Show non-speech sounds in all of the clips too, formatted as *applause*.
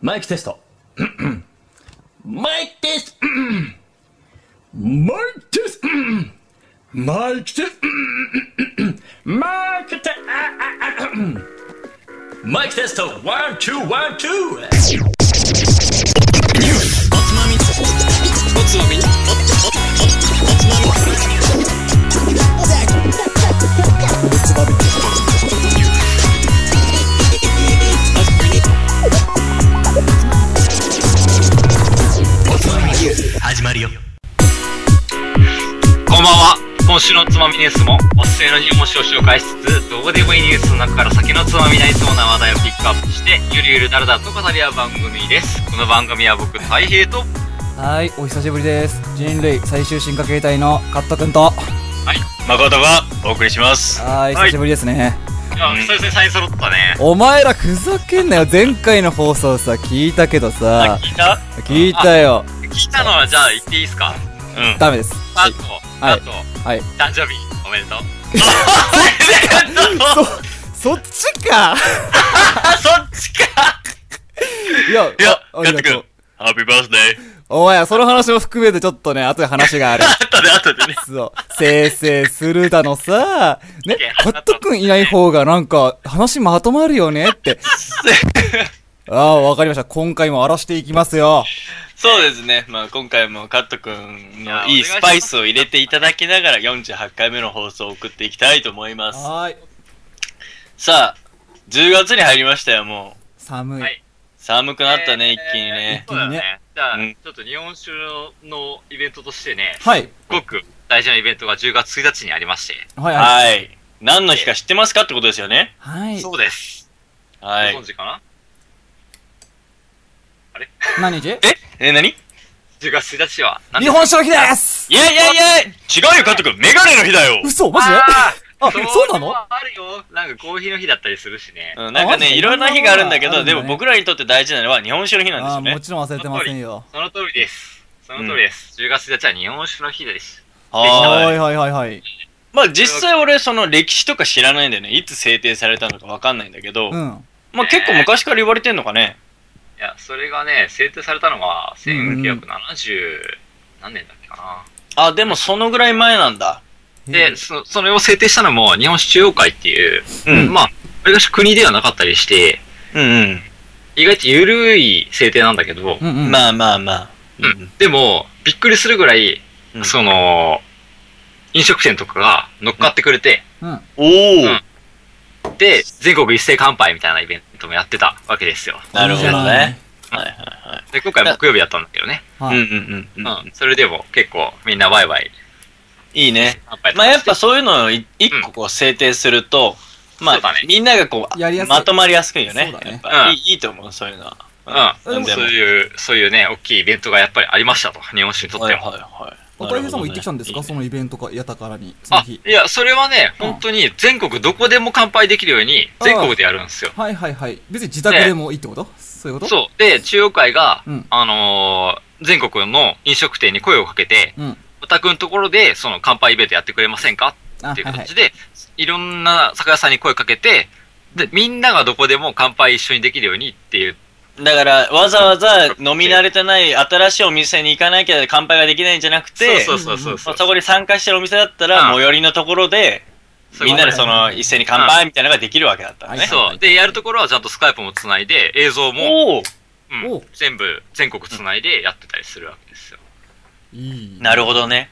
マイクテスト。マイクテスト。マイクテスト。マイクテスト。マイクテスト。 *clears throat* マイクテスト。ワン、ツー、ワン、ツー。始まるよこんばんは今週のつまみニュースもおすすめの入門誌を紹介しつつどうでもいいニュースの中から先のつまみになりそうな話題をピックアップしてゆるゆるだらだらと語り合う番組ですこの番組は僕たい平とはい、お久しぶりです。人類最終進化形態のカットくんと。ははい誠がお送りします。ーい、はい久しぶりですね。あ久々にサイン揃ったねお前らふざけんなよ。前回の放送さ、聞いたけどさ、聞いた聞いたよ。聞いたのはじゃあ言っていいですかうん。ダメです。あと、はいあとはい。誕生日おめで *laughs* とうそっちかあそっちかいや、いや、あやりがってく。。とうんハッピーバースデ *laughs* ー。お前、その話も含めてちょっとね、後で話がある。あとで、あとでね。そう。生成するだのさ、ね OK、カットくんいない方がなんか、話まとまるよねって。ああ、わかりました。今回も荒らしていきますよ。 *laughs* そうですね。まあ今回もカットくんのいいスパイスを入れていただきながら48回目の放送を送っていきたいと思います。はい。さあ、10月に入りましたよ、もう。寒い。はい寒くなったね、えー一気にね。そうだねね。じゃあ、うんちょっと日本酒のイベントとしてね、はい。すごく大事なイベントが10月1日にありまして。はいはい。はい。何の日か知ってますかってことですよね。はい。そうです。はいご存。知かな何日ええ、何 ?10 月1日は。なん日で本酒の日ですいやいやいや違うよ、カットくんメガネの日 *laughs* だよ嘘マジであーあ、そうなのあるよ。なんかコーヒーの日だったりするしね。うん、なんかあね、そういろんな日があるんだけあるど、んだでねも僕らにとって大事なのは日本酒の日なんですあよーもね。ちろん忘れてませんよ。その通りです。その通りです。10月1日は日本酒の日です。ははーい。いはいはいはい。まあ実際俺、その歴史とか知らないんだよね。いつ制定されたのかわかんないんだけど、うん。まあ結構昔から言われてんのかね。いや、それがね、制定されたのが1970、何年だっけかな。あ、でもそのぐらい前なんだ。で、そそれを制定したのも日本酒中央会っていう、うん。まあ、割りかし国ではなかったりして、うん意外と緩い制定なんだけど、うんう。うんん。まあまあまあ。うんでも、びっくりするぐらい、うんその、飲食店とかが乗っかってくれて、うん。おお、んで、全国一斉乾杯みたいなイベントもやってたわけですよ。なるほどね。で、今回木曜日だったんだけどね。うんはうい。んうん。ううん、ん。それでも結構みんなワイワイいいね。乾杯とまかあやしってぱそういうのをい一個こう制定すると、まそうだあねみんながこう、やりやすいまとまりやすいよね。そうだねやっぱうんいいいいと思う、そういうのは。うん。でもそういう、そういうね、大きいイベントがやっぱりありましたと。日本酒にとっはいてはいも。はい。お大平さんも行ってきたんですなかるそのイベントか、やたからに。そのあ、日。いや、それはね、うん本当に全国どこでも乾杯できるように、全国でやるんですよ。はいはいはい。別に自宅でもいいってことそういうことう。そう。で、中央会が、うんあのー全国の飲食店に声をかけて、うん。お宅のところで、その乾杯イベントやってくれませんかあ、っはていいうはい形。で、いろんな酒屋さんに声かけて、で、みんながどこでも乾杯一緒にできるようにっていう、ほどねだから、わざわざ飲み慣れてない新しいお店に行かなきゃ乾杯ができないんじゃなくて、そうそうそうそう。まあそこに参加してるお店だったうら、ん最寄りのところで、そうみんなでその一斉に乾杯みたいなのができるわけだったのはねい。そう。で、やるところはちゃんとスカイプもつないで、映像も、おおうんおう全部、全国つないでやってたりするわけですよ。いい。なるほどね。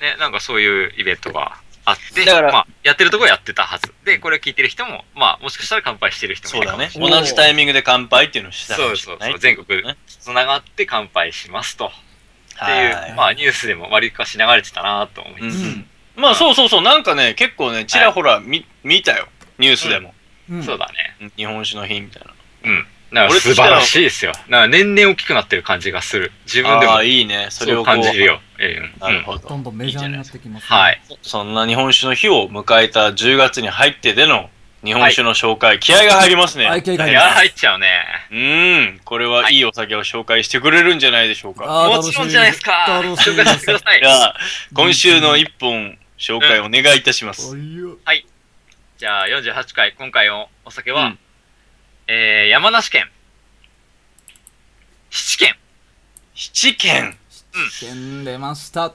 ね、なんかそういうイベントがあって、だからまあ、やってるところやってたはず。で、これを聞いてる人も、まあ、もしかしたら乾杯してる人そもいうるかだもねし。れお同ーじタイミングで乾杯っていうのをしたない。かそもうそうしれないそう。全国ねつながって乾杯しますと。って、はいいうまあ、ニュースでも割りかし流れてたなと思いうんうます。んまあそうそうそう、なんかね、結構ね、ちらほら見見たよ。ニュースでも。うん。そうだね。日本酒の日みたいな。うん。なんか俺と素しては晴らしいですよ。なんか年々大きくなってる感じがする。自分であもあ、いいね。それそをうこう感じるよ。ええなうるん。ほど。どんどんメジャーになってきますね。はい。そんな日本酒の日を迎えた10月に入ってでの日本酒の紹介、気合が入りますね。はい気合がい入りや、ます入っちゃうね。うーん、これはいいお酒を紹介してくれるんじゃないでしょうか。あーもちろんじゃないですか。楽し紹みで介すしてくださいじ。ゃあ、今週の一本紹介お願いいたします。おいよじゃあ、48回、今回のお酒は、うんえー、山梨県、 7件。七件。点出ました。あ、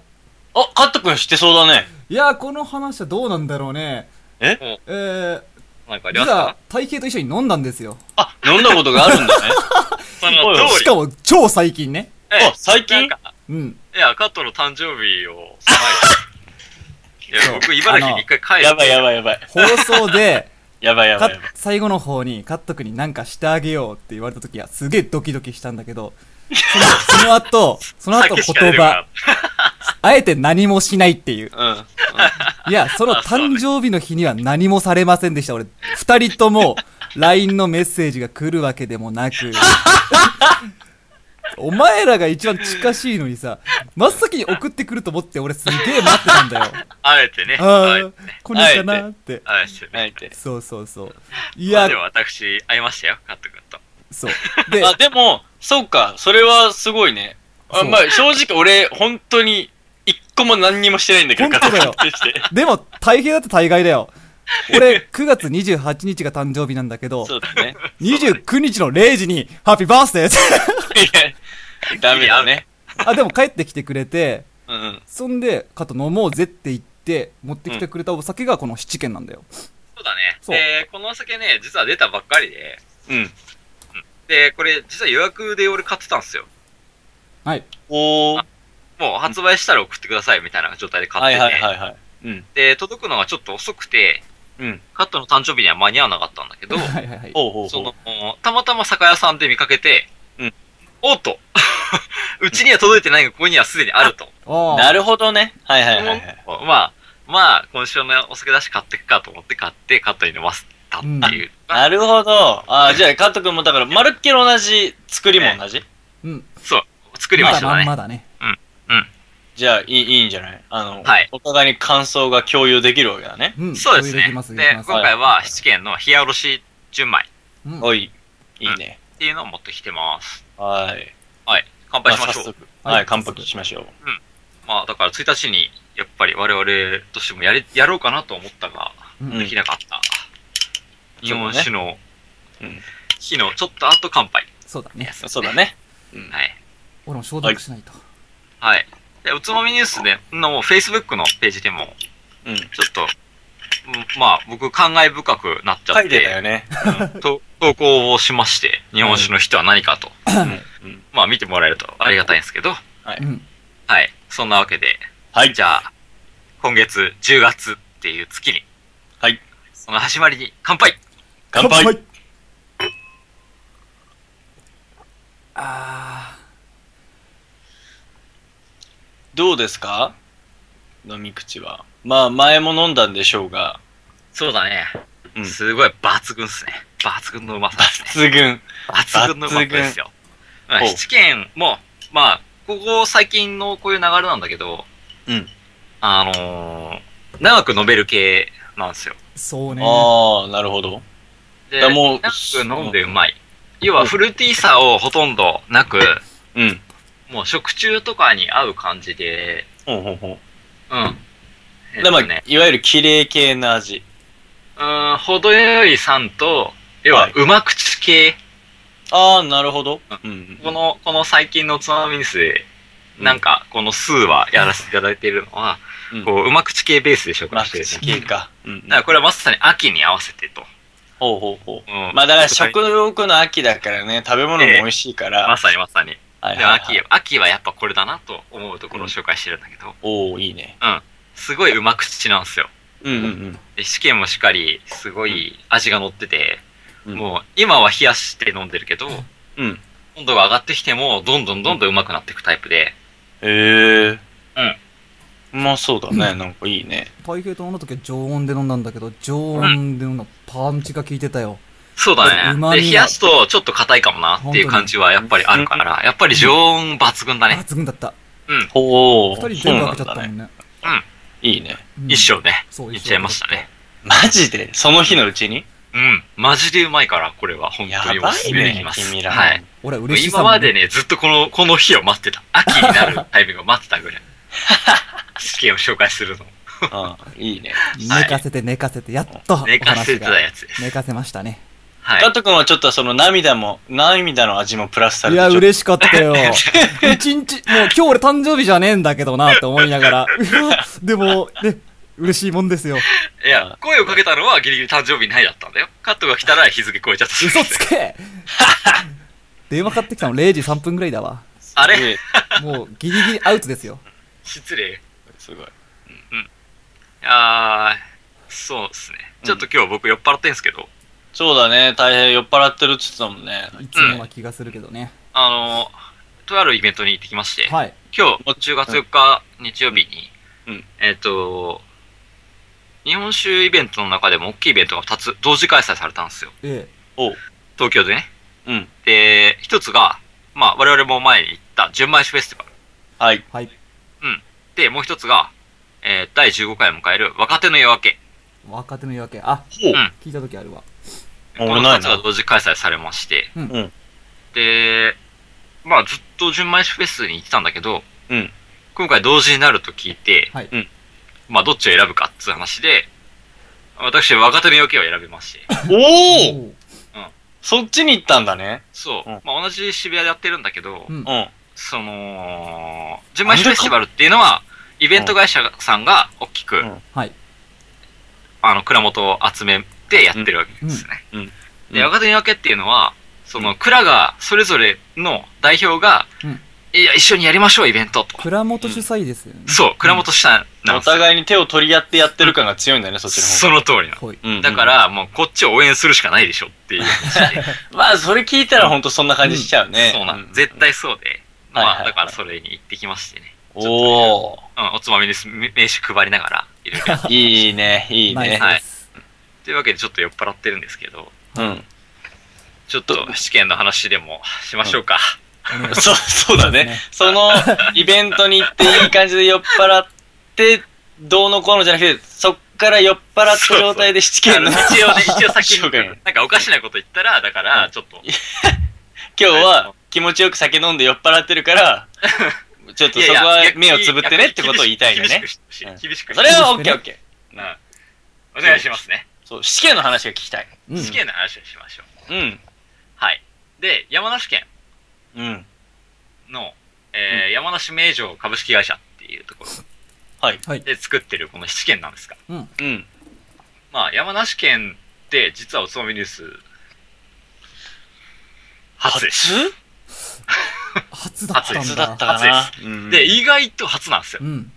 カット君知ってそうだね。いやー、この話はどうなんだろうね。えもえー、う、なんかあります実はか体型と一緒に飲んだんですよ。あ、飲んだことがあるん *laughs* だね。その通り。しかも、超最近ね。ええあ最近なんかうん。いや、カットの誕生日を備 *laughs* えて。いや、僕、茨城に一回帰る。やばいやばいやばい。放送 *laughs* で、やばいやばいかやばい。最後の方にカット君に何かしてあげようって言われた時はすげえドキドキしたんだけど、そのその後、その後酒しか言出てこなか葉っ、あえて何もしないっていう。うん。うんい *laughs* や、その誕生日の日には何もされませんでした。俺、二人とも LINE のメッセージが来るわけでも *laughs* なく、お前らが一番近しいのにさ、真っ先に送ってくると思って俺すげえ待ってたんだよ。た。あえてね。あえああて、これかなって。あえてね。はいって。そうそうそう。いいや、やで、も私、会いましたよ、カット君と。そう。で、あ、でも、そうか、それはすごいね。あそうまあ、正直俺、本当に、一個も何にもしてないんだけど、本当だよカット君って。でも、大変だって大概だよ。俺、9月28日が誕生日なんだけど、そうだね。 29日の0時に、ハッピーバースデーって *laughs* いやダメだね。あ、でも帰ってきてくれて、うんうん。そんで、カット飲もうぜって言って、持ってきてくれたお酒がこの7軒なんだよ。そうだね。そうで、このお酒ね、実は出たばっかりで、うん。で、これ、実は予約で俺買ってたんですよ。はい。おー。もう発売したら送ってくださいみたいな状態で買はっいてはいはて、いはい。うん。で、届くのがちょっと遅くて、うん。カットの誕生日には間に合わなかったんだけ *laughs* *laughs* ど、はいはいはい。ほうほうそほの、たまたま酒屋さんで見かけて、うんおっと *laughs* うちには届いてないが、ここにはすでにあると。あう。あ。なるほどね。はいはいはいはい。まあ、まあ、今週のお酒だし買ってくかと思って買って、カットに飲ませたっていう。なるほど。あーじゃあ、カット君もだから、まるっきり同じ、作りも同じうん。そう、作りままだしたまんね。まだね。じゃあ、いい、いいんじゃないあの、はいお互いに感想が共有できるわけだね。うん。そうですこれねきます。で、で今きます。回は七軒の冷やおろし純米うんおい、いいね。っていうのを持ってきてます。はい。はい。乾杯しましょう。早ま速。は、はいい乾杯しましょう。あ、だから1日に、やっぱり我々としてもやり、やろうかなと思ったが、うんできなかった。うん日本酒のうん、日のちょっと後乾杯。そうだね。そうだね。はい。俺も消毒しないと。はい。で、おつまみニュースでの Facebook のページでも、うん。ちょっと、うんまあ、僕、感慨深くなっちゃ書っいてたて、よね。と投稿をしまして、日本酒の人は何かと、うんうんまあ、見てもらえるとありがたいんですけど、うん。はい。そんなわけで、はい、じじゃゃあ、今月10月っていう月に、はい。その始まりに乾杯あ、乾杯あどうですか飲み口は。まあ、前も飲んだんでしょうが、そうだね。うんすごい抜群っすね。抜群のうまさですね。抜群。抜群のうまさですよ。まあほう七軒も、まあ、ここ最近のこういう流れなんだけど、うん。あのー長く飲める系なんですよ。ーそうね。ああ、なるほど。で、だからもう長く飲んでうまい。要はフルーティーさをほとんどなく、うん。もう食中とかに合う感じで、ほうほうほう。うん。えっだとまあ、ね、いわゆる綺麗系な味。うん、程よい酸と、要ははいうま口系、ああ、なるほど。うん。この、この最近のつまみニュースで、なんか、この数はやらせていただいているのは、うんこう、うま口系ベースで紹まあ、介してる、口系か。うんだからこれはまさに秋に合わせてと。ほうほうほう。うんまあ、だから食欲の秋だからね、食べ物も美味しいから。まさにまさに。はいではいはい秋、秋はやっぱこれだなと思うところを紹介してるんだけど、おおいいね。すごいうま口なんですよ。うんうんうん。で試験もしっかり、すごい味が乗ってて、うんもう今は冷やして飲んでるけど、うん。温度が上がってきても、どんどんどんどんうまくなっていくタイプで、へえ。うん。まあそうだね、なんかいいね。パイケート飲んだ時は常温で飲んだんだけど、常温で飲んだパンチが効いてたよ。そうだうね。まみで、が冷やすとちょっと硬いかもなっていう感じはやっぱりあるから、やっぱり常温抜群だね。抜群だった。ほお。二人全部開けちゃっそたもうなんだねんね。いいね。うん一。生ね、そうい一っ生ちゃいましたね。マジでその日のうちにうん。マジでうまいから、これは本や当におばすすいめできねま、す。君ら。はい。。俺は嬉しさ今もねまでね、ずっとこの、この日を待ってた。秋になるタイミングを待ってたぐらい。試験を紹介するの。うん、いいね。寝かせて寝かせて、やっとお話が寝かせてたやつです。寝かせましたね。はい。カット君はちょっとその涙も、涙の味もプラスさいれてちょや、っと嬉しかったよ。 *laughs* 一日、もう今日俺誕生日じゃねえんだけどなって思いながら。うわでも、ね、嬉しいもんですよ。いや、声をかけたのはギリギリ誕生日ないだったんだよ。カットが来たら日付超えちゃった。嘘つけ電話かかってきたの0時3分ぐらいだわ。あれすげえもうギリギリアウトですよ。失礼。すごい。あー、そうですね。ちょっと今日僕酔っ払ってんすけど、そうだね、大変酔っ払ってるっつってたもんね。いつもは気がするけどね。あの、とあるイベントに行ってきまして、はい。今日、10月4日日曜日に、うんえっ、と、日本酒イベントの中でも大きいイベントが2つ同時開催されたんですよ。えおう。東京でね。うん。で、一つが、まあ我々も前に行った純米酒フェスティバル。はい。え。はい。で、もう一つが、えー第15回を迎える若手の夜明け。若手の夜明け。あ、ほううん聞いた時あるわ。こ俺のな2いつがな。同時開催されまして、うんうんで、まあずっと純米酒フェスに行ってたんだけど、うん今回同時になると聞いて、はいうんまあどっちを選ぶかっつう話で、私若手の夜景を選びま *laughs* して、おおおうそっちに行ったんだね。そう、うんまあ同じ渋谷でやってるんだけど、うん。うん。その、純米酒フェスティバルっていうのは、イベント会社さんが大きく、うんはい。あの、蔵元を集めてやってるわけですね。うんうんで、若手に分けっていうのは、その、蔵が、それぞれの代表が、うんいや、一緒にやりましょう、イベントと。蔵元主催ですよね。そう、蔵元したなんおですよ互いに手を取り合ってやってる感が強いんだよね、そっちのその通りなの。ほい。方が。うんだか、ら、もう、こっちを応援するしかないでしょって *laughs* いう話で。うんまあ、それ聞いたらほんとそんな感じしちゃうね。そうなのん。絶対そうで。はいはいまはあ、いだからそれに行ってきましてね。おおうん、おつまみです、名刺配りながら、いろい *laughs* ろやって。いいね、いいナイねス。です。というわけで、ちょっと酔っ払ってるんですけど、うん。ちょっと試験の話でもしましょうか。お願いし *laughs* そう、そうだね。その、イベントに行っていい感じで酔っ払って、どうのこうのじゃなくて、そっから酔っ払った状態で七あ軒のの一応ね、一応 *laughs* 先に、今なんかおかしなこと言ったら、だから、ちょっと、日は気持ちよく酒飲んで酔っ払ってるから、ちょっといやそいこやは逆に目をつぶってねってことを言いたいよね厳。しくしうん厳しくしそれはオッケーオッケー。うんお願いしますね。そう、死刑の話が聞きたい。うん試験の話をしましょう。うん。はい。で、山梨県うん。の、えー山梨名城株式会社っていうところはい。で作ってるこの七県なんですが、うん。まあ、山梨県って実はおつまみニュース、初です。初初だったんだ。初だったかな。うんで、意外と初なんですよう。ん。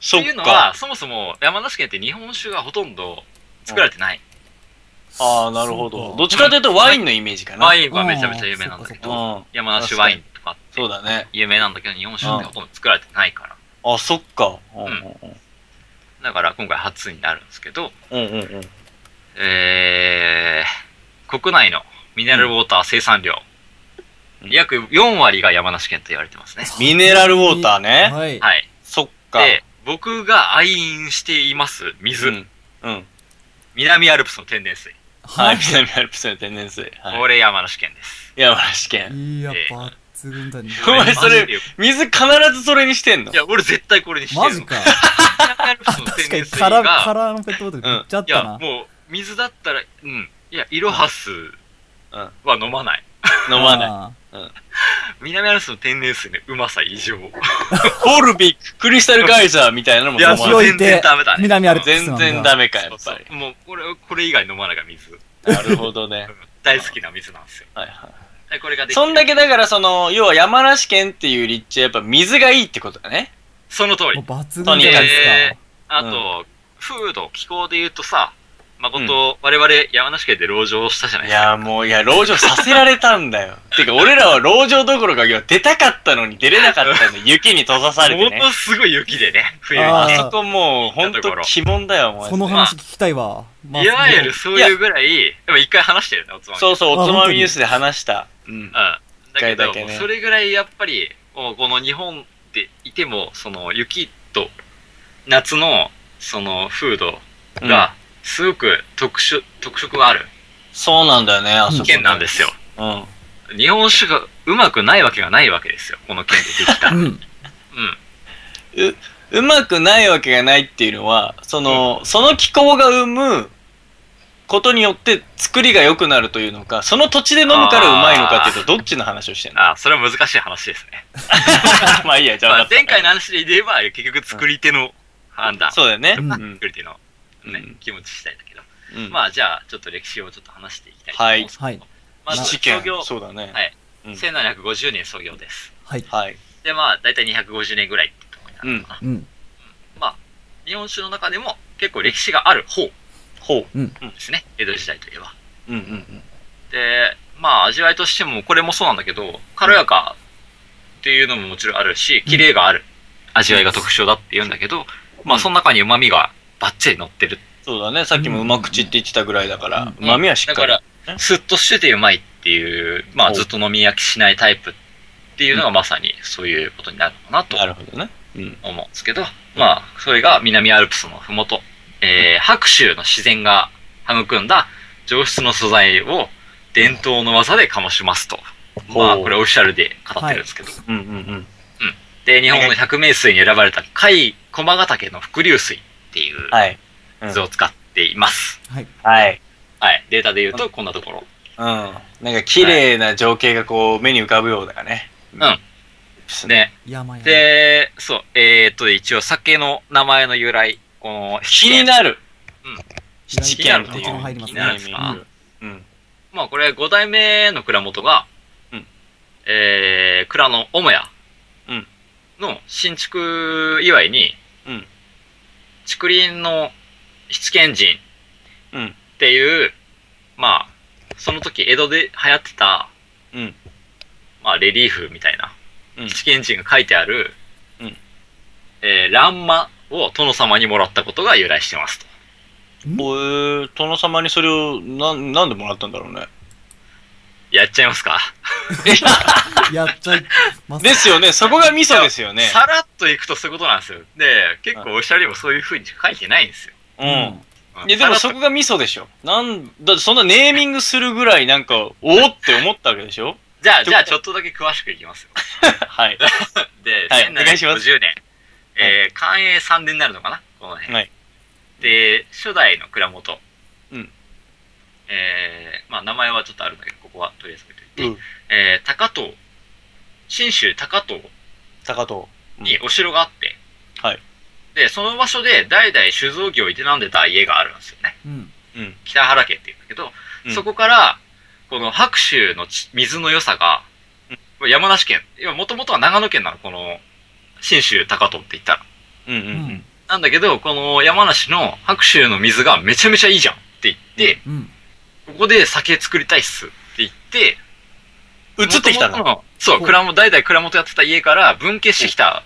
そっっていうのは、か。そもそも山梨県って日本酒がほとんど作られてない。ああ、なるほそうど。かどっちかというとワインのイメージかな。ワン。インはめちゃめちゃ有名なんだけうど、ん。山梨ワインとかってそうだね。有名なんだけど、日本酒ってほとんど作られてないから。あ、そっか。うんだから今回初になるんですけど、うんうんうん。えー、国内のミネラルウォーター生産量、うん約4割が山梨県と言われてますね。ミネラルウォーターね。はい。はい。そっか。で、僕が愛飲しています水、うん。うん。南アルプスの天然水。は、はい南アルプスの天然水。こはい。れ山梨県です。山梨県。い。いや、抜群だね。お前それマジでよ水必ずそれにしてんのいや、俺絶対これにしてるのマジか。南アルプスの天確かに、然水カラ、カが、ラーのペットボトルめっちゃあっいたや、な。もう、水だったら、うん。いや、イロハスは飲まない。飲まない。あ南アルプスの天然水のうまさ異常。ホルビック、クリスタルガイザーみたいなのもい飲やまー。ない。強い全然てダメだ、ね南アルプスな全んだ。然ダメか、やっそぱうりそう。 *laughs* もう、これ、これ以外飲まないが水。なるほどね。大好きな水なんですよ。はいはでこれがい。できてそんだけだから、その、要は山梨県っていう立地はやっぱ水がいいってことだね。その通もりう。抜と群にじゃかなくいでで、あと、風土、気候で言うとさ、誠、我々山梨県で籠城したじゃないいですか。や、もう、いや、籠城させられたんだ *laughs* よ。てか、俺らは籠城どころか、いや出たかったのに出れなかったんで、雪に閉ざされてものね。すごい雪でね、冬に。ああーそこもう、ほんと鬼門だよ、おすか。前そ。の話聞きたいわ。まあいわゆるそういうぐらい、でも一回話してるね、おつまみ。そうそう、あおつまみニュースで話した。うん。うん。だけど、一回だけねそれぐらいやっぱり、もうこの日本でいても、その雪と夏の、その風土が、すごく特殊、特色があるそうなんだよね、あそこ。県なんですよ。うん。日本酒がうまくないわけがないわけですよ、この県でできた。う *laughs* うん。ん。うまくないわけがないっていうのは、その、その気候が生むことによって作りが良くなるというのか、その土地で飲むからうまいのかっていうと、どっちの話をしてんのああ、それは難しい話ですね。まあいいや、じゃ *laughs* あま分かあ前った。回の話で言えば、結局作り手の判断。そうだよね。ううんん作り手の、ねうん気持ち次第だけど。うんまあじゃあ、ちょっと歴史をちょっと話していきたいと思はうんいです。けど。はい。まず、事創件業、。そうだね。はい。うん1750年創業です。はい。はい。で、まあ、だいたい250年ぐらいってとこになるのかな。うん。日本酒の中でも結構歴史がある方ほう。ですね。江戸時代といえば。うんうんうん。で、まあ、味わいとしても、これもそうなんだけど、軽やかっていうのももちろんあるし、綺麗がある味わいが特徴だって言うんだけど、まあ、その中に旨味がバッチリ乗ってる。そうだね。さっきもうま口って言ってたぐらいだから、うんうまみはしっかり。だから、スッとしててうまいっていう、まあ、ほうずっと飲み焼きしないタイプっていうのがまさにそういうことになるのかなとなるほどね。うん。思うんですけど、まあ、それが南アルプスのふもと、えー、白州の自然が育んだ上質の素材を伝統の技で醸しますと。ほうまあ、これオフィシャルで語ってるんですけど。うんうんうん。で、日本の百名水に選ばれた貝駒ヶ岳の伏流水っていうはい。水を使っています。はい。はい。はい。データで言うとこんなところ。うん。なんか綺麗な情景がこう目に浮かぶようだからね。うん。ですね。ね。山々。で、そう、えー、っと、一応酒の名前の由来、この、気になる。七事件って気いにう。なる入ります気になるんですかうん。まあこれ5代目の蔵元が、うんえー、蔵の母屋うんの新築祝いに、うん竹林の七賢人うんっていう、まあ、その時江戸で流行ってた、うんまあレリーフみたいな、うん七賢人が書いてある、うんえー、欄間を殿様にもらったことが由来してますと。おえー、殿様にそれをな、なんでもらったんだろうね。やっちゃいますかやっちゃいます。ですよね、そこがミソですよね。さらっといくとそういうことなんですよ。で、結構おしゃれもそういう風に書いてないんですよ。ううんん。。いや、でもそさらっとこがミソでしょ。なん、だってそんなネーミングするぐらいなんか、おおって思ったわけでしょじゃあ、じゃあちょっとだけ詳しくいきますよ。はい。で、はいお願いします1750年、えー、寛永3年になるのかなこの辺。はいで、初代の蔵元。うん。えー、まあ名前はちょっとあるんだけど、ここはとりあえず置いといて。うん。えー、高遠、信州高遠高藤。にお城があって、はい。で、その場所で代々酒造業を営んでた家があるんですよね。うん。うん。北原家っていうんだけど、うんそこから、この白州のち水の良さが、山梨県、今もともとは長野県なの、この、信州高遠って言ったら。うんうんううんん。なんだけど、この山梨の白州の水がめちゃめちゃいいじゃんって言って、うん。ここで酒作りたいっすって言って、移ってきたの元々のそう、蔵元、代々蔵元やってた家から分家してきた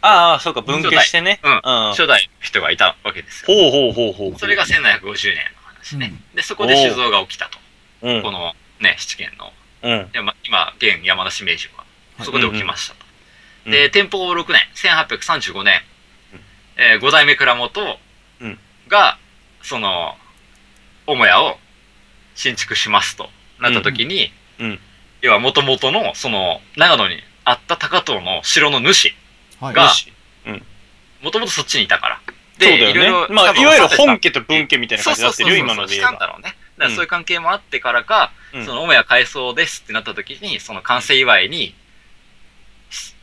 ああ、そうか、分家してね。うんほ初代の人がいたわけですよ。うほうほうほう。それが1750年の話ね。で、そこで酒造が起きたと。うん、このね、七軒のうん。山今、現山梨名人は、いそこで起きましたと。うんで、天保6年、1835年、え5代目蔵元うんが、その、母屋を新築しますとなった時に、うんうん要は元々の、その、長野にあった高遠の城の主、はい。がよし元々そっちにいたから。そうだいろよいね。ろまあ、多分いわゆる本家と分家みたいなそうそ感じになうってそうそるよ、う今のでし言たえんだば。ろうね。だからそういう関係もあってからか、うんその母屋改装ですってなった時に、その完成祝いに、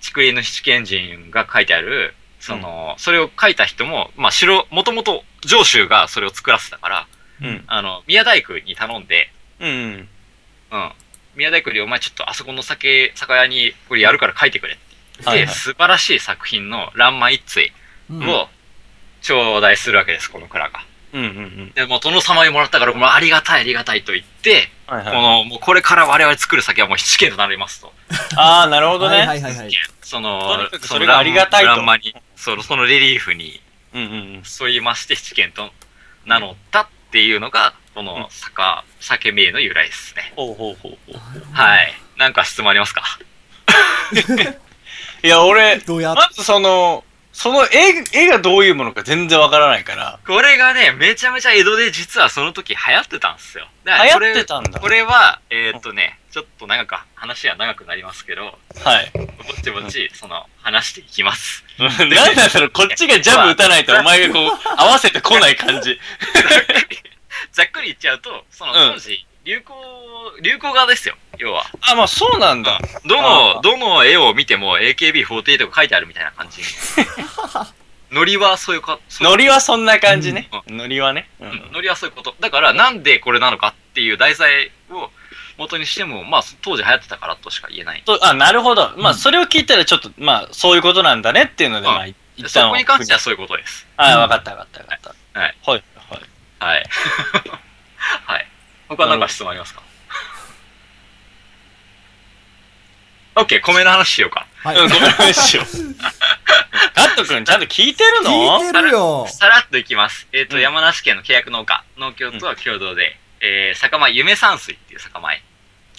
竹林の七賢人が書いてある、その、それを書いた人も、まあ、城、もともと上州がそれを作らせたから、うん。あの、宮大工に頼んで、うん。うん。宮大工にお前ちょっとあそこの酒、酒屋にこれやるから書いてくれって言って、はいはい素晴らしい作品の欄間一対うん。を頂戴するわけです、この蔵が。うんうんうん。で、もう殿様にもらったから、もうありがたいありがたいと言って、はいこはい。の、もうこれから我々作る酒はもう七軒となりますと。ああ、なるほどはいはね。いはいはい。そとのにか、くそそのれがありがたいと欄間に、その、そのレリーフにうんうんうん。沿いまして七軒と名乗ったっていうのが、こうんの酒、酒名の由来ですね。ほうほうほうほう。はい。なんか質問ありますかいや、俺、どうやっまずその、その絵、絵がどういうものか全然わからないから。これがね、めちゃめちゃ江戸で実はその時流行ってたんですよ。だからこ流れ行ってたんだ。これは、えーっとね、ちょっと長く、話は長くなりますけど、 *laughs* はい。ぼちぼち、その、話していきます。なんなんだろう、こっちがジャブ打たないとお前がこう、合わせてこない感じ。 *laughs* ざっくり言っちゃうと、そのうん当時、流行、流行側ですよ、要は。あ、まあそうなんだ。どあーの、どの絵を見ても AKB48 とか書いてあるみたいな感 *laughs* じ。ノリはそういうか、そうノリはそんな感じね。ノリはね。うんノリはそういうこと。だから、なんでこれなのかっていう題材を元にしても、まあ、当時流行ってたからとしか言えない。とあ、なるほど。まうあんそれを聞いたらちょっと、まあそういうことなんだねっていうので、うんまあ一そ旦こに関してはそういうことです。あ、わかったわかったわかった。はい。はい。はい。はい。 *laughs* はい。他何か質問ありますか ?OK、米の話しようか。はうん、い。ごめんなさいし *laughs* よう。ガット君ちゃんと聞いてるの聞いてるよ。さらっといきます。えっ、と、うん山梨県の契約農家、農協とは共同で、えー、酒米、夢山水っていう酒米。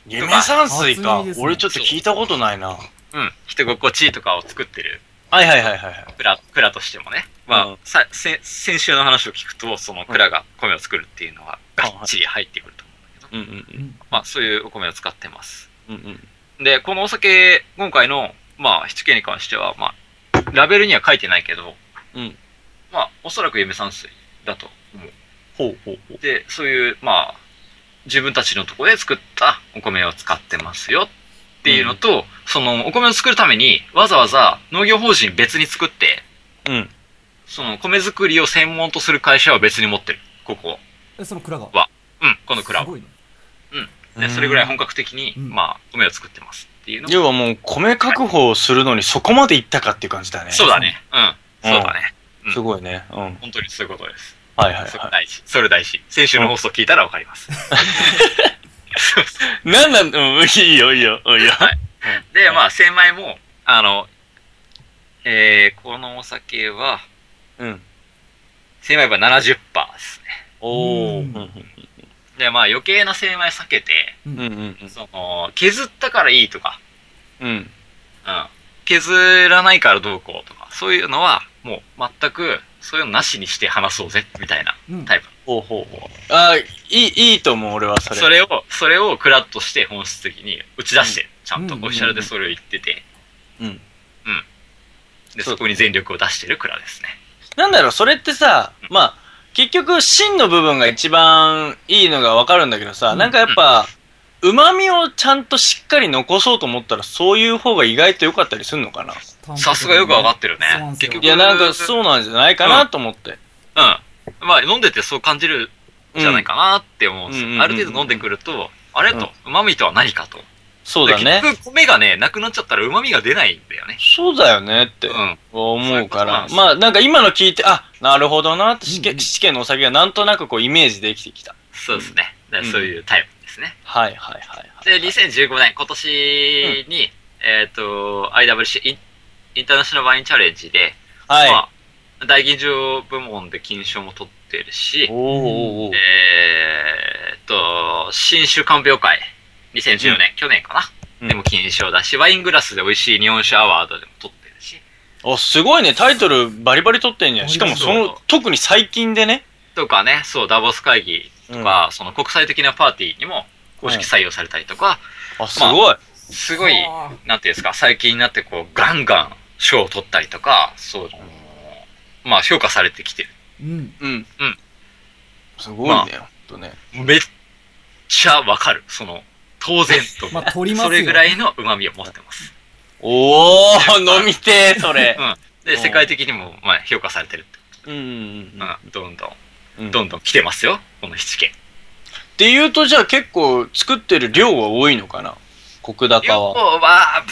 夢山水か厚いです。ね俺ちょっと聞いたことないな。はいうん。人心地とかを作ってるはいはいはいはい。蔵、蔵としてもね。まあ、うんさ先先週の話を聞くと、その蔵が米を作るっていうのは、がっちり入ってくると思うんだけど、うんうんまあ、そういうお米を使ってます。うんうん。で、このお酒、今回の、まあ、七軒に関しては、まあ、ラベルには書いてないけど、うん。まあ、おそらく夢山水だと思う。ほうほうほう。で、そういう、まあ、自分たちのとこで作ったお米を使ってますよっていうのと、その、お米を作るために、わざわざ農業法人別に作って、うん。その、米作りを専門とする会社は別に持ってる。ここ。えその蔵が。うん、この蔵すを。ごいね。で、それぐらい本格的に、うんまあ、米を作ってますっていうの要はもう米確保をするのにそこまで行ったかっていう感じだね。そうだね。うん。そうだね。うんすごいね。うん。はい本当にそういうことです。はいはそれい。大事。それ大事。先週の放送聞いたらわかります。なんなん、うん、いいよいいよ、うんいいよ。で、まあ、精米も、あの、えー、このお酒は、うん。精米は70%ですね。おお。ううんんで、まあ、余計な精米避けて、うんうんその、削ったからいいとか、うん。ううん。ん。削らないからどうこうとか、そういうのは、もう、全く、そういうのなしにして話そうぜ、みたいなうんタイプ。ほうほうほう。あー、いい、いいと思う、俺はそれ。それを、それをクラッとして本質的に打ち出して、ちゃんとオフィシャルでそれを言ってて、うん。で、そうそこに全力を出してる蔵ですね。なんだろう、それってさ、まあ、結局、芯の部分が一番いいのがわかるんだけどさ、うんなんかやっぱ、旨味をちゃんとしっかり残そうと思ったら、そういう方が意外と良かったりするのかな。さすがよくわかってるねそうなんですよ結局いや、なんかそうなんじゃないかなと思って。うん。まあ、飲んでてそう感じるじゃないかなって思うんですようんある程度飲んでくると、あれうんと、旨味とは何かと。そうだね。結局、米がね、なくなっちゃったら旨味が出ないんだよね。そうだよねってうん。思うから。そういうことなんですよまあ、なんか今の聞いて、あ、なるほどなって、試うんう験ん試験のお酒がなんとなくこうイメージできてきた。そうですね。だかうんらそういうタイプですね。はいはいはいはい。で、2015年、今年に、えっ、と、IWC、インインターナショナルワインチャレンジで、はい。まあ、大吟醸部門で金賞も取ってるし、おーおーおーえーっと、新酒鑑評会、2014年、去年かな、うんでも金賞だし、ワイングラスで美味しい日本酒アワードでも取ってるし、お、すごいね。タイトルバリバリ取ってんじゃん。しかもそそうの、特に最近でね。とかね、そう、ダボス会議うんとか、その国際的なパーティーにも公式採用されたりとか、あ、すごい。すごい、なんていうんですか、最近になってこう、ガンガン賞を取ったりとか、そう、まあ評価されてきてる。うん。ううん。ん。すごいまあね。ほんとね。めっちゃわかる、その、当然と。まあ、取りますそよ。れぐらいの旨味を持ってます。おー、飲みてー、それ。で、うん世界的にも、まあ、評価されてるって。うんうんうん、どんどん、うん。どっんどん来てますよ、この七軒。ていうと、じゃあ結構作ってる量は多いのかな国両高方は。は、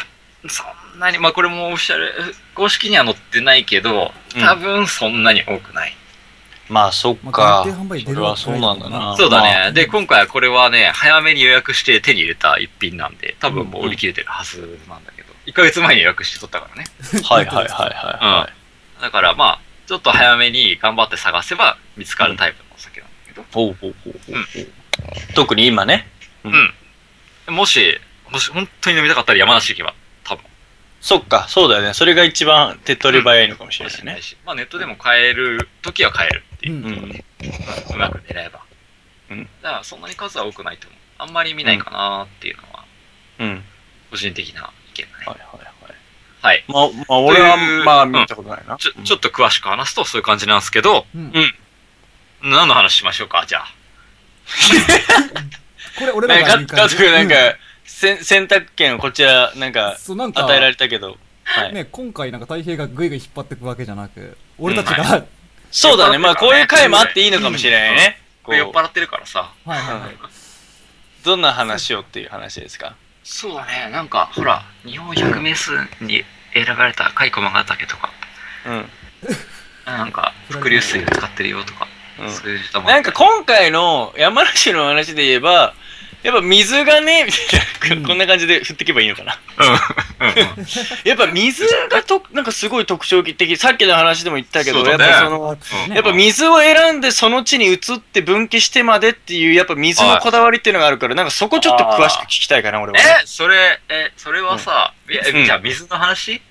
ぶそんなに、まあ、これもオフィシャル、公式には載ってないけど、多分そんなに多くない。まあ、そっまかあ。限定販売そ出れるわはけそうなんだな。そうだまあ。ね。で、今回はこれはね、早めに予約して手に入れた一品なんで、多分もう売り切れてるはずなんだけど、1ヶ月前に予約して取ったからね。はいはいはいはだからまあ、ちょっと早めに頑張って探せば見つかるタイプのお酒なんだけど、い。ほうほうほうほうほう。特に今ね。ううん。もし、もし本当に飲みたかったら山梨行けば、多分。そっか、そうだよね。それが一番手っ取り早いのかもしれないね。しまあネットでも買える時は買えるっていうう。んううんん。うまく狙えば。うんだからそんなに数は多くないと思う。あんまり見ないかなっていうのは、うん。個人的な意見だね。はいはいはい。はい。まあ、まあ、俺はとい、うまあ、見たことないな。ちょ、ちょっと詳しく話すとそういう感じなんですけど、うん何の話しましょうか、じゃあ。これ俺らなんがか、言うか感家じ族なんか、せん選択権をこちら、なんか、そうなんか与えられたけど。はい。ね、今回なんか太平がぐいぐい引っ張ってくわけじゃなく、俺たちが、うんはいそうだね。まあ、こういう回もあっていいのかもしれないね。ここれ酔っう、払ってるからさ。はいはい。どんな話をっていう話ですかそうだね、なんか、ほら、日本百名数に選ばれた蚕マガタケとか、うん。なんか、伏流水を使ってるよとか、うんそういう人も。なんか今回の山梨の話で言えば、やっぱ水がね、みたいな、こんな感じで振っていけばいいのかな。うん、うん、うん。やっぱ水がと、なんかすごい特徴的。さっきの話でも言ったけど、そうやだっねぱそあの、のうんやっぱ水を選んでその地に移って分岐してまでっていう、やっぱ水のこだわりっていうのがあるから、なんかそこちょっと詳しく聞きたいかな、俺は。え、それ、え、それはさ、いやうんじゃあ水の話、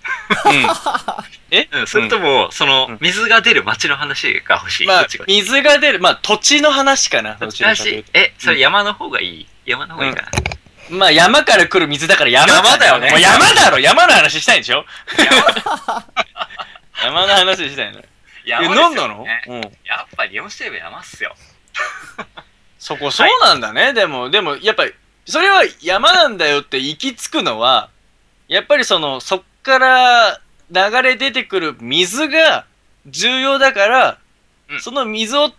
えうん、それとも、その、うん水が出る町の話が欲しい。まどあっちが、欲しい水が出る、まあ土地の話かな、どどっちちのらかという話え、それ山の方がいい山の方がいいかな、と。まあ山から来る水だから山山だよねもう山だろ山の話したいんでしょ *laughs* 山の話したいの。え、山ですよ何なのねうん。やっぱ日本酒といえば山っすよ。そこ、そうなんだね。でも、でも、やっぱり、それは山なんだよって行き着くのは、やっぱりその、そっから流れ出てくる水が重要だから、うんその水を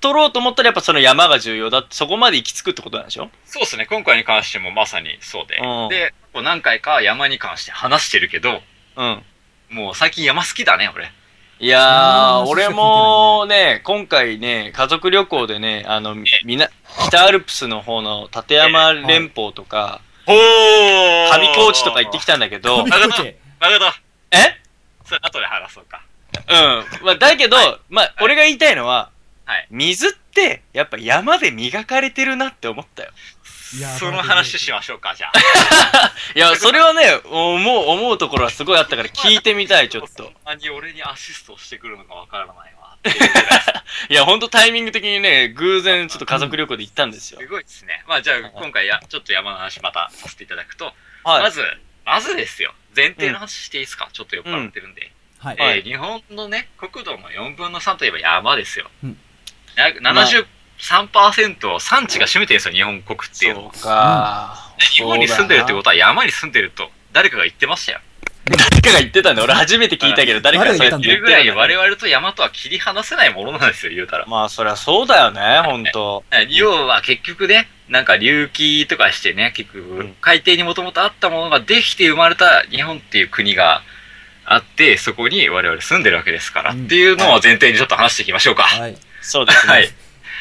取ろうと思ったらやっぱその山が重要だって、そこまで行き着くってことなんでしょそうですね、今回に関してもまさにそうでうんで、こう何回か山に関して話してるけど、うん。もう最近山好きだね、俺。いやー、そんな話し俺か聞いてないねもね、今回ね、家族旅行でね、あの、みな、北アルプスの方の立山連峰とか、ほー上高地とか行ってきたんだけど、なるほどなるほど。えそれ後で話そうか。うん。まあ、だけど、まあ、俺が言いたいのは、はい水って、やっぱ山で磨かれてるなって思ったよ。いやその話しましょうか、じゃあ。いや、それはね、思う、思うところはすごいあったから聞いてみたい、ちょっと。。あに俺にアシストしてくるのかわからないわ。 *laughs* いや、ほんとタイミング的にね、偶然ちょっと家族旅行で行ったんですよす。ごいですね。まあじゃあ今回や、ちょっと山の話またさせていただくと、はまい。ず、まずですよ。前提の話していいですかちょっと酔っ払ってるんで。はいえ。ーはい日本のね、国土の4分の3といえば山ですよ。うん約73%を山地が占めてるんですよ、日本国っていうのは。そうか。日本に住んでるってこととは山に住んでると誰かが言ってましたよ。誰かが言ってたんだよ。俺初めて聞いたけど、誰かがそうやってい言うっぐらていたんだ我よ。々と山とは切り離せないものなんですよ、言うたら。まあ、そりゃそうだよね、ほんと。要は結局ね、なんか隆起とかしてね、結う局ん、海底にもともとあったものができて生まれた日本っていう国があって、そこに我々住んでるわけですから、うんっていうのを前提にちょっと話していきましょうか。はい。そうですね。 *laughs* はい。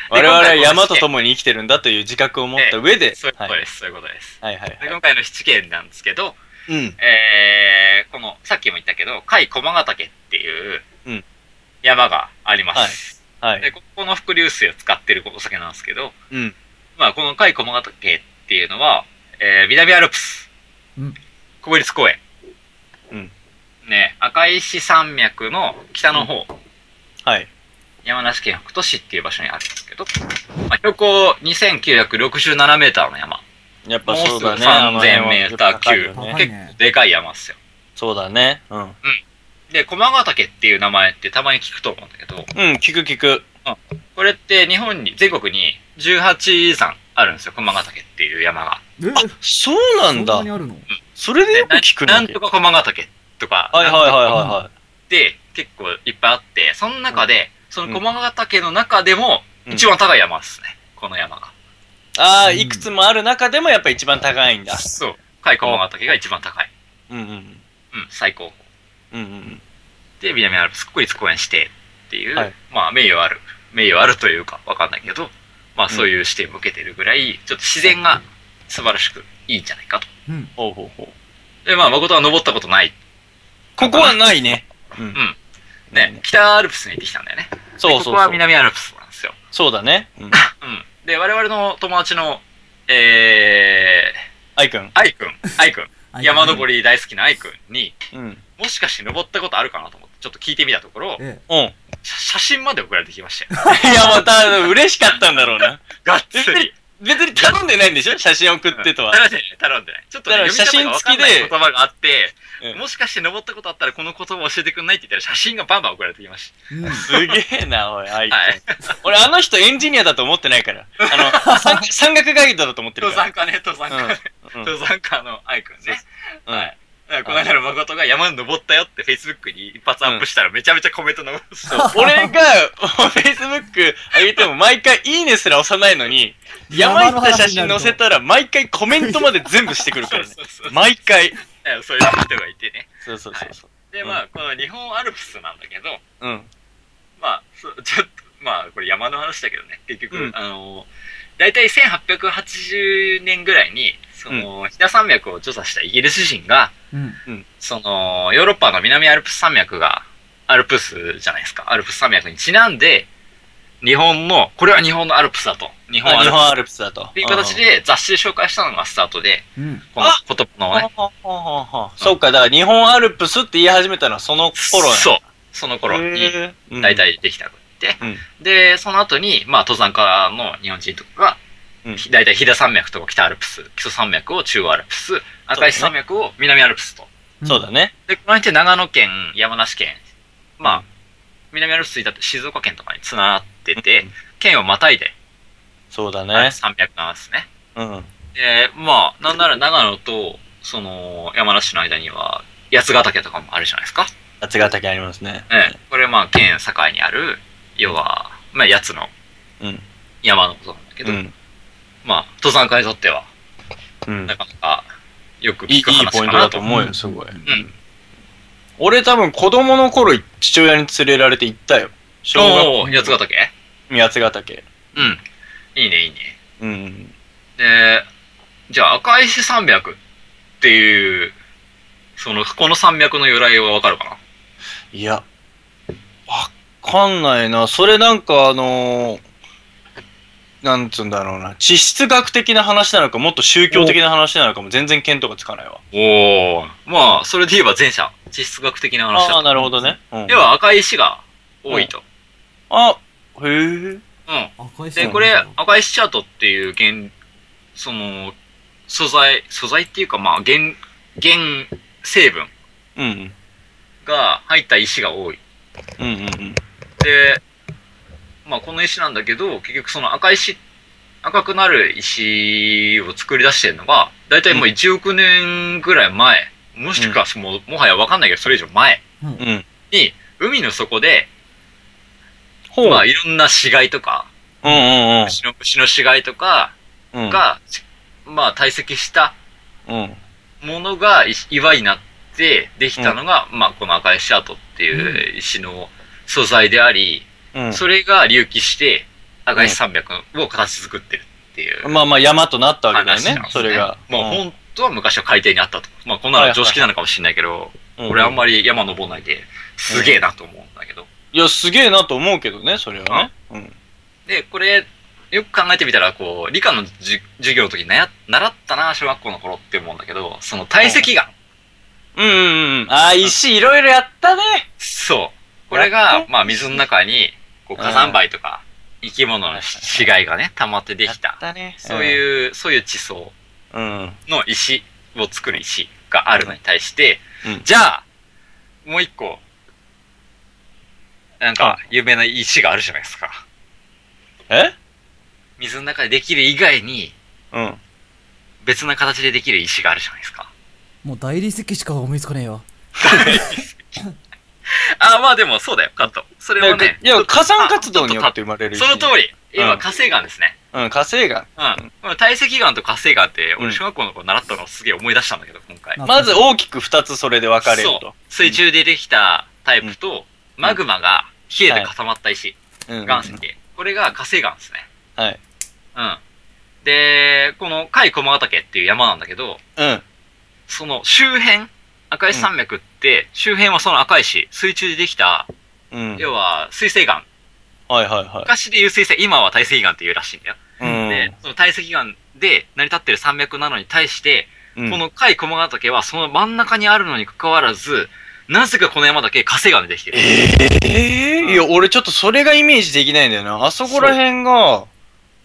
我々は山と共に生きてるんだという自覚を持った上で。そういうことはいです、そういうことです。はいはいではい。今回の七件なんですけど、うん。えー、この、さっきも言ったけど、甲斐駒ヶ岳っていううん山があります。はい。で、ここの伏流水を使ってるお酒なんですけど、うん。まあ、この甲斐駒ヶ岳っていうのは、えー、南アルプス、うん国立公園、うんね、赤石山脈の北の方、はい。山梨県北杜市っていう場所にあるんですけど、まあ、標高2967メーターの山、やっぱそうだね。もうすぐあの3000メーター級やっぱ高い高いよねね結構でかい山ですよ。そうだね。うん。で、駒ヶ岳っていう名前ってたまに聞くと思うんだけど、うん、聞く聞く。これって日本に、全国に18山あるんですよ、駒ヶ岳っていう山が。えあ、そうなんそだんに。あるのそれでよくな聞くね。なんとか駒ヶ岳とか、はいはいはいなんとかはって結構いっぱいあって、その中で、その駒ヶ岳の中でも、うん一番高い山ですね、この山が。いはい。ああ、いくつもある中でもやっぱ一番高いんだ。そう。甲斐駒ヶ岳が一番高い。うんうん。うん、最高峰。うんうん。で、南アルプス国立公園指定っていう、はいまあ、名誉ある。名誉あるというか、わかんないけど、まあ、そういう指定も受けてるぐらい、ちょっと自然が素晴らしくいいんじゃないかと。うん。ほうほうほう。で、まあ、誠は登ったことない。ここはないね。うんんね、。北アルプスに行ってきたんだよね。そうでこそうこはそう。南アルプスなんですよ。そうだね。 *laughs* うん。うん。で、我々の友達の、えー、アイくん。アイく *laughs* ん、アイくん、山登り。り大好きなアイくんに、うん。もしかして登ったことあるかなと思って、ちょっと聞いてみたところ、えうん。いや、写写真まで送られてき *laughs* ましたよ。また、嬉しかったんだろうな。がっつ別にり。、別に *laughs* 頼んでないんでしょ写真送ってとは。頼んでない、頼んでない。ちょっと、ね、だから読み方がわかんない写真付きで言葉があって、ええもしかして登ったことあったらこの言葉を教えてくんないって言ったら写真がバンバン送られてきましうんすげえな、おい、あいつた。はい。*laughs* 俺、あの人エンジニアだと思ってないから。あ *laughs* の、山山岳ガイドだと思ってる登か山ら。家ね、登山家ね。うんう *laughs* ん登山家のアイくんね。うんはい。だからこの間の誠が山に登ったよって Facebook に一発アップしたらめちゃめちゃコメント残す。そう俺が、Facebook 上げても毎回いいねすら押さないのに、山行った写真載せたら毎回コメントまで全部してくるから *laughs* ねそうそうそう。毎回。えそういう人がいてね。そうそうそうそう。で、まあ、この日本アルプスなんだけど、うん。まあ、そうちょっと、まあ、これ山の話だけどね、結局、うんあの、大体1880年ぐらいに、その、飛騨山脈を調査したイギリス人が、うんその、ヨーロッパの南アルプス山脈が、アルプスじゃないですか、アルプス山脈にちなんで、日本の、これは日本のアルプスだと。日本アル日プ本ス。アルプスだと。っっていう形。で雑誌で紹介したのがスタートで、うんこの言葉のね、そうか、だから日本アルプスって言い始めたのはその頃う。そう、その頃にに大。体できたので、うんで、その後に、まあ、登山家の日本人とかが、うん大体飛騨山脈とか北アルプス、基礎山脈を中央アルプス、赤石山脈を南アルプスと。そうだね。で、この辺って長野県、山梨県、まあ、南アルプスに至って静岡県とかに繋がってて、うん県をまたいで、そうだあねれ。山脈なんですね。うん。で、まあ、なんなら長野と、その、山梨の間には、八ヶ岳とかもあるじゃないですか。八ヶ岳ありますね。ええ、これまあ県境にある要は、まあ、やつのうん山のことなんだけど、うん。まあ登山家にとってはうんな。かなかよくい聞い、いいく話ポかイントだなとと思うよ、すごい。ん俺多分子供の頃、父親に連れられて行ったよ。小おお学ー八ヶ岳校、八ヶ岳。うんいいねいいねうん。でじゃあ赤石山脈っていうそのこの山脈の由来はわかるかないや、わかんないな。それなんかあのーなんつうんだろうな。地質学的な話なのか、もっと宗教的な話なのかも全然見当がつかないわ。おおまあそれで言えば前者地質学的な話ああ、だなるほどね。うんで、は赤い石が多いとあ、へえ。うん赤いで、これ、赤石チャートっていう原、その、素材、素材っていうか、まあ、原、原成分うん。が入った石が多い。うんうんうん。で、まあ、この石なんだけど、結局その赤石、赤くなる石を作り出してるのが、だいたいもう1億年ぐらい前、もしくはもう、もはやわかんないけど、それ以上前うん。に、海の底で、ほう。まあ、いろんな死骸とか、うんうんうん虫の虫の死骸とか。うん。が、まあ、堆積したうん。ものがい岩になってできたのが、まあ、この赤石アートっていう石の素材であり、うん。それが隆起して赤石山脈を形作ってるっていうまあまあ山となったわけだよ話なんですね。ね、それが。もううん本当は昔は海底にあったと。まあ、こんなの常識なのかもしれないけど、俺あんまり山登んないで、すげえなと思うんだけど。いや、すげえなと思うけどね、それはね。うん。で、これ、よく考えてみたら、こう、理科のじゅ授業の時になや習ったな、小学校の頃って思うんだけど、その堆積岩。うんうんうん。あー、石いろいろやったね。そう。これが、まあ水の中に、こう火山灰とか、生き物の死骸がね、溜まってでき。やったたね。そういう、そういう地層うん。の石を作る石があるのに対してうん、じゃあ、もう一個、なんか、有名な石があるじゃないですか。え水の中でできる以外に、うん。別な形でできる石があるじゃないですか。もう大理石しか思いつかねえよ。あ、まあでもそうだよ、カット。それはね、いや、火山活動によって生まれる石。その通り、今火星岩ですね。うん、火星岩。うん。この堆積岩と火星岩って、う俺ん小学校の頃習ったのをすげえ思い出したんだけど、今回。なまず大きく二つそれで分かれるそとう。水中でできたタイプと、マグマが冷えて固まった石、うん。岩石。これが火星岩ですね。はい。うん。で、この甲斐駒ヶ岳っていう山なんだけど、うん。その周辺、赤石山脈って、周辺はその赤石、水中でできた、うん。はい要は水星岩。はいは昔でいう水星、今は大星岩っていうらしいんだよ。い。うんで、その堆積岩で成り立ってる山脈なのに対して、うんこの甲斐駒ヶ岳はその真ん中にあるのに関わらず、なぜかこの山だけ火星岩でできてる。ええうんいや、俺ちょっとそれがイメージできないんだよな。あそこら辺が、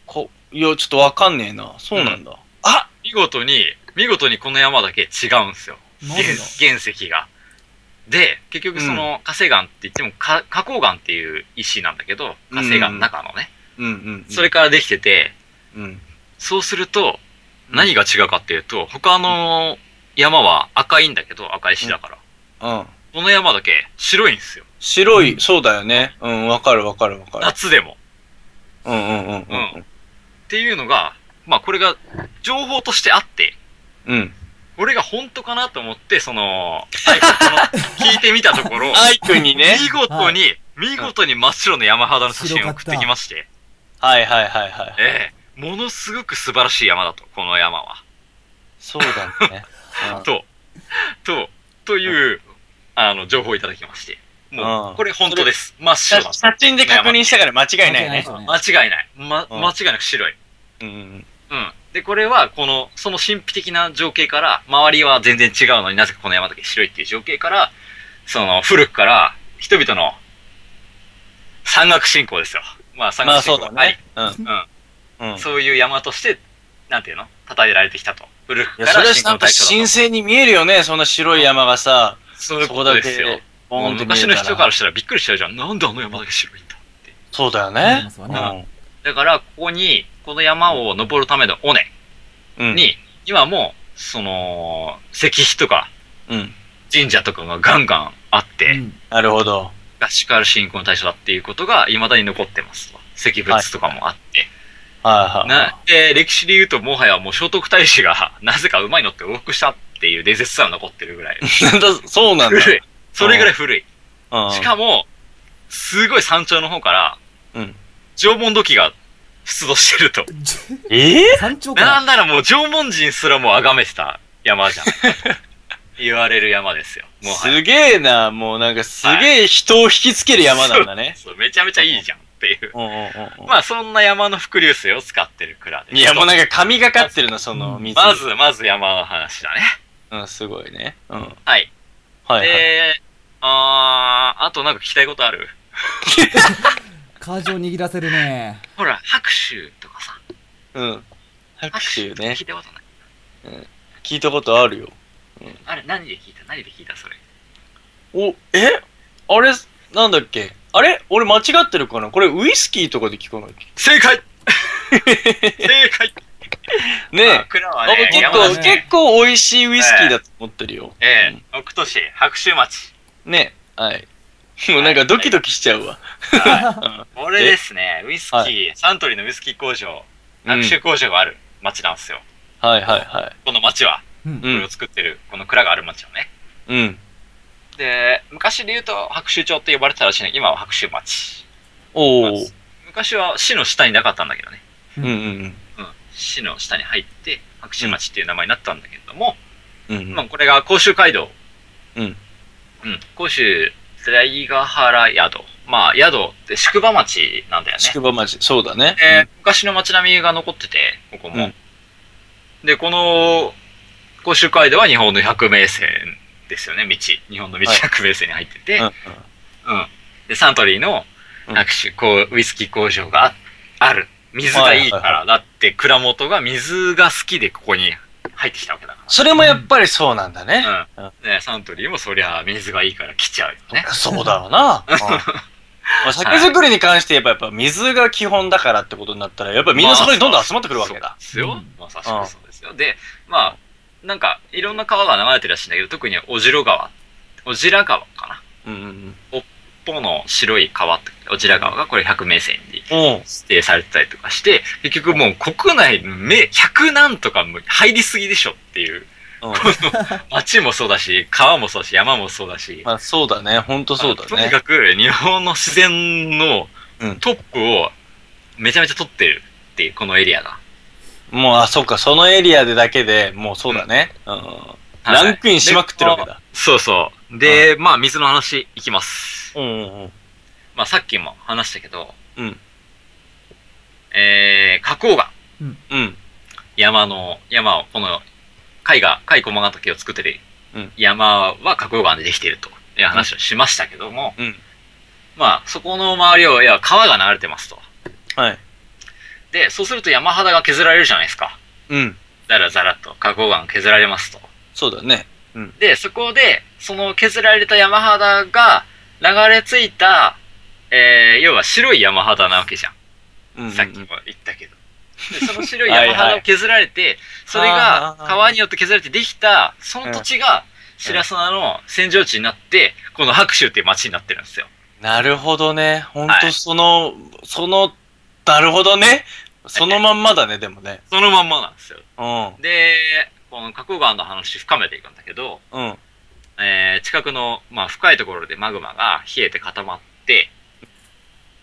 こ、いや、ちょっとわかんねえな。そうなんだ。あ見事に、見事にこの山だけ違うんですよ。な原ぜだ原石が。で、結局その、火成岩って言っても、か花崗岩っていう石なんだけど、火成岩の中のね、うんうん。それ、からできてて、うん。そうすると、何が違うかっていうと、他の山は赤いんだけど、赤い石だから。うん。この山だけ白いんですよ。白い、そうだよね。うん、わかるわかるわかる。夏でも。うんうんうんうん。っていうのが、まあこれが情報としてあって、うん。うん。俺が本当かなと思って、その、アイコンの聞いてみたところ、アイくんにね。見事に、見事に真っ白の山肌の写真を送ってきまして、 *laughs* はいはいはいはい。ええものすごく素晴らしい山だと、この山は。そうだ *laughs* ね。うんと、と、という、あの、情報をいただきまして。うもんう、これ本当です。真っ写白だ。写真で確認したから間違いないね。間違間違いない。ま、うん間違いなく白い。うんうん。うん。で、これは、この、その神秘的な情景から、周りは全然違うのになぜかこの山だけ白いっていう情景から、その、古くから、人々の、山岳信仰ですよ。まあ、山ま岳あ信そう仰だがありね。うん。うん。うん。そういう山として、なんていうの叩えられてきたと。古くいかや、それらはなんか神聖に見えるよね、そんな白い山がさ、そういうそこことだですよけ。、ボもーうンって。昔の人かららしたらびっくりしちゃうじゃん。なんであの山だけ白いんだって。そうだよなりねます。わうねんだから、ここに、この山を登るための尾根うん。に、今もう、その、石碑とかうん。神社とかがガンガンあって、うん *laughs* なるほど。がシカル信仰の対象だっていうことが未だに残ってますと。石仏とかもあって。はいはい。なで、歴史で言うと、もはやもう聖徳太子が *laughs* なぜかうまいのって往復したっていう伝説さえ残ってるぐらい。なんだ、 *laughs* そうなんだ。古い。 *laughs* それぐらい古い。しかも、も、すごい山頂の方から、うん。縄文土器が出土してると。ええ山頂かなんらならもう縄文人すらも崇めてた山 *laughs* じゃん。言われる山ですよ。もうすげえな、もうなんかすげえ人を引きつける山なんだね。そう、めちゃめちゃいいじゃんっていう。うんうんうんまあそんな山の伏流水を使ってる蔵うでん。す。いや、もうなんか神がかってるな、その水。ま。ず、まず山の話だね。うん、すごいね。うん。はいはい。はい。で、あー、あとなんか聞きたいことあるカージを握らせるね。ほら、拍手とかさ。うん。拍手ね聞い。たことない。 *laughs* 聞いたことあるよ。あれ、何で聞いた何で聞いたそれ。お、えあれ、なんだっけあれ俺間違ってるかなこれウイスキーとかで聞かない正 *laughs* 解正解ねえ。蔵はあね、結山梨構、ね結構美味しいウイスキーだと思ってるよ。ええ北斗市、白州町。ねえ。はい。もうなんかドキドキしちゃうわ。これですね、ウイスキー、はサントリーのウイスキー工場、うん白州工場がある町なんですよ。はいはいはい。この町は、うんうこれんを。作ってる、この蔵がある町はね。うん。で、昔で言うと白州町って呼ばれてたらしいね。今は白州町。おまーず。昔は市の下になかったんだけどね。うんうんうん。市の下に入って、白州町っていう名前になったんだけれども、うん。うんまあこれが甲州街道。うんうん。甲州、大ヶ原宿。まあ宿って宿場町なんだよね。宿場町、そうだね。えー昔の街並みが残ってて、ここも。うんで、この、甲州街道は日本の百名線ですよね、道。日本の道はい百名線に入ってて、うんうん。で、サントリーのうん握手、こう、ウイスキー工場があある。水がいいから、だって蔵元が水が好きでここに入ってきたわけだかそれもやっぱりそうなんだね。ら。うん。ね、サントリーもそりゃ水がいいから来ちゃうよね。そうだろうな。うん *laughs* まあ酒造りに関して言えば、やっぱ水が基本だからってことになったら、やっぱみんなそこにどんどん集まってくるわけだ。そううですよん。まさしくそうですよ。で、まあ、なんか、いろんな川が流れてるらしいんだけど、特に小白川、小白川かな。うんうん一方の白い川って、小白川がこれ百名線にうん。おう指定されてたりとかして、結局もう国内の名、百なんとかも入りすぎでしょって *laughs* いう、うん。町もそうだし、川もそうだし、山もそうだし、まあそうだね。ほんとそうだとにね。かく日本の自然のうんトップをめちゃめちゃ取ってるっていう、このエリアが。もう、あ、そうか、そのエリアでだけでもうそうだね。うん。ランクインしまくってるわけだ。そうそう。で、まあ、水の話いきます。うんうんうん。まあ、さっきも話したけど、うん。えー、花崗岩。うん。山の、山を、この、貝が、貝駒ヶ岳を作ってるうん山は花崗岩でできているという話をしましたけども、うん。まあ、そこの周りを、いや、川が流れてますと。はい。で、そうすると山肌が削られるじゃないですか。うん。だらだらっと花崗岩削られますと。そうだね。うんで、そこで、その削られた山肌が流れ着いた、えー、要は白い山肌なわけじゃん。うんうんさっきも言ったけど。で、その白い山はい肌はをい削られて、それがあー川によって削られてできた、その土地が白砂の扇状地になって、この白州っていう町になってるんですよ。なるほどね。ほんはといその、その、なるほどね。そのまんまだね、でもね。そのまんまなんですよ。うん。で、この花崗岩の話深めていくんだけど、うん。えー近くの、まあ、深いところでマグマが冷えて固まって、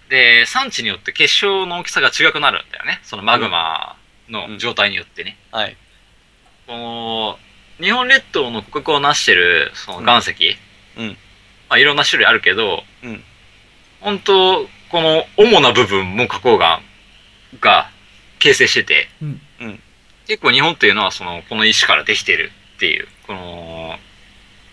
で、産地によって結晶の大きさが違くなるんだよね。そのマグマの状態によってね。はい。この、日本列島の骨格をなしてる、その岩石、うんうんまあ、いろんな種類あるけど、うん本当この主な部分も花崗岩が形成してて、うんうん結構日本っていうのは、その、この石からできてるっていう、この、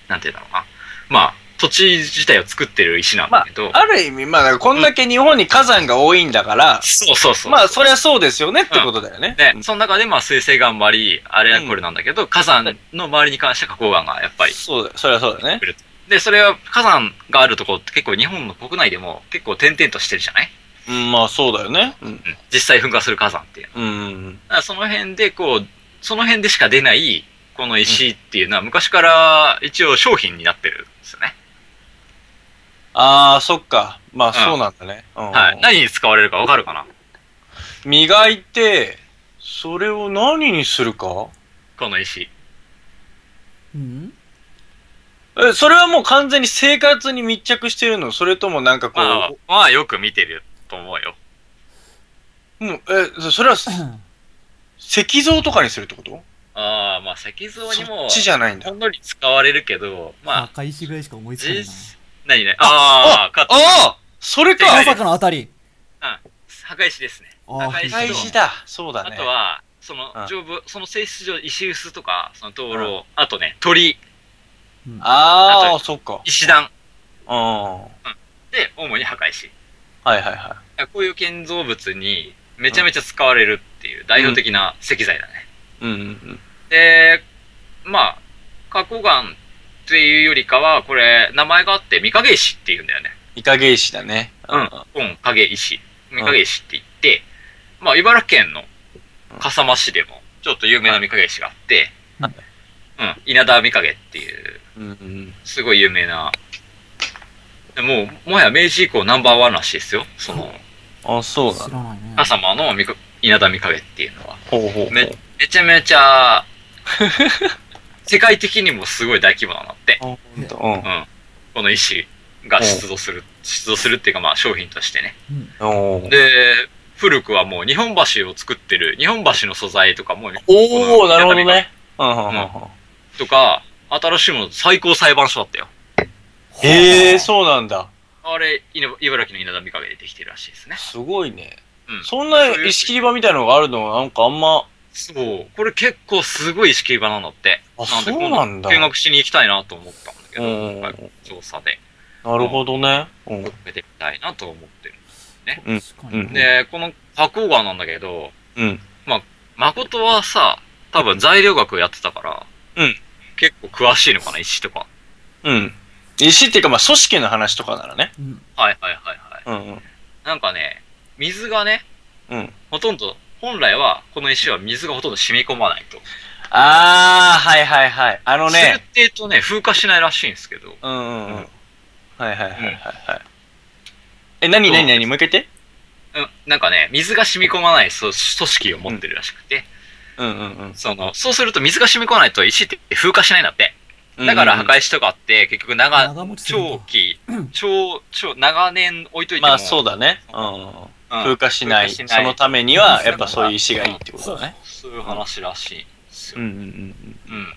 なんていうんだろうな。まあ、土地自体を作ってる石なんだけど、ある意味、まあ、こんだけ日本に火山が多いんだから、そうそうそう。まあ、そりゃそうですよねってことだよね。ねう、んその中でまあ水星岩もあり、あれやこれなんだけど、火山の周りに関して花崗岩がやっぱりそうだ、そりゃそうだね。で、それは火山があるところって結構日本の国内でも結構点々としてるじゃない、うん、まあ、そうだよね。うん。うん、実際噴火する火山っていうのは。うん。だからその辺でこう、その辺でしか出ないこの石っていうのは昔から一応商品になってるんですよね。ああ、そっか。まあ、うんそうなんだね。うん。はい。何に使われるかわかるかな磨いて、それを何にするかこの石。うんえ、それはもう完全に生活に密着してるのそれともなんかこう、まあ、まあよく見てると思うよ。うん、え、そそれは、石像とかにするってことああ、まあ石像にそもっちじゃないんだほ。んのり使われるけど、まあ、赤石ぐらいしか思いつかないな実。何ね。ああ、カット。ああそれかあま赤さかの当たり。墓石ですね。あ赤石大事だ。そうだあね。とは、そのうん丈夫、その性質上、石臼とか、その道う路、あとね、鳥、あああ、そっか。石段うん。はで、主に墓石。いはいはこういう建造物にめちゃめちゃ使われるっていう代表的な石材だね。い。うんうんで、まあ、花崗岩っていうよりかは、これ、名前があって、御影石っていうんだよね。イカゲイシだね。うん。本影石。御影石って言って、まあ、茨城県の笠間市でも、ちょっと有名な御影石があって、はいうん、稲田御影っていう、うんうん。すごい有名な。でもう、もはや明治以降ナンバーワンらしいですよ。その、あ、そうだ知ね。らないね。朝様のみこ稲田見影っていうのは。ほうほうほう。め、めちゃめちゃ、世界的にもすごい大規模なんだってあ。ほんとうんうん。この石が出土する、出土するっていうかまあ商品としてね。おーで、古くはもう日本橋を作ってる、日本橋の素材とかも、おー、なるほどね。うんうんうんうん。とか、新しいもの最高裁判所だったよ。へえ、そうなんだ。あれ、稲葉茨城の稲田見影でできてるらしいですね。すごいね。うん。そんな石切り場みたいのがあるのなんかあんま、そう。これ結構すごい石切り場なんだって。あでそうな今んだ度見学しに行きたいなと思ったんだけうど、ん。はない調査でるほどね。うん。出てみたいなと思ってる。うん確かにうんで、この花崗岩なんだけど、うん。誠はさ、多分材料学やってたから、うん。結構詳しいのかな、石とか。うん。石っていうか、まあ、組織の話とかならね。うんはいはいはいはい。うんうん。なんかね、水がね、うん。ほとんど、本来は、この石は水がほとんど染み込まないと。あー、はいはいはい。あのね。する程度ね、風化しないらしいんですけど、うんうんうん。うんはいはいはいはいはい。え、なになになにもう一回言ってうん、なんかね、水が染み込まないそう組織を持ってるらしくて、うんうんその、そうすると水が染み込まないと石って風化しないんだって。うん。だからうんうん破壊しとかって、結局長、長持ちするんだ長期、長、長、長年置いといても。まあそうだね。うんうん。うん風化しない。風そ化しないのためには、やっぱそういう石がいいってことだね。そういう話らしいんですうよん。うんうん。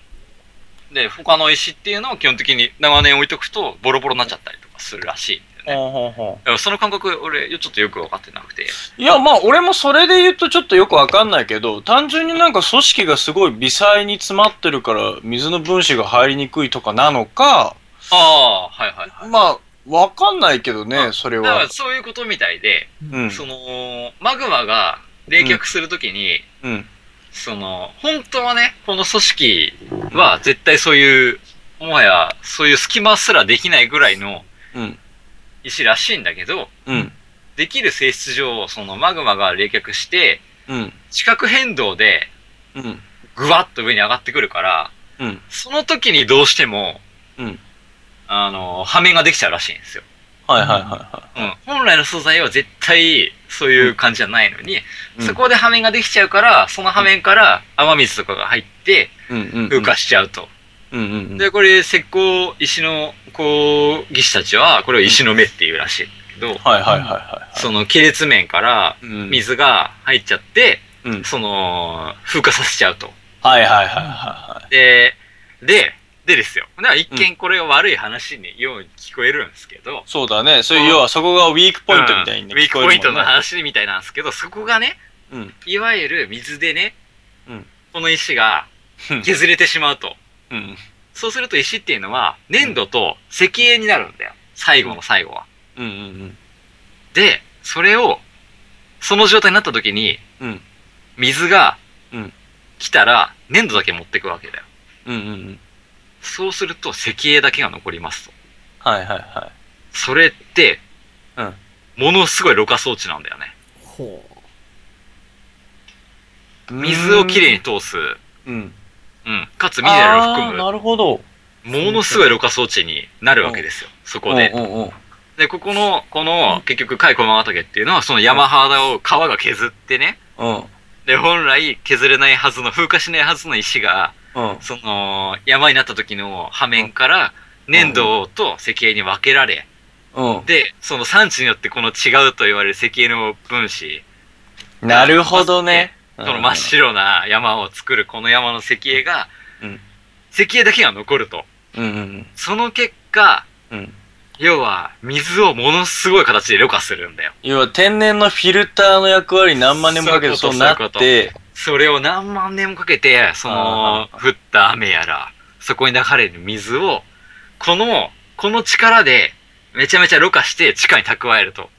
で、他の石っていうのを基本的に長年置いとくと、ボロボロになっちゃったりとかするらしいんだうん。よね。ほうほうほでもその感覚、俺、ちょっとよくわかってなくて。う。いや、まあ俺もそれで言うとちょっとよくわかんないけど、単純になんか組織がすごい微細に詰まってるから、水の分子が入りにくいとかなのか、ああ、はいはいはい。まあ、わかんないけどね、あそれだかはら。そういうことみたいで、うん。その、マグマが冷却するときに、うん。その、本当はね、この組織は絶対そういうもはや、そういう隙間すらできないぐらいのうん。石らしいんだけど、うん。できる性質上、そのマグマが冷却して、うん。地殻変動でうん。ぐわっと上に上がってくるから、うん。その時にどうしても、うん。あの、羽目ができちゃうらしいんですよ。はいはいはいはうん。本来の素材は絶対そういう感じじゃないのに、い。そこで羽目ができちゃうから、その羽目から雨水とかが入って、うん、うん。風化しちゃうと。うんうんうん。で、これ、石膏、石の、こう、技師たちは、これを石の目っていうらしいんだけど、はいはいはいはその亀裂面からい。うん。水が入っちゃって、うん。その、風化させちゃうと。はいはいはいはで、で、でですよ。だから一見これが悪い話にように聞こえるんですけど、い。そうだね。そういう、要はそこがウィークポイントみたいにうんウィーク聞こえるもんね。ポイントの話みたいなんですけど、そこがね、うん。いわゆる水でね、うんこの石がうん削れてしまうと。うん。そうすると石っていうのは、粘土と石英になるんだよ。最後の最後は。うんうんで、それを、その状態になった時に、うん。うん。水がうん、来たら、粘土だけ持ってくわけだよ。うんうんうん。そうすると、石英だけが残りますと。はいはいはそれって、うん。ものすごいろ過装置なんだよね。ほう。い。水をきれいに通す、うん。うん。かつミネラルをあーな含るほど。む、ものすごいろ過装置になるわけですよ。そこでう。んうんうん。で、ここの、この、結局、甲斐駒ヶ岳っていうのは、その山肌を川が削ってね、うん。で、本来削れないはずの、風化しないはずの石が、うん。その、山になった時の破面から、粘土と石英に分けられ、うで、その産地によってこの違うと言われる石英の分子、ん。なるほどね。その真っ白な山を作るこの山の石英が、うん石英だけが残ると。うんうんその結果、うん。うん。要は、水をものすごい形でろ過するんだよ。要は天然のフィルターの役割何万年もかけてそうなっそういて、それを何万年もかけて、そのあ、降った雨やら、そこに流れる水を、この、この力で、めちゃめちゃろ過して地下に蓄えると。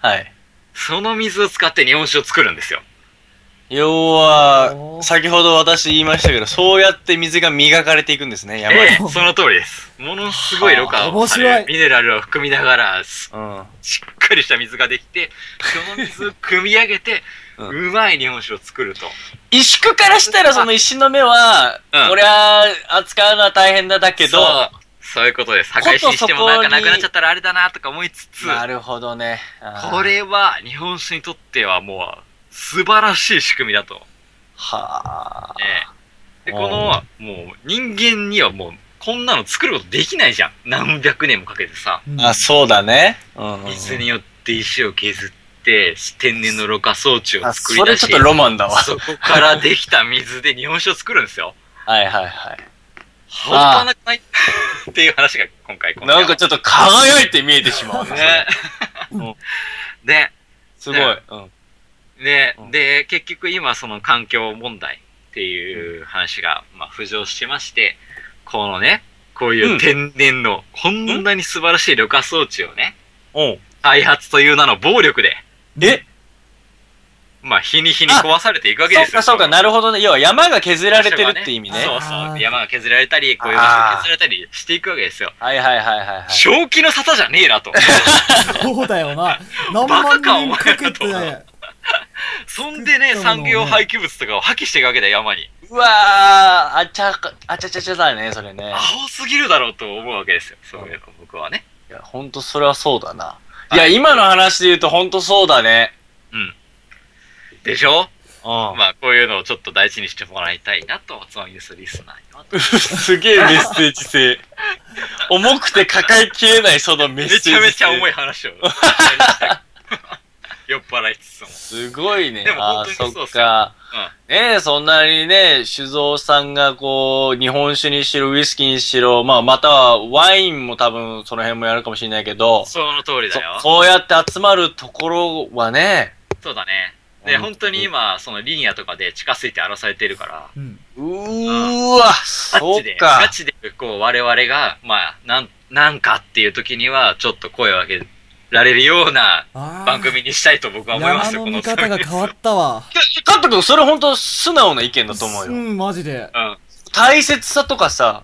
はい。その水を使って日本酒を作るんですよ。要は、先ほど私言いましたけど、そうやって水が磨かれていくんですね、山えに。え、その通りです。ものすごいろ過をさはあれ面白い、ミネラルを含みながら、しうん。しっかりした水ができて、その水を汲み上げて、ううまい日本酒を作ると。石工からしたらその石の目は、うんこりゃ、扱うのは大変だだけど、そう、そういうことです。墓石にしてもことなそんこかになくなっちゃったらあれだなとか思いつつ、なるほどね。あーこ。れは日本酒にとってはもう素晴らしい仕組みだと。はあ。ええで、この、もう人間にはもうこんなの作ることできないじゃん。何百年もかけてさ、あ、そうだね。うん。水によって石を削って、天然のろ過装置をあ、作りそ出れしちょっとロマンだわ。そこからできた水で日本酒を作るんですよ。はいはいはい。半端なくないっていう話が今回、今回はなんかちょっと輝いて見えてしまうね。ね。で、すごい。うん。でう、んで、結局今その環境問題っていう話が、まあ浮上してまして、このね、こういううん天然の、こんなに素晴らしいろ過装置をね、おう開発という名の暴力で、えまあ日に日に壊されていくわけそでうすよ。かそうか、なるほどね。要は山が削られてるって意味ね。そうそあう。ー山が削られたり、こういう場所が削られたりしていくわけですよ。はいはいはいはいはい。正気の沙汰じゃねえなと。そうだよな。何 *laughs* バカ万かお年前もかけて。そんでね、作ったものを産ね業廃棄物とかを破棄していくわけだよ、山に。うわー、あちゃか、あちゃちゃちゃだね、それね。アホすぎるだろうと思うわけですよ。そういうの、僕はね。いや、ほんとそれはそうだな。いや、今の話で言うとほんとそうだね。でしょうん。まあ、こういうのをちょっと大事にしてもらいたいなと、おつまみですリスナーには。 *laughs* すげえメッセージ *laughs* 性。重くて抱えきれないそのメッめセージち性。ゃめちゃ重い。い話を。酔っ払いつつも。すごいね。でもあ本あ当にー、そうっすよそっか。ねえ、そんなにね、酒造さんがこう、日本酒にしろ、ウイスキーにしろ、まあ、またはワインも多分その辺もやるかもしれないけうどん。、その通りだよそ。そうやって集まるところはね、そうだね。で、うん本当に今、そのリニアとかで地下水って荒らされてるから、うん。うーわ、ガそチうで、ガか。チで、こう、我々が、まあ、なん、なんかっていう時には、ちょっと声を上げられるようなあー番組にしたいと僕は思います山よ、のこの見方が変わったわ。カット君、それ本当素直な意見だと思ううよ。ん、マジで。うん。大切さとかさ、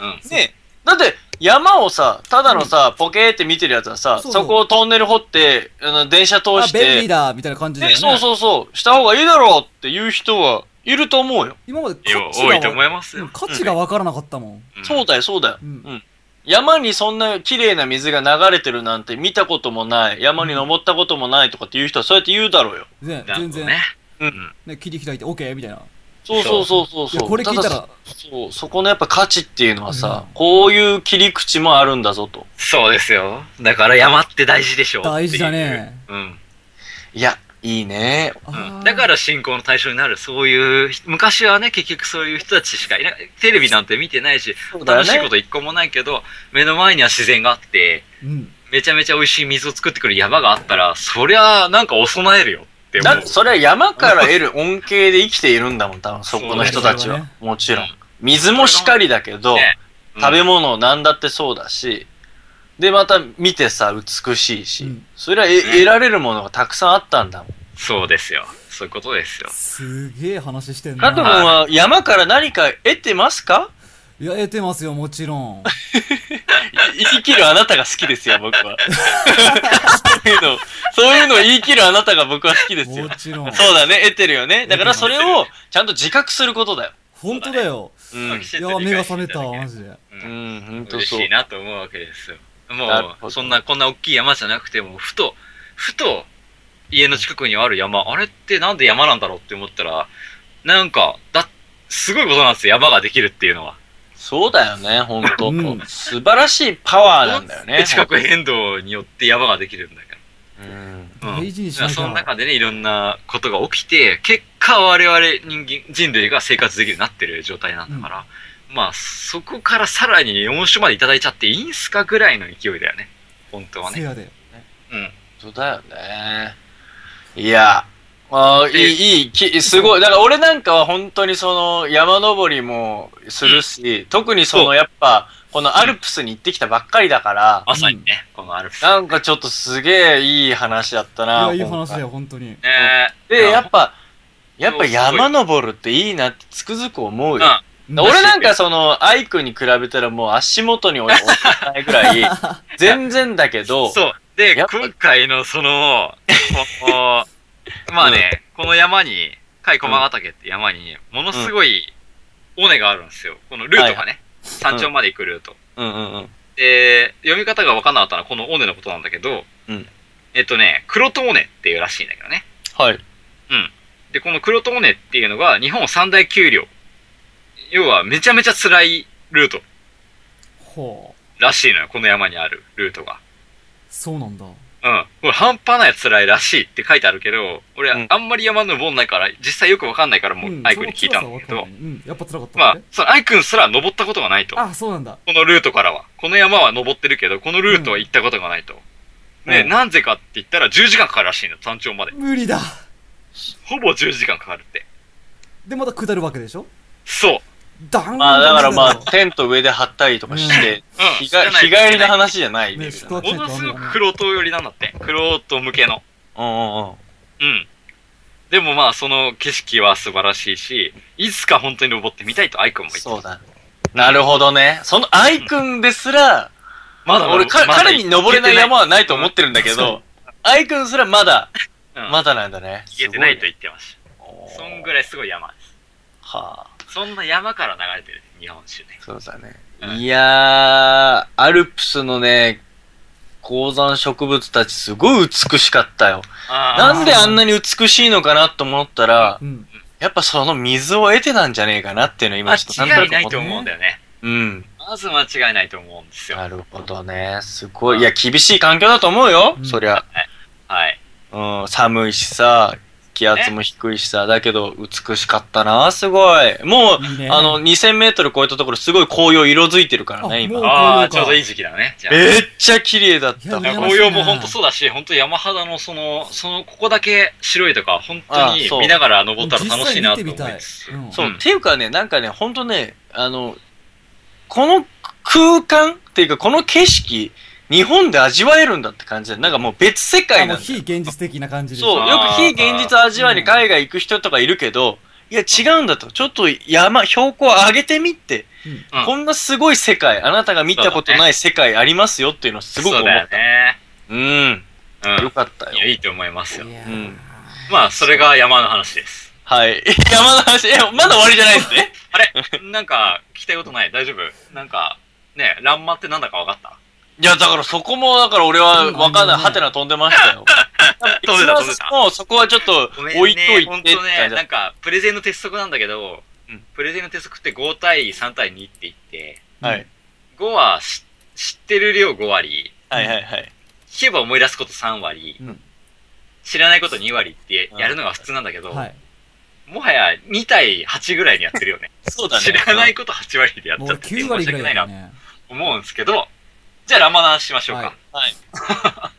うん。ね、だって、山をさ、ただのさ、ポケーって見てるやつはさ、そうそそうこをトンネル掘って、あの電車通あし、便利て、だみたいな感じで、ね。ね、そうそうそう、した方がいいだろうっていう人はいると思うよ。今まで価値いや、が多いと思いますうんよ。価値がわからなかったもん。うんそうだよ、そうだよ。ううんん。山にそんな綺麗な水が流れてるなんて見たこともない、山に登ったこともないとかっていう人はそうやって言うだろうよ。ねなる全ほど然、ねね、。うん。切り開いて OK みたいな。そうそうそういそうやそう。これ聞いたらだそう、そこのやっぱ価値っていうのはさ、こういう切り口もあるんだぞと。そうですよ。だから山って大事でしょ。大事だね、っていう。うん。いや、いいね。うんだからら信仰の対象になる、そういう、昔はね、結局そういう人たちしかいなテレビなんて見てないし、そうだよ楽ねしいこと一個もないけど、目の前には自然があって、うん。めちゃめちゃ美味しい水を作ってくる山があったら、そりゃ、なんかお供えるよって思だっうて。それは山から得る恩恵で生きているんだもん、多分そこの人たちは。そうだねもちろん。水もしかりだけど、ねうん食べ物なんだってそうだし、で、また見てさ、美しいし、うんそれはえ得られるものがたくさんあったんだもん。そうですよ。そういうことですよ。すげえ話してん加藤君な。は山から何か得てますかいや、得てますよ、もちろん。い言い切るあなたが好きですよ、僕は。そういうの、そういうのを言い切るあなたが僕は好きですよも。ちろん。 *laughs* そうだね、得てるよね。だからそれをちゃんと自覚することだよ。本当だよ。うん。いや、目が覚めた、マジで。ううんん、ほんと嬉そうしい。なと思うわけですよ。なるもほう、どそんな、こんな大きい山じゃなくても、ふと、ふと、家の近くにある山、あれってなんで山なんだろうって思ったら、なんか、だ、すごいことなんですよ、山ができるっていうのは。そうだよね、ほんとうん。素晴らしいパワーなんだよね。地殻変動によって山ができるんだかうん。ら。うん大事にしないそのか中でね、いろんなことが起きて、結果我々人間、人類が生活できるようになってる状態なんだから、まあ、そこからさらに4種までいただいちゃっていいんすかぐらいの勢いだよね。本当はら。せね。やで。うん。そうだよね。いや、あーでいい、いいき、すごい。だから俺なんかは本当にその山登りもするし、特にそそのやっぱ、このアルプスに行ってきたばっかりだから、まさにね、このアルプス。なんかちょっとすげえいい話だったいな。や、いい話今だ回よ、本当に。ねで、やっぱ、やっぱそうすごい山登るっていいなってつくづく思うよ。うん俺なんかその、アイくんに比べたらもう足元に置かないぐ *laughs* らい、全然だけど、そう。で、や今っぱ回のその、こうまあね、この山に、甲斐駒ヶ岳って山に、ものすごい尾根があるんですよ。このルートがはね、山頂まで行くルート。うんうんうん。で、読み方が分かんなかったのはこの尾根のことなんだけど、うんえっとね、黒と尾根っていうらしいんだけどね。はい。で、この黒と尾根っていうのが日本三大丘陵。要はめちゃめちゃ辛いルートほう。らしいのよ、この山にあるルートが。そうなんだ。うん。これ半端ない辛いらしいって書いてあるけど、俺、うんあんまり山登んないから、実際よくわかんないから、もう、んアイくんに聞いたんだけその辛さはわかどん、ないうん、やっぱ辛かった。まあ、そのアイくんすら登ったことがないと。こあ、そうなんだ。のルートからは。この山は登ってるけど、このルートは行ったことがないと。うんね、うんなぜかって言ったら10時間かかるらしいの、山頂まで。無理だ。ほぼ10時間かかるって。で、また下るわけでしょそう。だんまあだからまあ、ねテント上で張ったりとかして、うん。日知らがない日帰りの。話じゃないレベル人だはねテもントのあすんごのくかクロト寄りなんだって。クロト向けの。うんうんうん。うん。でもまあ、その景色は素晴らしいし、いつか本当に登ってみたいとアイくんも言ってたそうだね。なるほどね。その愛くんですら、まだ俺か、まだ彼に登れない山はないと思ってるんだけうど、愛くんすらまだ、うんまだなんだね。消えてないと言ってましすごいた。ねそんぐらいすごい山ではあ、す。そんな山から流れてる、日本酒ね。そうだね。うんいやー、アルプスのね、高山植物たちすごい美しかったよ。あなんであんなに美しいのかなと思ったら、うん。やっぱその水を得てなんじゃねえかなっていうのをあ、今ちょっと間違いない思と思うんだよね。う。うん。まず間違いないと思うんですよ。なるほどね。すごい。いや、厳しい環境だと思うよ。うんそりゃ。はい。うん。寒いしさ、気圧も低いしさ。だけど、美しかったな、すごい。もう、いいねあの、2000メートル超えたところ、すごい紅葉色づいてるからあね、もう今。ああ、ちょうどいい時期だね。じゃあ。めっちゃ綺麗だっいやた。羨ましいな紅葉も本当そうだし、本当山肌のその、その、ここだけ白いとか、本当あにそう見ながら登ったら楽しいなと実際見思いてみたいます。うんそう、んっていうかね、なんかね、ほんとね、あの、この空間っていうか、この景色、日本で味わえるんだって感じで、なんかもう別世界あなの、んだよ非現実的な感じでしょそう、よく非現実味わいに海外行く人とかいるけど、いや、違うんだと。ちょっと山、標高を上げてみって、うんこんなすごい世界、あなたが見たことない世界ありますよっていうのをすごくそ思うっだよた。ね。うん。うん。よかったいや、よ。いいと思いますよ。うん。まあ、それが山の話です。はい。 *laughs* 山の話、え、まだ終わりじゃないです *laughs* ね。あれなんか、聞きたいことない大丈夫なんか、ねえ、ランマってなんだか分かったいや、だからそこも、だから俺はわかんない。ハテナ飛んでましたよ。 *laughs* 飛んでた飛んでたもうそこはちょっとごめん置いとね、いてほんってと感ね、じなんか、プレゼンの鉄則なんだけど、うんプレゼンの鉄則って5対3対2って言って、はい。 5はし知ってる量5割、はいはいはい。聞けば思い出すこと3割、うん知らないこと2割ってやるのが普通なんだけど、はい。もはや2対8ぐらいにやってるよね。そうだね。知ら *laughs* ないこと8割でやっもうちゃってて9申割しぐら訳いなだいよなとね。思うんですけど、じゃあランマの話しましょうか。はいは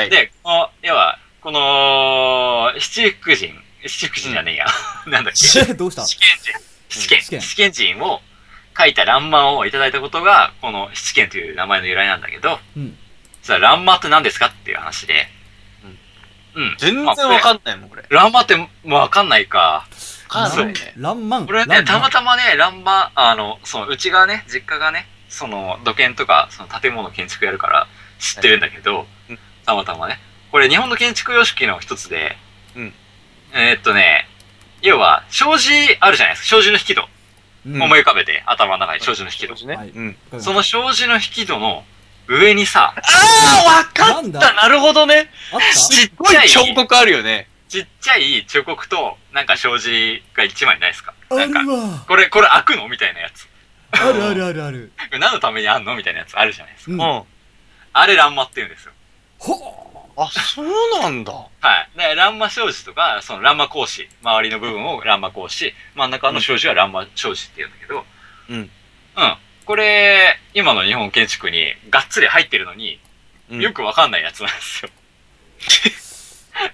い。はい。で、この、要は、この、七福神、七福神じゃねえや。なんだっけえどうした試験人。試験、試験試験人を書いた欄間をいただいたことが、この七剣という名前の由来なんだけど、うん。実は欄間って何ですかっていう話で。うん。全然わかんないもん、これ。わ欄間ってもうわかんないか。かんないね。ラン *laughs* マン。これね、たまたまね、欄間、あの、その、うちがね、実家がね、その、土建とか、その建物建築やるから知ってるんだけどうん、たまたまね。これ日本の建築様式の一つで、うんえーっとね、要は、障子あるじゃないですか。障子の引き戸。ま思い浮かべて、頭の中に障子の引き戸。ねはいうん。その障子の引き戸の上にさ、ああ、わかなんっだたなるほどねあったすっごい彫刻あるよね。ちっちゃい彫刻と、なんか障子が一枚ないですかあなんか、るわ。これ、これ開くのみたいなやつ。あるあるあるある。何のためにあんのみたいなやつあるじゃないですか。う。うんん。ほあ、あれ欄間って言うんですよ。そうなんだ。はい。で、欄間障子とか、その欄間格子、周りの部分を欄間格子、真ん中の障子は欄間障子って言うんだけど、うんうん。これ、今の日本建築にがっつり入ってるのに、うんよくわかんないやつなんですよ。 *laughs*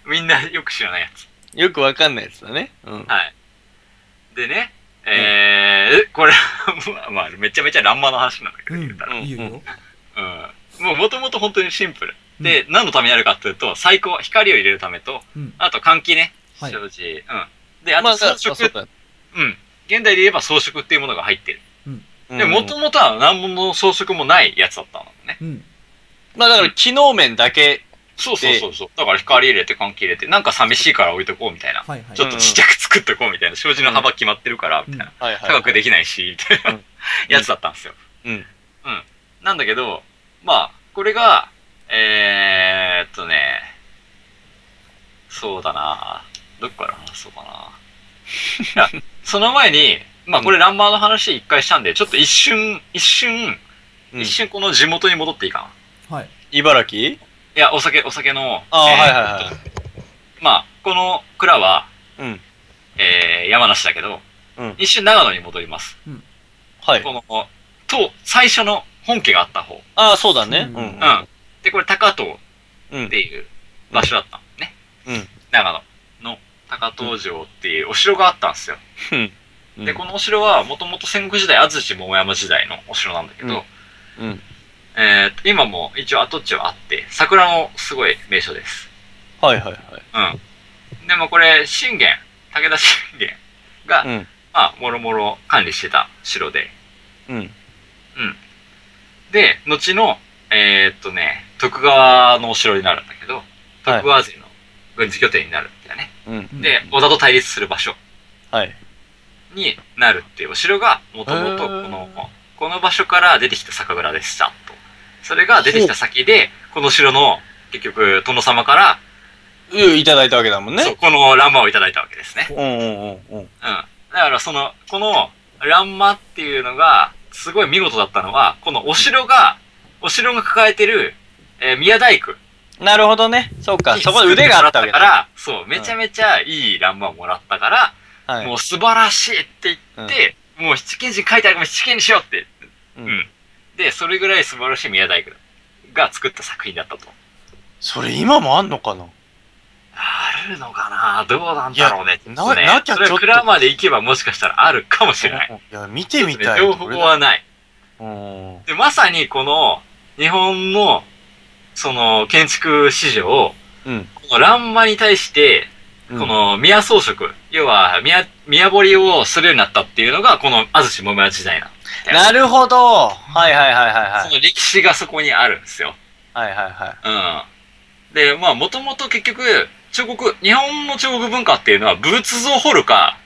みんなよく知らないやつ。よくわかんないやつだね。うん。はい。でね、えー、これ、 *laughs* まあ、めちゃめちゃ乱馬の話なんだけど、言うたら。いいよ。うん。もう、もともと本当にシンプル。で、何のためにあるかっていうと、最高、光を入れるためと、うんあと換気ね、はい障子、うん。で、あと装飾、うん。現代で言えば装飾っていうものが入ってる。で、もともとは何もの装飾もないやつだったのね。うん。まあだから、機能面だけ。そうそうそうそう。だから光入れて換気入れて、なんか寂しいから置いとこうみたいな。はいはいち。ょっとちっちゃく作っとこうみたいな。障子の幅決まってるから、みたいな。はいはい。高くできないし、みたいなうんやつだったんですよ。うんうん。なんだけど、まあ、これが、えー、っとね、そうだなどっから話そうか *laughs* ないやその前に、まあこれランマーの話一回したんで、ちょっと一瞬、一瞬、うん一瞬この地元に戻っていいかな。はい。茨城いや、お酒、お酒の、ああ、はいえーはいはい。まあ、この蔵は、うんえー、山梨だけど、うん一瞬長野に戻ります。はい。この、と、最初の本家があった方。ああ、そうだね。ううん。うんん。で、これ高遠うん。っていう場所だったのね。うん。長野の高遠城っていうお城があったんですよ。うんで、このお城はもともと戦国時代、安土桃山時代のお城なんだけど、うんうんえーと今も一応跡地はあって、桜もすごい名所です。はいはいはい。うん。でもこれ、信玄、武田信玄が、うんまあ、もろもろ管理してた城で、うん。で、後の、えーっとね、徳川のお城になるんだけど、はい徳川勢の軍事拠点になるんだよね。うん。うんで、織田と対立する場所はい。になるっていうお城が、もともとこのへ、この場所から出てきた酒蔵でした、と。それが出てきた先で、この城の、結局、殿様から、うん、いただいたわけだもんね。そうこの乱馬をいただいたわけですね。うんうんうんうん。うん。だからその、この乱馬っていうのが、すごい見事だったのは、このお城が、お城が抱えてる、えー宮大工なるほどね。そうか。そこで腕があったわけかだ。ら、そう、めちゃめちゃいいランマをもらったから、はいも。う素晴らしいって言って、もう七剣人書いてあるから七剣にしようって。ううん。で、それぐらい素晴らしい宮大工が作った作品だったと。それ今もあんのかなあるのかなどうなんだろうね。いやちょっとねななきゃそれちょっと蔵まで行けばもしかしたらあるかもしれない。いや、見てみたい。情報はない。うん。で、まさにこの、日本の、その、建築市場、うん。この乱馬に対して、うんこの宮装飾、要は宮、宮掘りをするようになったっていうのが、この安土桃山時代なんです。なるほど。はいはいはいはいはそい。の歴史がそこにあるんですよ。はいはいはうん。い。で、まあ、もともと結局、中国、日本の中国文化っていうのは、仏像を掘るか、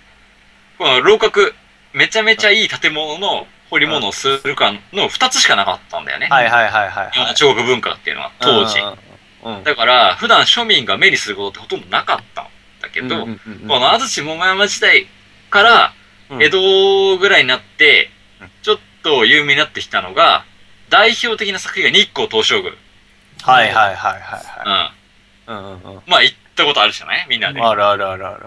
この楼閣、めちゃめちゃいい建物の掘り物をするかの二つしかなかったんだよね。はいはいはいはい日本はのい。中国文化っていうのは、当時。うん。うん。だから、普段庶民が目にすることってほとんどなかったんだけど、うんうんうんこの安土桃山時代から、うん江戸ぐらいになってうん、ちょっと有名になってきたのが、代表的な作品が日光東照宮。はいはいはいはいはい。うん。うんうんまあ行ったことあるじゃないみんなうでん。。あるあるあるある。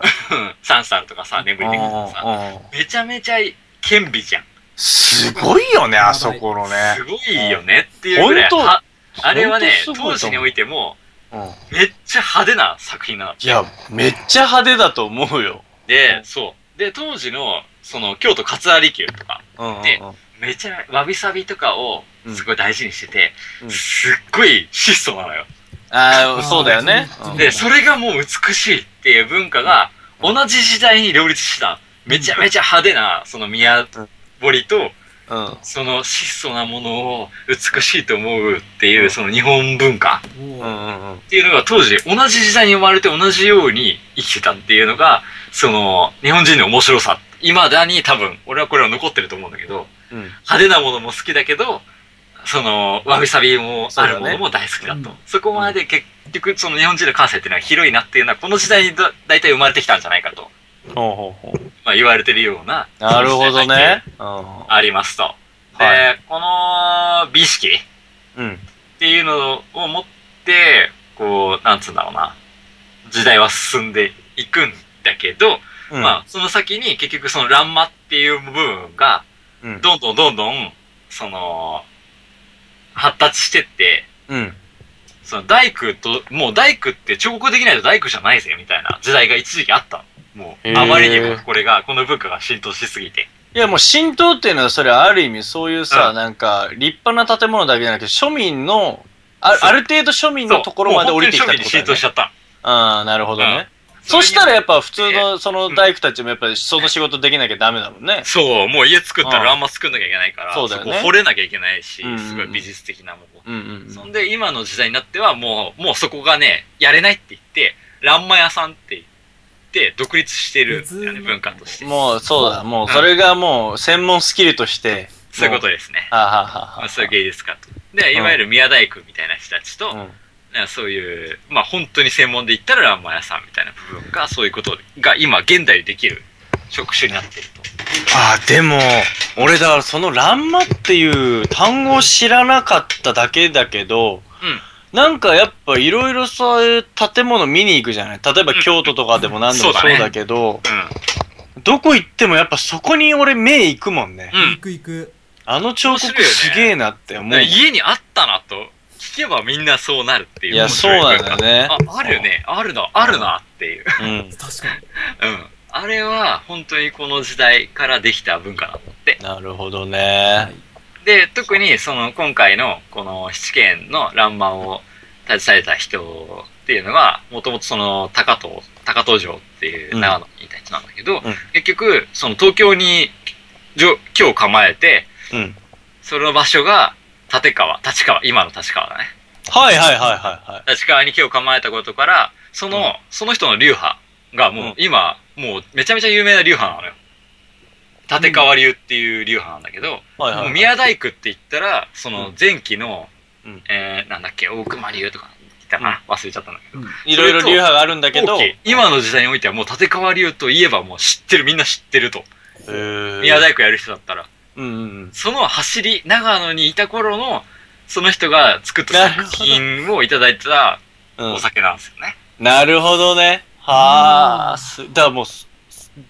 サンサルとかさ、眠りできるとかさ。うんうんめちゃめちゃ顕微じゃん。すごいよね、あそこのねす。ごいよねっていうぐらい。ほんとはあれはね、ほんとすご当いと思う時においても、うんめっちゃ派手な作品なの。いや、めっちゃ派手だと思うよ。で、そう。で、当時の、その、京都勝有宮とか、うんうんうんでめちゃ、わびさびとかを、すごい大事にしてて、うんすっごい質素なのよ。ああ、そうだよね。うんで、それがもう美しいっていう文化が、同じ時代に両立した、めちゃめちゃ派手な、その宮堀と、うん。うんその質素なものを美しいと思うっていう、その日本文化うんうんうん。っていうのが当時同じ時代に生まれて同じように生きてたっていうのが、その日本人の面白さ。未だに多分、俺はこれは残ってると思うんだけど、うん派手なものも好きだけど、その、わびさびもあるものも大好きだと。そ,、うんこまで結局、その日本人の感性っていうのは広いなっていうのは、この時代にだ大体生まれてきたんじゃないかと、ほうほうほう。まあ言われてるような。なるほど時代背景ね。ありますと。で、はこの美意識っうん。うん。ていうのを持って、こう、なんつうんだろうな、時代は進んでいくんだけど、うんまあ、その先に結局その乱魔っていう部分が、うん。どんどんどんどん、その、発達してって、うん。その大工と、もう大工って彫刻できないと大工じゃないぜ、みたいな時代が一時期あったの。もへう、ーあまりにもこれが、この文化が浸透しすぎて。いや、もう浸透っていうのは、それある意味そういうさ、うんなんか、立派な建物だけじゃなくて、庶民の、あそうある程度庶民そうのところまで降りてきたってもう本当に庶民にこと浸透だよねしちゃった。ああ、なるほどね。それそにしたらやっぱ普通のその大工たちもやっぱりその仕事できなきゃダメだもんね。そう、もう家作ったうんらあんま作んなきゃいけないから、そうだよねこ掘れなきゃいけないしうんうんう、んすごい美術的なもの。うんうんそんで今の時代になってはもう、もうそこがね、やれないって言って、乱魔屋さんって言って、独立してるんだよね、別文化として。もうそうだ、もうそれがもう専門スキルとして。そういうこともですね。はあはあはあまはあ、そういう芸術家と。で、いわゆる宮大工みたいな人たちと、あうんなんかそういう、まあ本当に専門で言ったらラーマン屋さんみたいな部分が、そういうことが今現代でできる職種になってると。ああ、でも、俺だからその乱魔っていう単語を知らなかっただけだけど、うんなんかやっぱいろいろそういう建物見に行くじゃない例えばうん京都とかでも何でそもうだそうねだけど、うどこ行ってもやっぱそこに俺目行くもんね。ん。うん行。く行く。あの彫面白いよ刻ねすげえなって思う。ね家にあったなと、聞けばみんなそうなるっていう。いや面白そうなんだよね文化あ、あるね、あるな、あるなっていう。うん。確かに。うん。あれは、本当にこの時代からできた文化なんだって。なるほどね。で、特に、その、今回の、この七軒の乱漫を携えた人っていうのは、もともとその、高藤、高藤城っていう長野にいた人なんだけど、うん結局、その東京に、じょ今日構えて、うん。その場所が、立川、立川、今の立川だね。はいはいはいはいはい。立川に今日構えたことから、その、うんその人の流派がもううん今、もうめちゃめちゃ有名な流派なのよ。立川流っていう流派なんだけど、はいはいもはうい。宮大工って言ったら、そのうん前期の、うんえー、なんだっけ、大熊流とか言ったかな忘れちゃったんだけど。いろいろ流派があるんだけど、後期今の時代においてはもう立川流といえばもう知ってる、みんな知ってると。宮宮。大工やる人だったら。うんうん。その走り、長野にいた頃の、その人が作った作品をいただいたうんお酒なんですよね。なるほどね。はあ、す、だからもう、そ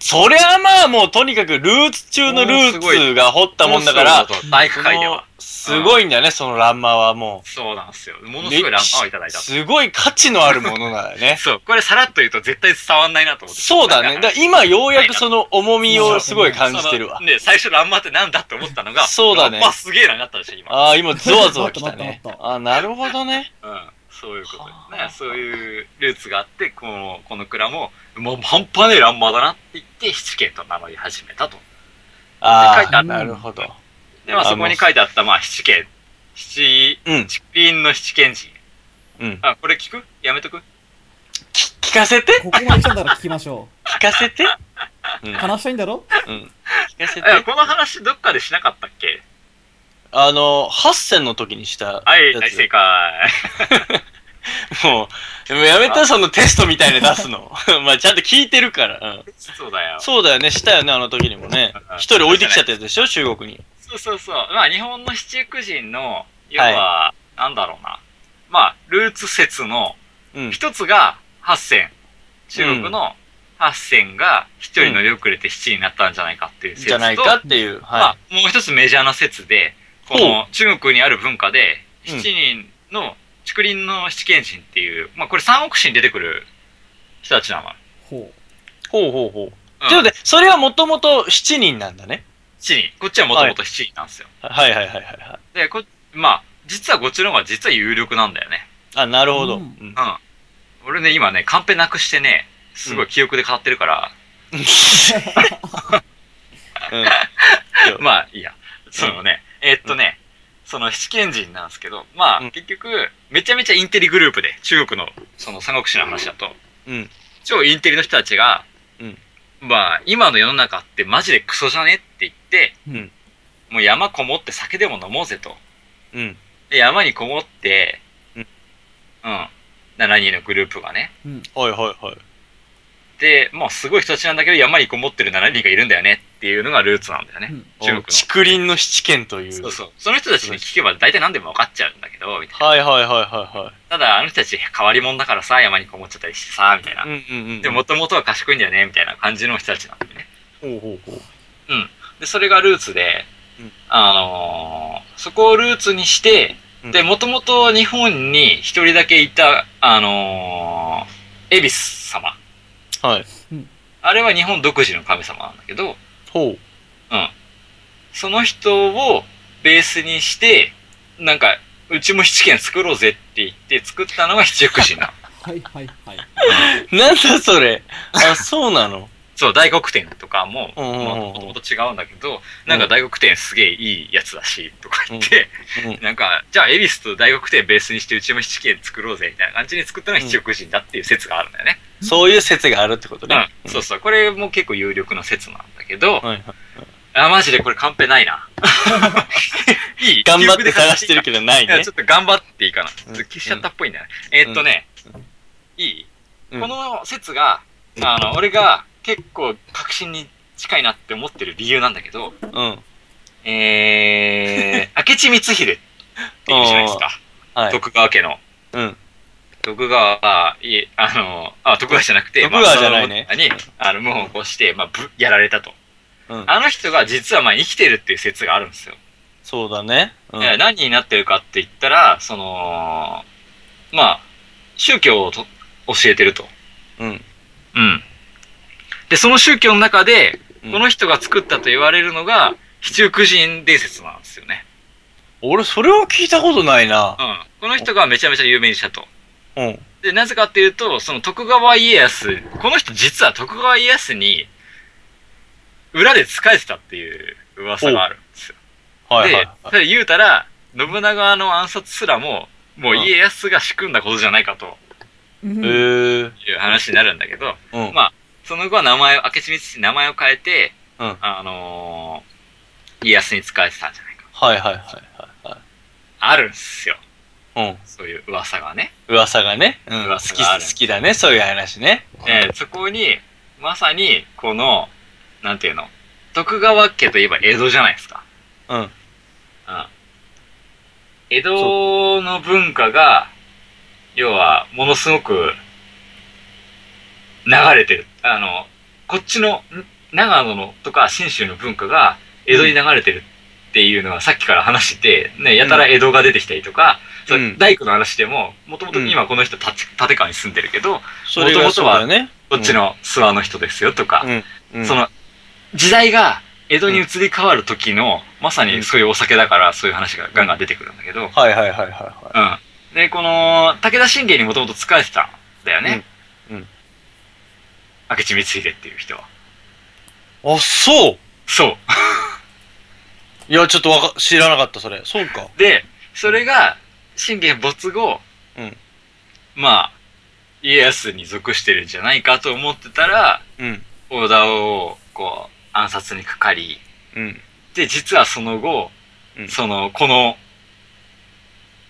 そりゃまあもうとにかくルーツ中のルもうすごーツいが掘ったもんだから、そうそうそう大工会では。そのすごいんだよね、その乱魔はもそうなんですよ。もう。のすごいランマをいただいた。すごい価値のあるものなんだよ *laughs* ね。そう、これさらっと言うと絶対伝わんないなと思って。そうだね。だから今ようやくその重みはをいすごい感じてるそわの。ね、最初ランマってなんだって思ったのが、そうだねランマすげえなになったでしょ、*laughs* 今。ああ、今ゾワゾワ来たね待った待った待っ。 *laughs* ああ、なるほどね。うん。そういうことですね。そういうルーツがあって、この、この蔵も、もう半端ねえ乱馬だなって言って、七軒と名乗り始めたと。あ書いてああ、るなるほど。で、まああそこに書いてあった、まあ七軒、七、うん。竹林の七軒人。うん。あ、これ聞くやめとくき聞かせてここまで来たんだから聞きましょ聞かせてうん。うん。話したいんだろ聞かせてい。やこの話どっかでしなかったっけあの、8戦の時にしたはい、や大つ正。解。もう、でもやめたそのテストみたいに出すの。 *laughs* まあちゃんと聞いてるから。うん。そうだよ。 *laughs* そうだよね、したよね、あの時にもねうん。一人置いてきちゃったやつでしょ、中国に。そうそうそう。まあ、日本の七福神の、要は、なんだろうな。まあ、ルーツ説のうん。一つが八千。中国の八千が一人乗り遅れて七になったんじゃないかっていう説と、じゃないかっていう。まはあ、もう一つメジャーな説で、この中国にある文化で、うん七人の、竹林の七賢人っていう、まあ、これ三国志に出てくる人たちなの。 *laughs* ほい。ほうほうほう。うんということで、それはもともと7人なんだね。七人。こっちはもともと七人なんですよ。はいはいはいはいはい。で、こ、まあ、実はこっちの方が実は有力なんだよね。あ、なるほど。うんうんうん。俺ね、今ね、カンペなくしてね、すごい記憶で語ってるから、うんまあ、いいや。そのね、えーっとね、その七賢人なんですけど、まあ、うん結局、めちゃめちゃインテリグループで、中国の、その三国志の話だと、うん。超インテリの人たちが、うんまあ、今の世の中ってマジでクソじゃねって言って、うんもう山こもって酒でも飲もうぜと。うん。で山にこもって、うんうん。7人のグループがね。はいはいはい。で、もうすごい人たちなんだけど、山にこもってる7人がいるんだよねっていうのがルーツなんだよね。うん中国の。竹林の七軒という。そうそう。その人たちに聞けば大体何でも分かっちゃうんだけど、みたいな。はいはいはいはいはい。ただ、あの人たち変わり者だからさ、山にこもっちゃったりしてさ、みたいな。うんうんうん。で、もともとは賢いんだよね、みたいな感じの人たちなんだよね。ほうほうほう。で、それがルーツでうん、あのーそこをルーツにして、うんで、もともと日本に一人だけいた、あのー、恵比寿様。はい。あれは日本独自の神様なんだけど、ほう。その人をベースにして、なんか、うちも七軒作ろうぜって言って作ったのが七福 *laughs* 神なの。う。はいはいはい。なんだそれ。あ、そうなの。そう、大黒天とかも、うんうんうんうんもともと違うんだけど、なんか大黒天すげえいいやつだし、とか言って、うんうんなんか、じゃあ恵比寿と大黒天ベースにしてうちも七軒作ろうぜ、みたいな感じに作ったのが七福神だっていう説があるんだよね。そういう説があるってことね。うん、そうそう。これも結構有力な説なんだけど、はいはい。あ、マジでこれカンペないな。 *laughs* いい頑張って探してるけどないいやねちょ。っと頑張っていいかな。ちょっとうん消しちゃったっぽいんだよね。えーっとね、いい、うんこの説が、あの、俺が結構確信に近いなって思ってる理由なんだけど、うん。はいえー、 *laughs* 明智光秀っていうじゃないですか。。徳川家の。うん。徳川は、いえ、あの、あ、徳川じゃなくて、徳川じゃないねまあそのに、あの、謀反を起こして、まあ、ぶ、やられたと。うん。あの人が実は、まあ、生きてるっていう説があるんですよ。そうだね。うん。えー何になってるかって言ったら、その、まあ、宗教をと教えてると。うん。うん。で、その宗教の中で、うんこの人が作ったと言われるのが、七福神伝説なんですよね。俺、それを聞いたことないなう。ん。この人がめちゃめちゃ有名にしたと。うん。で、なぜかっていうと、その徳川家康、この人実は徳川家康に、裏で仕えてたっていう噂があるんですよはいはいでは、い。それ言うたら、信長の暗殺すらも、もう家康が仕組んだことじゃないかとえー。いう話になるんだけど、うん。まあその後は名前を、明智光秀に名前を変えて、うんあのー、家康に仕えてたんじゃないか。はいはいはいはあるんすよ。いはい。うん。そういう噂がね。噂がね。うん。好噂き、がある好きだね。そういう話ね。えーそこに、まさに、この、なんていうの、徳川家といえば江戸じゃないですか。うん。うん江戸の文化が、要は、ものすごく、流れてる。あの、こっちの、ん長野のとか信州の文化が、江戸に流れてるっていうのはさっきから話してて、ね、やたら江戸が出てきたりとか、そううん大工の話でも、もともとうん今この人たち、立川に住んでるけど、それがそうだよね。こっちの諏訪の人ですよとか、うん。うんそ、の、時代が江戸に移り変わる時の、まさにそういうお酒だから、そういう話がガンガン出てくるんだけど、うん。はいはいはいはいはで、この、武田信玄にもともと仕えてたんだよね。うんうん明智光秀っていう人は。あ、そうそう。いや、ちょっとわか、知らなかった、それ。そうか。で、それが、信玄没後、うんまあ、家康に属してるんじゃないかと思ってたら、うん。織田を、こう、暗殺にかかり、うん。で、実はその後、うんその、この、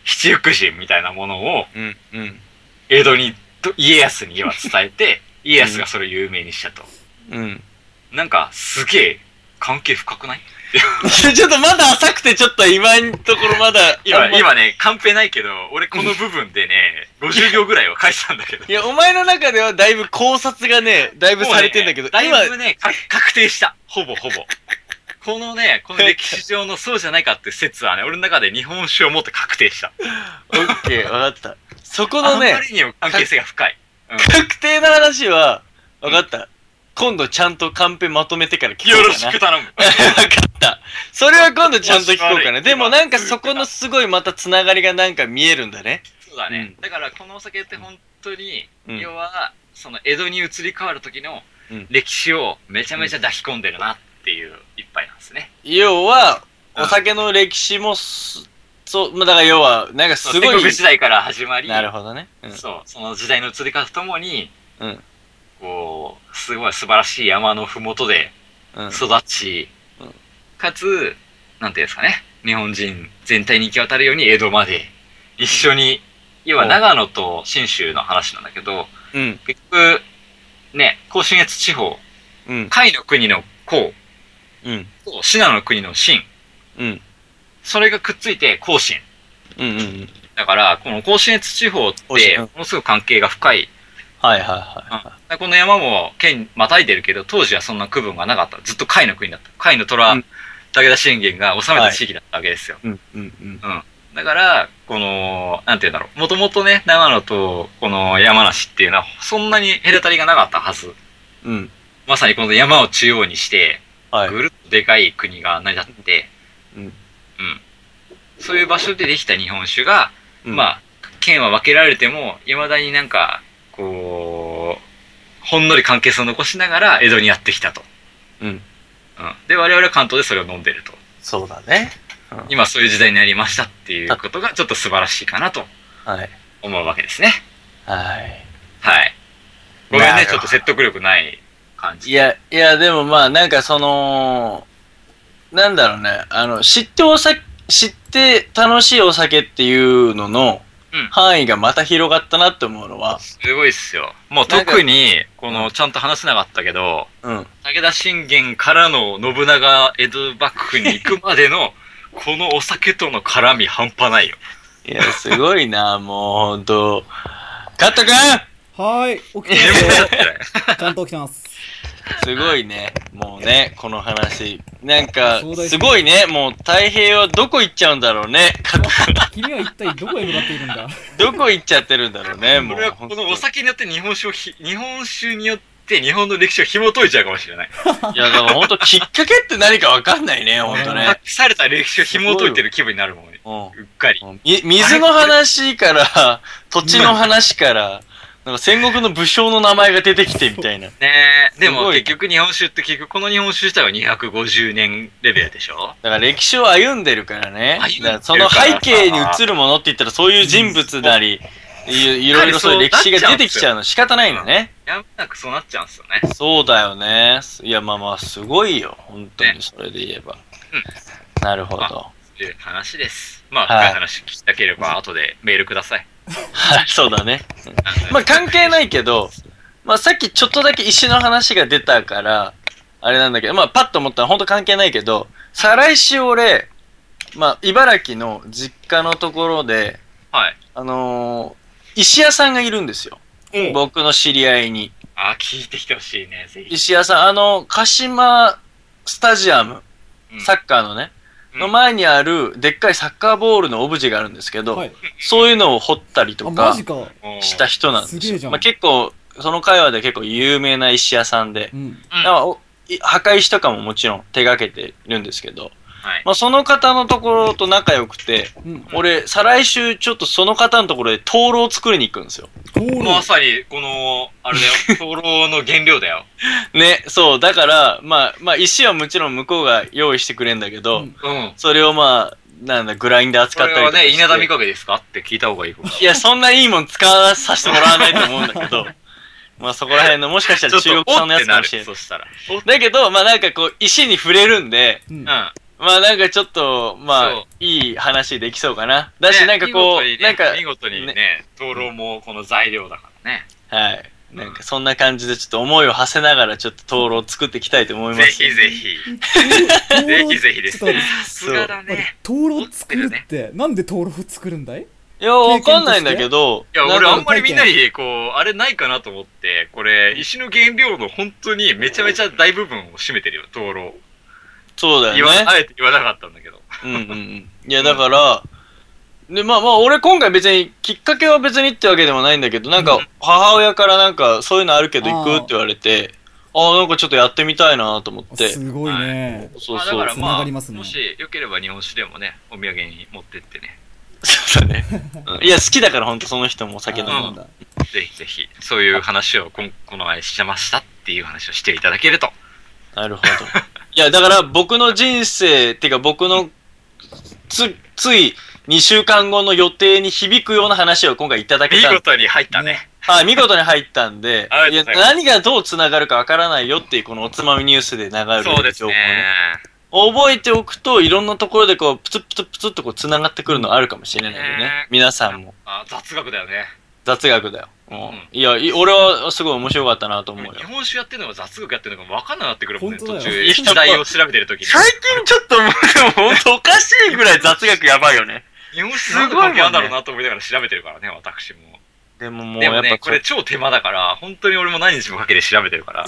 七福神みたいなものを、うん。うん。江戸に、と家康には伝えて、家康がそれを有名にしたと。うん。 *laughs* なんか、すげえ、関係深くないちょっとまだ浅くて、ちょっと今のところまだ、今、あんま。今ね、カンペないけど、俺この部分でね、50行ぐらいは書いてたんだけど。いや、お前の中ではだいぶ考察がね、だいぶされてんだけど、もうねだいぶ今、 *laughs* ね、か確定した。ほぼほぼ。このね、この歴史上のそうじゃないかって説はね、俺の中で日本史をもって確定した。オッケー、わかった。そこあのんねま、りにも関係性が深い。確定な話は、わかった。今度ちゃんとカンペまとめてから *laughs* 聞こうかな。よろしく頼む。わかった。それは今度ちゃんと聞こうもかな。しでもなんかそこのすごいまたつながりがなんか見えるんだね。そうだね。うだからこのお酒って本当に、うん要は、その江戸に移り変わる時のうん歴史をめちゃめちゃ抱き込んでるなっていう一杯なんですね。要は、うんお酒の歴史もす、そう、まあだから要は、なんかす戦ごい国。時代から始まり、なるほどね。うんそう、その時代の移り変わるとともに、うんこう、すごい素晴らしい山のふもとでうん。育ち、うんかつ、なんていうんですかね、日本人全体に行き渡るように江戸まで一緒に、要は長野と信州の話なんだけど、うん。結局、ね、甲信越地方、うん。甲斐の国の甲うん。と信濃の国の信、うん。それがくっついて甲信。うん。うんうん。だから、この甲信越地方っ甲信て、うんものすごく関係が深いはいはいはうんこの山も県またいでるけど、当時はそんな区分がなかった。ずっと甲斐の国だった。甲斐の虎、うん武田信玄が治めた地域だったわけですよ。い。うん。うん。うん。だから、この、なんて言うんだろう。もともとね、長野とこの山梨っていうのは、そんなに隔たりがなかったはず。うん。まさにこの山を中央にして、はい。ぐるっとでかい国が成り立って、うんうん。そういう場所でできた日本酒が、うんまあ、県は分けられても、いまだになんか、こう、ほんのり関係性を残しながら江戸にやってきたと。うん。うん。で、我々は関東でそれを飲んでると。そうだね。今そういう時代になりましたっていうことがちょっと素晴らしいかなとはい。思うわけですね。はい。はい。ごめんなるね、ちょほどっと説得力ない感いじ。や、いや、でもまあ、なんかその、なんだろうね、あの、知ってお酒、知って楽しいお酒っていうののうん範囲がまた広がったなって思うのは、すごいっすよ。もう特に、この、ちゃんと話せなかったけど、うん。武田信玄からの信長江戸幕府に行くまで *laughs* の、このお酒との絡み半端ないよ。いや、すごいな、もうほんと。カットくんはーい。起きて眠ますくなっよ。てないちゃんと起きてます。すごいね、もうね、この話。なんか、すごいね、もう太平洋どこ行っちゃうんだろうね。 *laughs* カット君は一体どこへ向かっているんだどこ行っちゃってるんだろうね、もこう。れはこのおほんと酒によって日本酒をひ、日本酒によって日本の歴史を紐解いちゃうかもしれない。いや、だからほんときっかけって何かわかん *laughs* ないね、ほんとね隠。された歴史を紐解いてる気分になるもんね。うん。うっかり。み水の話から、 *laughs* 土地の話から、なんか戦国の武将の名前が出てきてみたいな。ねえ。ですもごい結局日本酒って結局この日本酒自体は250年レベルでしょだから歴史を歩んでるからね。歩んでるからだからその背景に映るものって言ったらそういう人物なり、いいろいろそういう歴史が出てきちゃうの仕方ないのね。やむなくそうなっちゃうんですよね。そうだよね。いや、まあまあ、すごいよ。本当ねに、それで言えば。なるほど。という話です。まあ、はい深い話聞きたければ後でメールください。はい、 *laughs* そうだね。あのまあ関係ないけど、まあさっきちょっとだけ石の話が出たから、あれなんだけど、まあパッと思ったら本当関係ないけど、再来週俺、まあ茨城の実家のところで、はい。あのー石屋さんがいるんですよ。僕の知り合いに。あ、聞いてきてほしいね、ぜひ。石屋さん、あの、鹿島スタジアム、うんサッカーのね、うんの前にある、でっかいサッカーボールのオブジェがあるんですけど、はい。そういうのを掘ったりあ、とか、マジか。もうした人なんですすげえよ。じゃんまあ、結構、その会話で結構有名な石屋さんでう、ん。うんだからおい墓石とかももちろん手掛けてるんですけど、はい。まあ、その方のところと仲良くて、うん。俺、再来週ちょっとその方のところで灯籠を作りに行くんですよ。灯もう籠ま。さに、この、あれだよ、 *laughs* 灯籠の原料だよ。ね、そう、だから、まあ、まあ、石はもちろん向こうが用意してくれんだけど、うんうん。それをまあ、なんだ、グラインダー使こったりれとかはして。ね、稲田美影ですかって聞いた方がいいかもしいや、 *laughs* そんないいもん使わさせてもらわないと思うんだけ *laughs* ど、まあそこら辺の、もしかしたれならい。中国産のやつかもしれちょないっとおってる。そしたら。だけど、まあなんかこう、石に触れるんで、うん。うまあなんかちょっと、まそうあ、いい話できそうかな。ん。だし、ねなんかこう、見事にねなんか、見事にねね、灯籠もこの材料だからね。はい。なんかそんな感じでちょっと思いを馳せながらちょっと灯籠を作っていきたいと思いまぜす。ひぜひ。ぜひぜひですちょっと待ってさすがだ待ってね。灯籠作るって、なんで灯籠作るんだいいや、わかんないんだけど、いや、なん俺かあんまりみんなに、こう、あれないかなと思って、これ、石の原料の本当にめちゃめちゃ大部分を占めてるよ、灯籠。そうだ言よわ、ね。あえて言わなかったんだけど。うんうんうん。いや、だから、で、まあまあ、俺今回別に、きっかけは別にってわけでもないんだけど、なんか、母親からなんか、そういうのあるけど行くって言われて、ああ、なんかちょっとやってみたいなと思って。すごいね。そうまあそだうから。つなまあ、がりますねもしよければ日本酒でもね、お土産に持ってってね。そうだ *laughs* ね。うんいや、好きだからほんとその人もお酒飲あそむうの。なんだ。ぜひぜひ、そういう話をこんこの前してましたっていう話をしていただけると。なるほど。いや、だから僕の人生、っていうか僕の、つ、つい、2週間後の予定に響くような話を今回いただけ見たんで事に入ったね。、はい、見事に入ったんで *laughs* あいりがやとうござ何がどう繋がるかわからないよっていう、このおつまみニュースで流そうれでるす情報ねね。。覚えておくと、いろんなところでこう、プツプツプツっとこう、繋がってくるのあるかもしれないんでねね。皆さんも、あ雑学だよね。雑学だよ。もうんういや、い俺はすごい面白かったなと思うよ。日本酒やってるのか雑学やってるのか分かんなくなってくるもんね、本当だ途よ中。時代を調べてるときに。近ちょっともう、ほんとおかしいぐらい雑学やばいよね。日本酒なんで関係あるんだろうなと思いながら調べてるからね、私も。でももう、でやもっぱね、これ超手間だから、本当に俺も何日もかけて調べてる *laughs* から。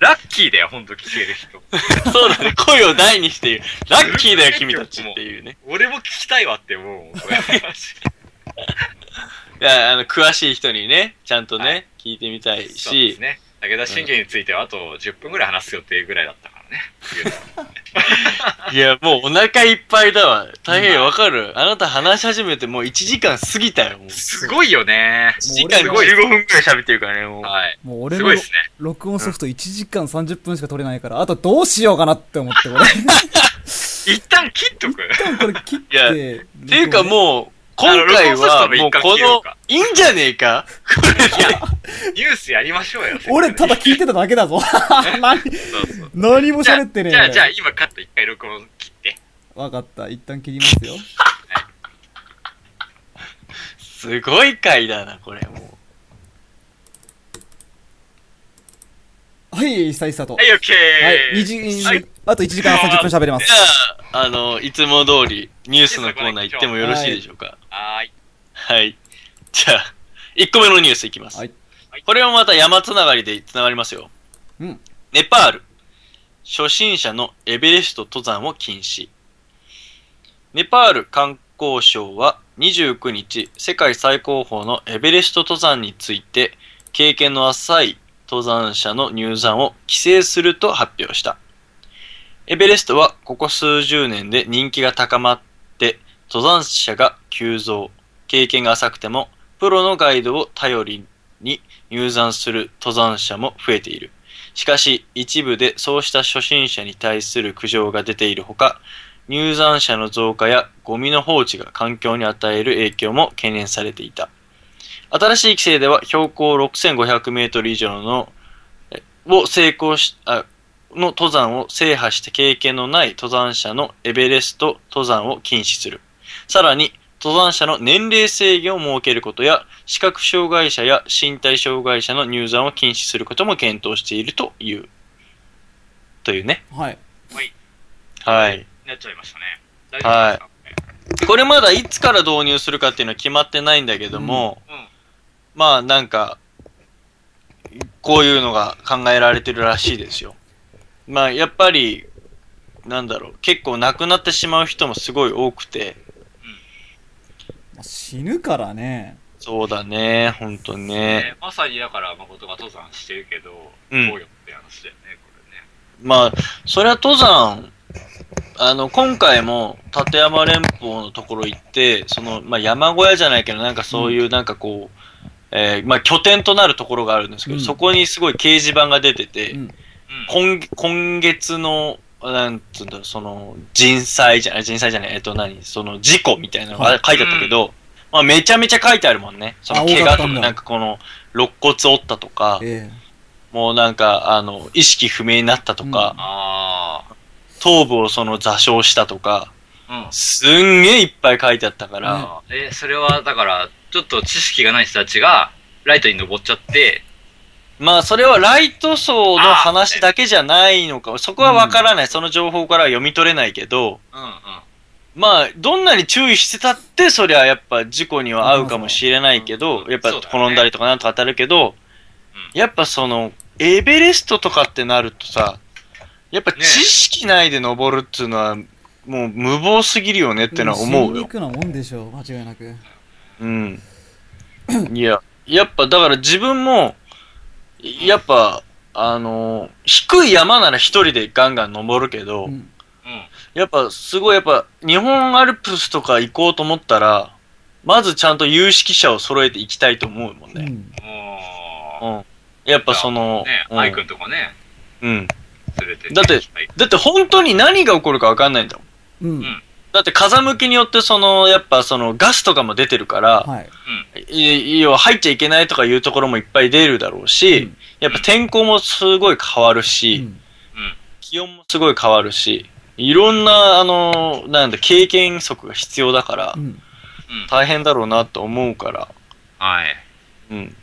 ラッキーだよ、本当聞ける人。そうだね、声を大にして言う。ラッキーだよ、君たちっていうね。俺も聞きたいわって思う。これ *laughs* いや、あの、詳しい人にね、ちゃんとね、は聞いてみたそいうでしす、ね。武田信玄についてはあと10分ぐらい話す予定ぐらいだったから *laughs* ね。いや、もうお腹いっぱいだわ。大変わかる。あなた話し始めてもう1時間過ぎたよ。もう1すごいよね。時間す15ごい分くらい喋ってるからね、もう。はい。もう俺すのごいですね。録音ソフト1時間30分しか取れないから、あとどうしようかなって思って、俺。一旦切っとく。 *laughs* これ切っいやて。っていうかう、もう、今回あのは録音ソフトのもう一環こ切ろうのか、いいんじゃねえかニュースやりましょうよ。俺ただ聞いてただけだぞ。何、そうそう何もじゃあ喋ってねえじゃあ、じゃあ俺今カット一回録音切って。わかった。一旦切りますよ。すごい回だな、これもう。はい、久々と。は、はいオッケー。い、2時、はいあと1時間30分喋れまじす。ゃあ、あの、いつも通りニュースのコーナー行ってもよろしいでしょうか。はーい。はい。じゃあ、1個目のニュースいきます。はいこれもまた山つながりでつながりますよ。うんネパール。初心者のエベレスト登山を禁止。ネパール観光省は29日、世界最高峰のエベレスト登山について、経験の浅い登山者の入山を規制すると発表した。エベレストはここ数十年で人気が高まって、登山者が急増。経験が浅くても、プロのガイドを頼りに入山する登山者も増えている。しかし、一部でそうした初心者に対する苦情が出ているほか、入山者の増加やゴミの放置が環境に与える影響も懸念されていた。新しい規制では標高6500メートル以上の、えを成功し、あ、の登山を制覇して経験のない登山者のエベレスト登山を禁止する。さらに、登山者の年齢制限を設けることや、視覚障害者や身体障害者の入山を禁止することも検討しているという。というね。はい。はい。なっちゃいましたね。大丈夫ですかこれまだいつから導入するかっていうのは決まってないんだけども、うんうんまあなんか、こういうのが考えられてるらしいですよ。まあやっぱり、なんだろう、結構亡くなってしまう人もすごい多くて、まあ死ぬからね。そうだね、ほんとね。ねまさにだから、誠が登山してるけど、うんこうよって話だよね、これね。まあ、そりゃ登山、あの、今回も、立山連峰のところ行って、その、まあ、山小屋じゃないけど、なんかそういう、なんかこう、えーまあ、拠点となるところがあるんですけど、うんそこにすごい掲示板が出てて、うん今今月の、なんつうんだろう、その、人災じゃない、人災じゃない、えっと何、その、事故みたいなのが書いてあったけど、まあ、めちゃめちゃ書いてあるもんね。その、あ怪多か我っとたか、んだなんかこの、肋骨折ったとか、えもうなんか、あの、意識不明になったとか、あ頭部をその座礁したとか、あ。うん。すんげえいっぱい書いてあったから、ああえ、それは、だから、ちょっと知識がない人たちが、ライトに登っちゃって、まあそれはライト層の話だけじゃないのか、そこはわからない、その情報からは読み取れないけど、うんうん。まあどんなに注意してたって、そりゃやっぱ事故には合うかもしれないけど、うんやっぱそうだよね転んだりとかなんとか当たるけど、うやっぱその、エベレストとかってなるとさ、やっぱ知識ないで登るっていうのは、もう無謀すぎるよねっえてのは思うよ行。くなもんでしょう、間違いなく。うん。いや、やっぱだから自分も、やっぱ、あの、低い山なら一人でガンガン登るけど、うんうん。やっぱすごいやっぱ日本アルプスとか行こうと思ったら、まずちゃんと有識者を揃えていきたいと思うもんうね。んうもん。やっぱその、う、ね、うんアイくんとかね、うん。連れて、だってはい、だって本当に何が起こるかわかんないんだもん。うん。だって風向きによってその、やっぱそのガスとかも出てるから、はい。い要は入っちゃいけないとかいうところもいっぱい出るだろうし、うんやっぱ天候もすごい変わるし、うん気温もすごい変わるし、いろんな、あの、なんだ、経験則が必要だからう、ん。うん。大変だろうなと思うから、はい。うん。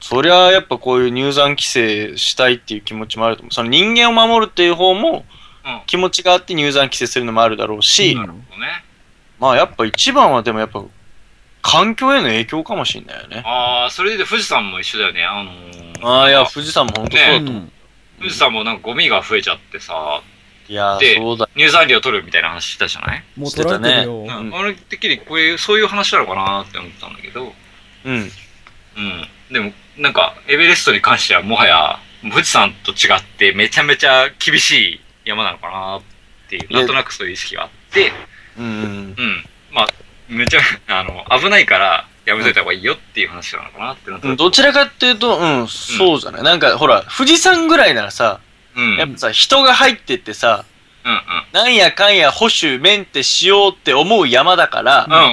そりゃ、やっぱこういう入山規制したいっていう気持ちもあると思う。その人間を守るっていう方もうん、気持ちがあって入山規制するのもあるだろうし、なるほどね。まあやっぱ一番はでもやっぱ、環境への影響かもしれないよね。ああ、それで富士山も一緒だよね。あのーああ、いや、富士山も本当そうだと思ううん富士山もなんかゴミが増えちゃってさ、いやーでそうだ。入山料取るみたいな話したじゃないもう取られてるよ。んうん。俺的にこういう、そういう話なのかなって思ったんだけど、うん。うん。でも、なんか、エベレストに関してはもはや、富士山と違ってめちゃめちゃ厳しい山なのかなっていう、やなんとなくそういう意識があって、うん。うん。まあ、めちゃ、あの、危ないからやめといた方がいいよっていう話なのかなってなった。うんどちらかっていうと、うん、そうじゃない。なんか、ほら、富士山ぐらいならさ、うん。うんうやっん。ぱさ、人が入ってってさ、なんやかんや保守、メンテしようって思う山だから、うんうんうん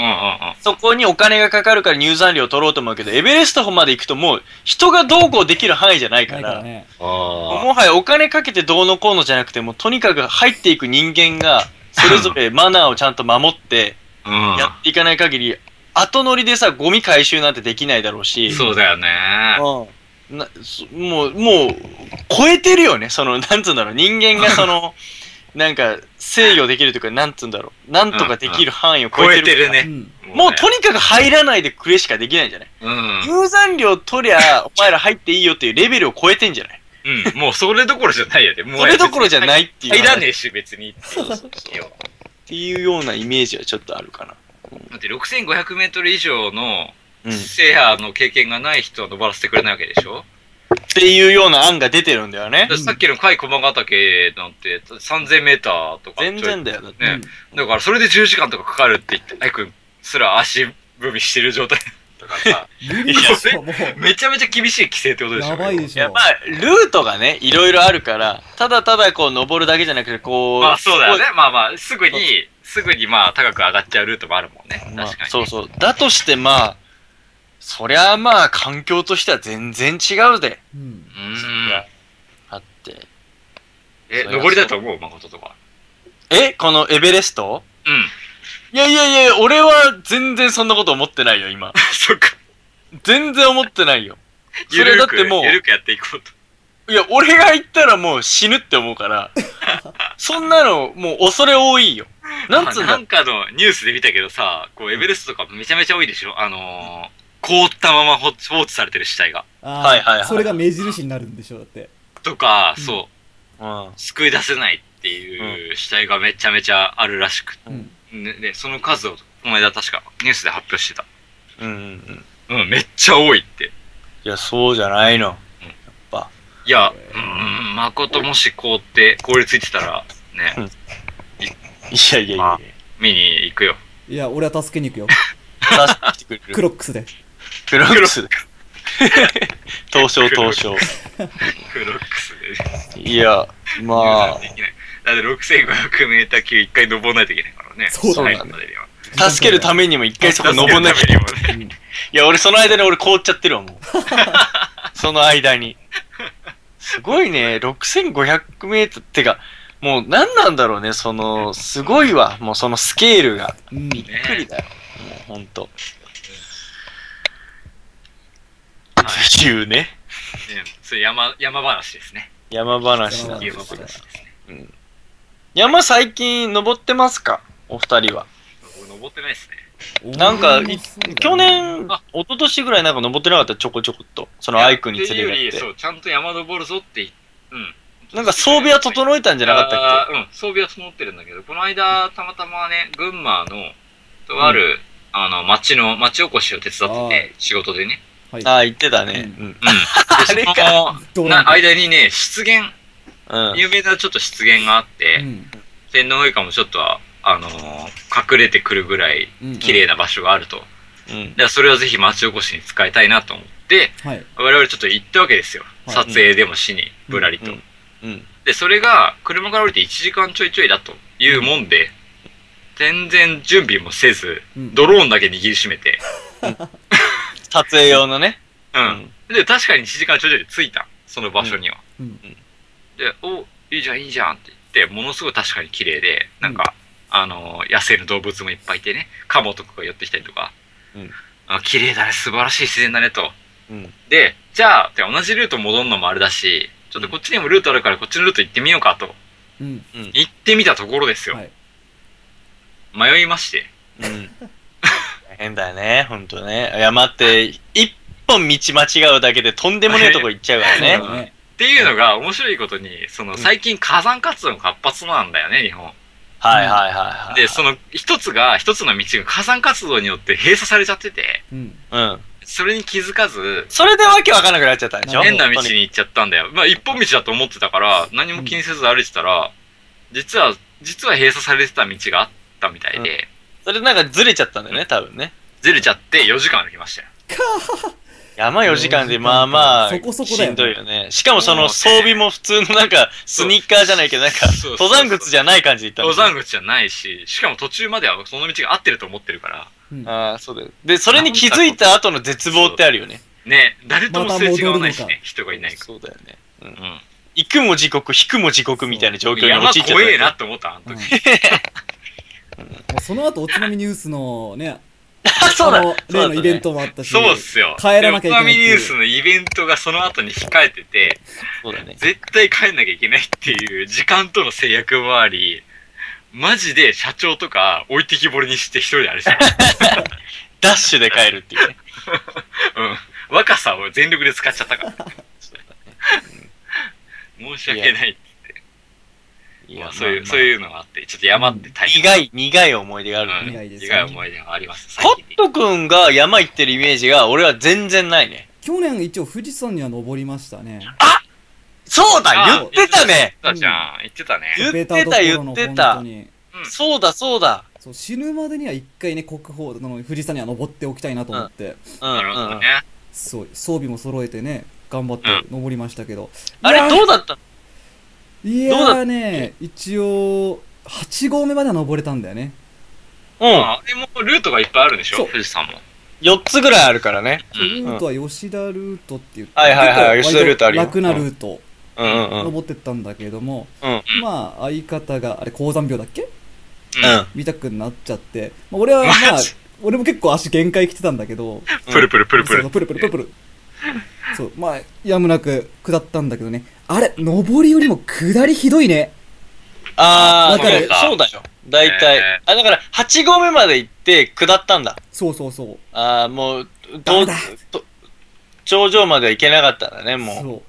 そこにお金がかかるから入山料取ろうと思うけど、エベレストまで行くともう、人がどうこうできる範囲じゃないかないら、からね。あもはやお金かけてどうのこうのじゃなくて、もうとにかく入っていく人間が、それぞれマナーをちゃんと守って、あ。やっていかない限り、後乗りでさ、ゴミ回収なんてできないだろううし、ん。そうだよね。うんなそもう、もう、超えてるよね、その、なんつうんだろう、人間がその、なんか、制御できるというか、なんつうんだろう、なんとかできる範囲を超超ええててるるから。うね。ん。もうとにかく入らないでくれしかできないんじゃないうん。入山料取りゃ、お前ら入っていいよっていうレベルを超えてんじゃないうん。もうそれどころじゃないよね。もう *laughs* それどころじゃないっていう入話。らねっえし、別にっていう。ていうようなイメージはちょっとあるかな。だって6500メートル以上のうん。っセアの経験がない人は登らせてくれないわけでしょ、ていうような案が出てるんだよねだっ。てさっきの甲斐駒ヶ岳なんて3000メーターとかちょい。全然だよ。だってね、だからそれで10時間とかかかるって言って、アイくんすら足踏みしてる状態だからさ、ビビるいやも *laughs* めちゃめちゃ厳しい規制ってことう、でしょやばいでしいやょま。あ、ルートがね、いろいろあるから、ただただこう、登るだけじゃなくて、こう、まあそうだよね。まあまあ、すぐに、すぐにまあ高く上がっちゃうルートもあるもんね。こ確う。まあかに。そうそう。だとして、まあ、そりゃあまあ、環境としては全然違うで。うん。うーん。あって。え、登りだと思う誠とか。えこのエベレストうん。いやいやいや、俺は全然そんなこと思ってないよ、 *laughs* 今。そっか。全然思ってないよ。そゆれるだっくてもうゆるくやっていこうと。いや、俺が行ったらもう死ぬって思う *laughs* から、そんなの、もう恐れ多いよ。なんつうあんなだんかのニュースで見たけどさ、こう、エベレストとかめちゃめちゃ多いでしょあのー、凍ったまま放放置されてる死体が。あーはいはいはいそれが目印になるんでしょ、だって。とか、そう、うん。救い出せないっていう死体がめちゃめちゃあるらしくて。うんねで、その数を、この間確かニュースで発表してた。うんうんうん。うん、めっちゃ多いって。いや、そうじゃないの。いや、うん、うん、誠もし凍って、凍りついてたら、ね、うんいやいやいやあ見に行くよ。いや、俺は助けに行く *laughs* よ。出してくれクる。ロックスで。クロックス。 *laughs* 東証東証。クロックスで。いや、ま *laughs* できない。だって6500メーター級一回登らないといけないからね。そうだね最後までにはあ、助けるためにも一回そこ登んなきゃいけない。いや、俺その間に俺凍っちゃってるわ、 *laughs* もう。その間に。すごいね、6500メートル。ってか、もう何なんだろうね、その、すごいわ、もうそのスケールが。うん。びっくりだよ、もうほんと。っていうね、ねそういう山、山話ですね。山話なんそうで山す話よで。すね。山最近登ってますかお二人は。僕登ってないですね。 *laughs* なんか、い去年、あ一昨年ぐらいなんか登ってなかった、ちょこちょこっと。そのアイクに連れっていうらよれりてそ。う、ちゃんと山登るぞって言っ、うん。なんか装備は整えたんじゃなかったっあーうん、装備は整ってるんだけど、この間、たまたまね、群馬の、とある、あの、町の、町おこしを手伝ってて、仕事でね。けああ、言ってたね。うん。うん。あれかどうなんなだ間にね、湿原、うん。有名なちょっと湿原があって、うん。天皇陛下もちょっとは、あのー隠れてくるぐらいうん綺麗な場所があると。うん。でそれをぜひ町おこしに使いたいなと思って、はい。我々ちょっと行ったわけですよ。はい撮影でもしに、ぶらりと。うんうん。で、それが、車から降りて1時間ちょいちょいだというもんで、全然準備もせず、うんドローンだけ握りしめて、撮影用のね。う。うんで、確かに1時間ちょいちょいで着いた、その場所には。うんうんで、お、いいじゃん、いいじゃんって言って、ものすごい確かに綺麗で、なんか、あの、野生の動物もいっぱいいてね、カモとかが寄ってきたりとか、うんあ綺麗だね、素晴らしい自然だねと。うん。で、じゃあ、てか同じルート戻るのもあれだし、ちょっとこっちにもルートあるからこっちのルート行ってみようかと。うん。行ってみたところですよ。はい迷いまして。うん。大変だね、ほんとね。山って、一本道間違うだけでとんでもねえとこ行っちゃうからねそう。だね。っていうのが面白いことに、その最近火山活動の活発なんだよね、日本。はいはいはいはい。で、その一つが、一つの道が火山活動によって閉鎖されちゃってて、うん。うん。それに気づかず、それでわけわかんなくなっちゃったんでしょ変な道に行っちゃったんだよ。まあ一本道だと思ってたから、何も気にせず歩いてたら、実は、実は閉鎖されてた道があったみたいで、それなんかずれちゃったんだよね、多分ね。ずれちゃって4時間歩きましたよ。山4時間でまあまあ、そこそこだしよんねどいよね。しかもそもうのね装備も普通のなんか、スニッカーじゃないけど、なんそか、うそうそう登山靴じゃない感じで行ったもん登ね山口じゃないし、しかも途中まではその道が合ってると思ってるから、ああ、そうだよ。で、それに気づいた後の絶望ってあるよね。ね、誰ともすれ違わないしまた戻るね、人がいないかそうだよね。うんら。うん。行くも地獄、引くも地獄みたいな状況に山陥っちゃっ怖た。えなって思った、あの時。もうその後、おつまみニュースのね、あ、 *laughs* そうだあの。そ例うだねのイベン。トもあったし、そうっすよ。帰らなきゃいけないってでいうおつまみニュースのイベントがその後に控えてて、そうだね。絶対帰んなきゃいけないっていう時間との制約もあり、マジで社長とか置いてきぼりにして一人であれしてたダッシュで帰るっていうね。うん。若さを全力で使っちゃったから。申し訳ない。いまあそういう、そうう。いうのがあって、ちょっと山って大変。苦い、苦い思い出があるようんね。苦いですね苦い思い出があります。カ最ッ近ト君が山行ってるイメージが、俺は全然ないね。去年一応富士山には登りましたね。そうだあ言ってたね言ってたじゃん。言ってたね。言ってたベタどころの言ってた本当にうんそうだ、そうだ。そう死ぬまでには一回ね、国宝の富士山には登っておきたいなと思って、うん、うなるほどん。ね。そう、装備も揃えてね、頑張って登りましたけど。あれ、どうだったいどうやだーね、一応、8合目までは登れたんだよね。うん。ああれもルートがいっぱいあるんでしそょう富士山も。 4つぐらいあるからね。うんルートは吉田ルートっていう、はいはいはい結構吉田ルートあるよ楽なルート、うんうんうん。登ってったんだけれども、うん。まあ、相方が、あれ、高山病だっけうん。見たくなっちゃって、まあ、俺は、 *laughs* まあマジ、俺も結構足限界来てたんだけど、プルプルプルプそうルそう。プルプルプルプル。そう、まあ、やむなく下ったんだけどね。あれ、上りよりも下りひどいね。あわー、かるまあそうだよ。大体。えあ、だから、8合目まで行って、下ったんだ。そうそうそう。あー、もう、ダどメうだ、と頂上までは行けなかったんだね、も。そう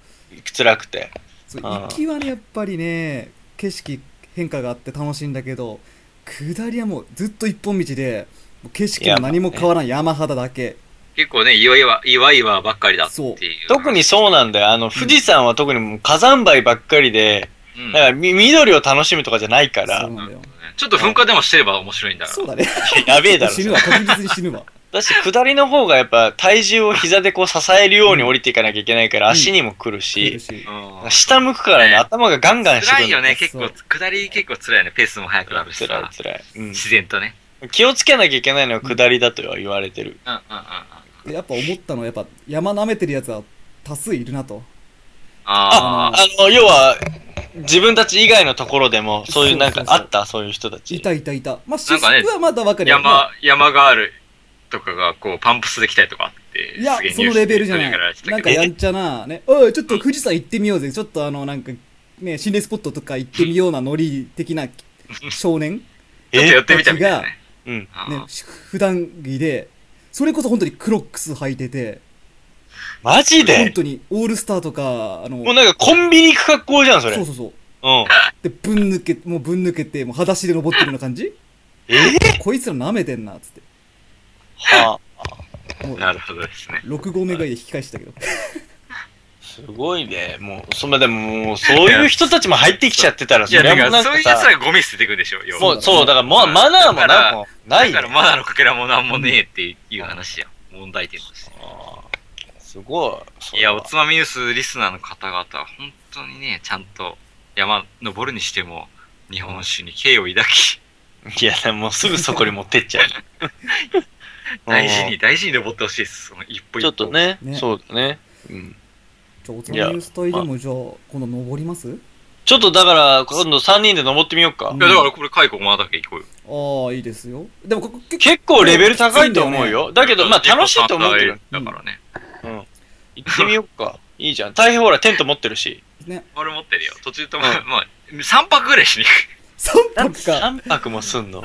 辛くて。う。そうあー行きはね、やっぱりね、景色変化があって楽しいんだけど、下りはもうずっと一本道で、もう景色も何も変わらない山肌だけ。結構ね、岩岩、岩岩ばっかりだっていう。特に、そうなんだよ。あの、富士山は特にもう火山灰ばっかりで、うん、だからみ、緑を楽しむとかじゃないかそらう、なんだよ。ねちょっと噴火でもしてれば面白いんだかそうだね。やべえだろ。そ死れぬわ、確実に死ぬわ。だし、下りの方がやっぱ体重を膝でこう支えるように降りていかなきゃいけないから足にも来る来るし、しら。うん。下向くからね、頭がガンガンしてく辛る。いよね、結そ構う、下り結構辛いよね。ペースも速くなるしさ辛い。辛い。自然とね。うん。気をつけなきゃいけないのは下りだとは言われてる。うんうんうんうん。でやっぱ思ったのは、やっぱ山舐めてるやつは多数いるなと。ああ、あ、あの、要は、自分たち以外のところでも、そういうなんかそうそうあそうったそういう人たち。いたいたいた。まあ、な私んかね服はまだわかるよ。山、山があるとかが、こう、パンプスで来たりとかあって。いやすげえ、そニューのスでレベルじゃな取り上げられいて。たなんかけどやんちゃな、ね、おい、ちょっと富士山行ってみようぜ。ちょっとあの、なんか、ね、心霊スポットとか行ってみようなノリ的な少年ちょっとやってみたみたいなやね。うん。あねー、普段着で、それこそ本当にクロックス履いてて、マジ本で当にオールスターとか、あの、もうなんかコンビニ行く格好じゃん、それ。そううん。そうそう。で、えぶん抜け、もうぶん抜けて、もう裸足で登ってるような感 *laughs* じこいつら舐めてんな、つって。はあ、もう、なるほどですね。 6合目ぐらいで引き返したけど。すごいね。もう、そんなでももう、そういう人たちも入ってきちゃってたら、いそや、だれはかもうなら、んそうかいうやつさ、らゴミ捨ててくでしょ、要はもう、そう、だから、もう、うんマナーもだからな、もう、ないだから、マナーのかけらもなんもねえっていう話や。問題点として。あーすごい。いや、おつまみニュースリスナーの方々は、本当にね、ちゃんと山登るにしても、日本酒に敬意を抱き、いや、でももうすぐそこに持ってっちゃ *laughs* う。大事に、大事に登ってほしいです。その一歩うん。一歩。ちょっと。ね、ねそうだね。うん。じゃあ、おつまみニュース隊でも、じゃあ、今度登りますちょっとだから、今度3人で登ってみようかい。や、だからこれ、カイコマだけ行こうよ。ああ、いいですよ。でも、ここ、結構、結構レベル高いと思うよ。だけど、まあ楽しいと思うけど。だからね。うん。行ってみようか。いいじゃん。大変ほら、テント持ってるし。ね、俺持ってるよ。途中とも、うまあ、3泊ぐらいしに行く。 3なんで泊か。 3泊もすんの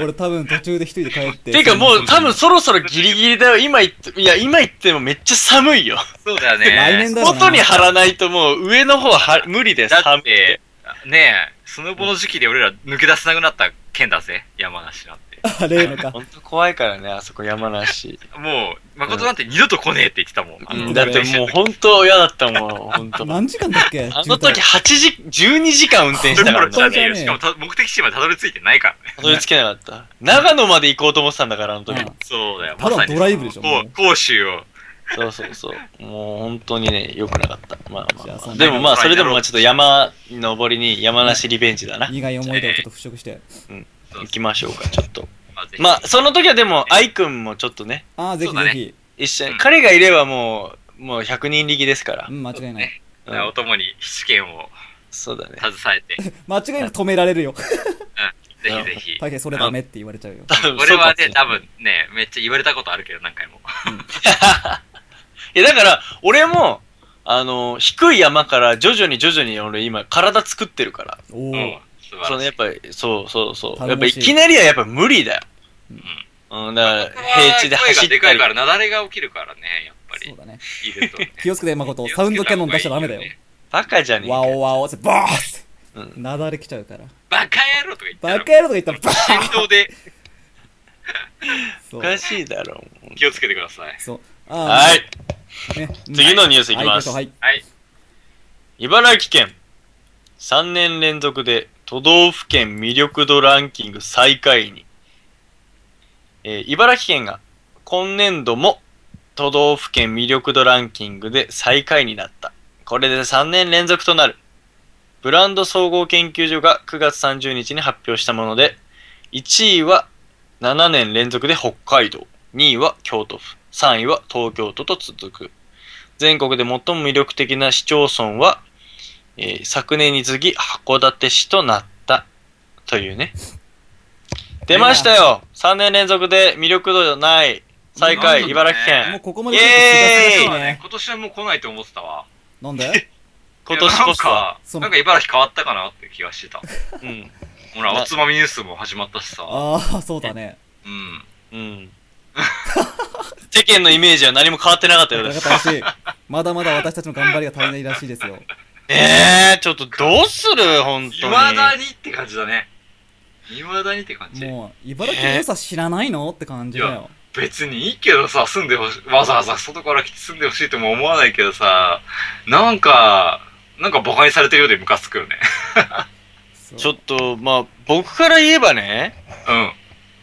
俺多分途中で一人で帰って。てかもう多分そろそろギリギリだよ。今行って、いや、今行ってもめっちゃ寒いよ。そうだよね。来年だろうな外に張らないともう上の方はは無理です。だ寒っくてて。、ねえ、スノボの時期で俺ら抜け出せなくなった県だぜ。山梨なんて。 *laughs* あ、例のか。ほんと怖いからね、あそこ山梨。もう、誠なんて二度と来ねえって言ってたもん。あうのんだってもうほんと嫌だったもん、*laughs* ほんと。何時間だっけあの時8時、12時間運転しどたこからろねじゃねえよ。しかもた目的地までたどり着いてないからね。たどり着けなかった。長野まで行こうと思ってたんだから、あの時うん。そうだよ。ただのまさにドライブでしょこうもう甲州を。そうそうそう。もう本当にね、良くなかった。まあじゃまああ、そまんあ。なでもまあ、それでもまあちょっと山登りに山梨リベンジだな。苦い思い出をちょっと払拭して。行きましょうか、ちょっと。まあぜひまあ、その時はでも、愛くんもちょっとね、ああ、ぜひそうぜだひ。一緒うに、ん彼がいればもう、もう100人力ですからう。ん、間違いない。うんお供に試験をそうだね。携えて、ぜ間違いなく止められるよ。ひぜひ。大変それダメって言われちゃうよ。多分俺はね、そうか多分ね、めっちゃ言われたことあるけど、何回も。いや、だから、俺も、あの、低い山から徐々に徐々に俺今、体作ってるから。おうおん。。素そ晴のらしやいっ。ぱり、そうそうそう。頼やっぱもいしいきなりはやっぱ無理だよ。うん、だから、平地で走声がったり。でかいから、雪崩が起きるからね、やっぱそうり。だね。いるとね *laughs* 気をつけて、誠。サウンドキャノン出しちゃダメだよ。バカじゃねえかワオワオって、バースうなだれ来ちゃうから。バカ野郎とか言ったバら。カ野郎とか言ったら、バー振動でそおう。かしいだろう。気をつけてください。そう。はあい。ー、ね。次のニュースいきますはい。はい。茨城県。3年連続で都道府県魅力度ランキング最下位に。えー茨城県が今年度も都道府県魅力度ランキングで最下位になった。これで3年連続となる。ブランド総合研究所が9月30日に発表したもので、1位は7年連続で北海道、2位は京都府、3位は東京都と続く。全国で最も魅力的な市町村は、えー昨年に次ぎ函館市となったというね。出ましたよ !3 年連続で魅力度ない最下なんだろう位、ね茨城もう県。ここまで来ると気がする今よはねね。今年はもう来ないと思ってたわ。なん *laughs* で今年こそは。いやなんか、なんか茨城変わったかなって気がしてた。うん。ほら、なおつまみニュースも始まったしさ。ああ、そうだね。うん。うん。 *laughs* 世間のイメージは何も変わってなかったようで親す。方らしい。まだまだ私たちの頑張りが足りないらしいですよ。 *laughs* ええー、ちょっとどうする本い当に。まだにって感じだね。いまだにって感じ。もう、茨城の良さ知らないのって感じだよ。別にいいけどさ、住んでほし、わざわざ外から来て住んでほしいとも思わないけどさ、なんか、なんか馬鹿にされてるようでムカつくよね。そうちょっと、まあ、僕から言えばね、うん。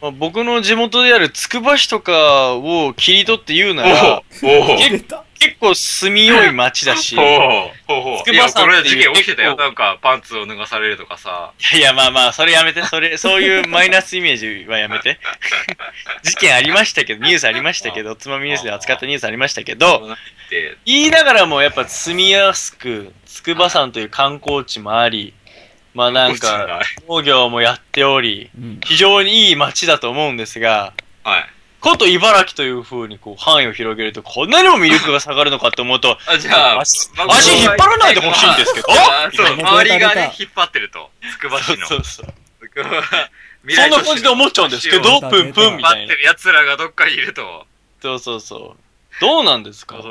まあ、僕の地元であるつくば市とかを切り取って言うなら、おお結出た結構住みよい町だし、いほうほうほう。いや、筑波山っていうこれ事件起きてたよ。結構なんか、パンツを脱がされるとかさ。やいや、まあまあ、それやめて、それ、そういうマイナスイメージはやめて。 *laughs* 事件ありましたけど、ニュースありましたけど、つまみニュースで扱ったニュースありましたけど、で、言いながらもやっぱ住みやすく、つくば山という観光地もあり、まあなんか、農業もやっており、うん。非常にいい街だと思うんですが、はい。こと茨城という風にこう範囲を広げるとこんなにも魅力が下がるのかと思うと、あ、じゃあ、足足引っ張らないでほしいんですけど。あそう、今周りが出たね出、引っ張ってると。つくば市の。そうそう。つくば未そん来都市な感じで思っちゃうんですけ足ど、をプンプン引っみ張たっいてな。る奴らがどっかにいると。そうそうそう。どうなんですそかうね。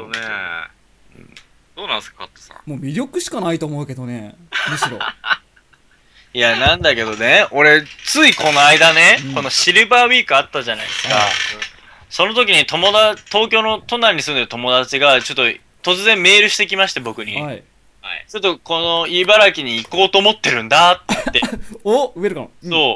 どうなんすか、カットさん。もう魅力しかないと思うけどね *laughs* むしろいや、なんだけどね、俺、ついこの間ねうん、このシルバーウィークあったじゃないですか。その時に友達、東京の都内に住んでる友達が、ちょっと突然メールしてきまして、僕に。はいちょっとこの茨城に行こうと思ってるんだ *laughs* って言って。おウェルカムそ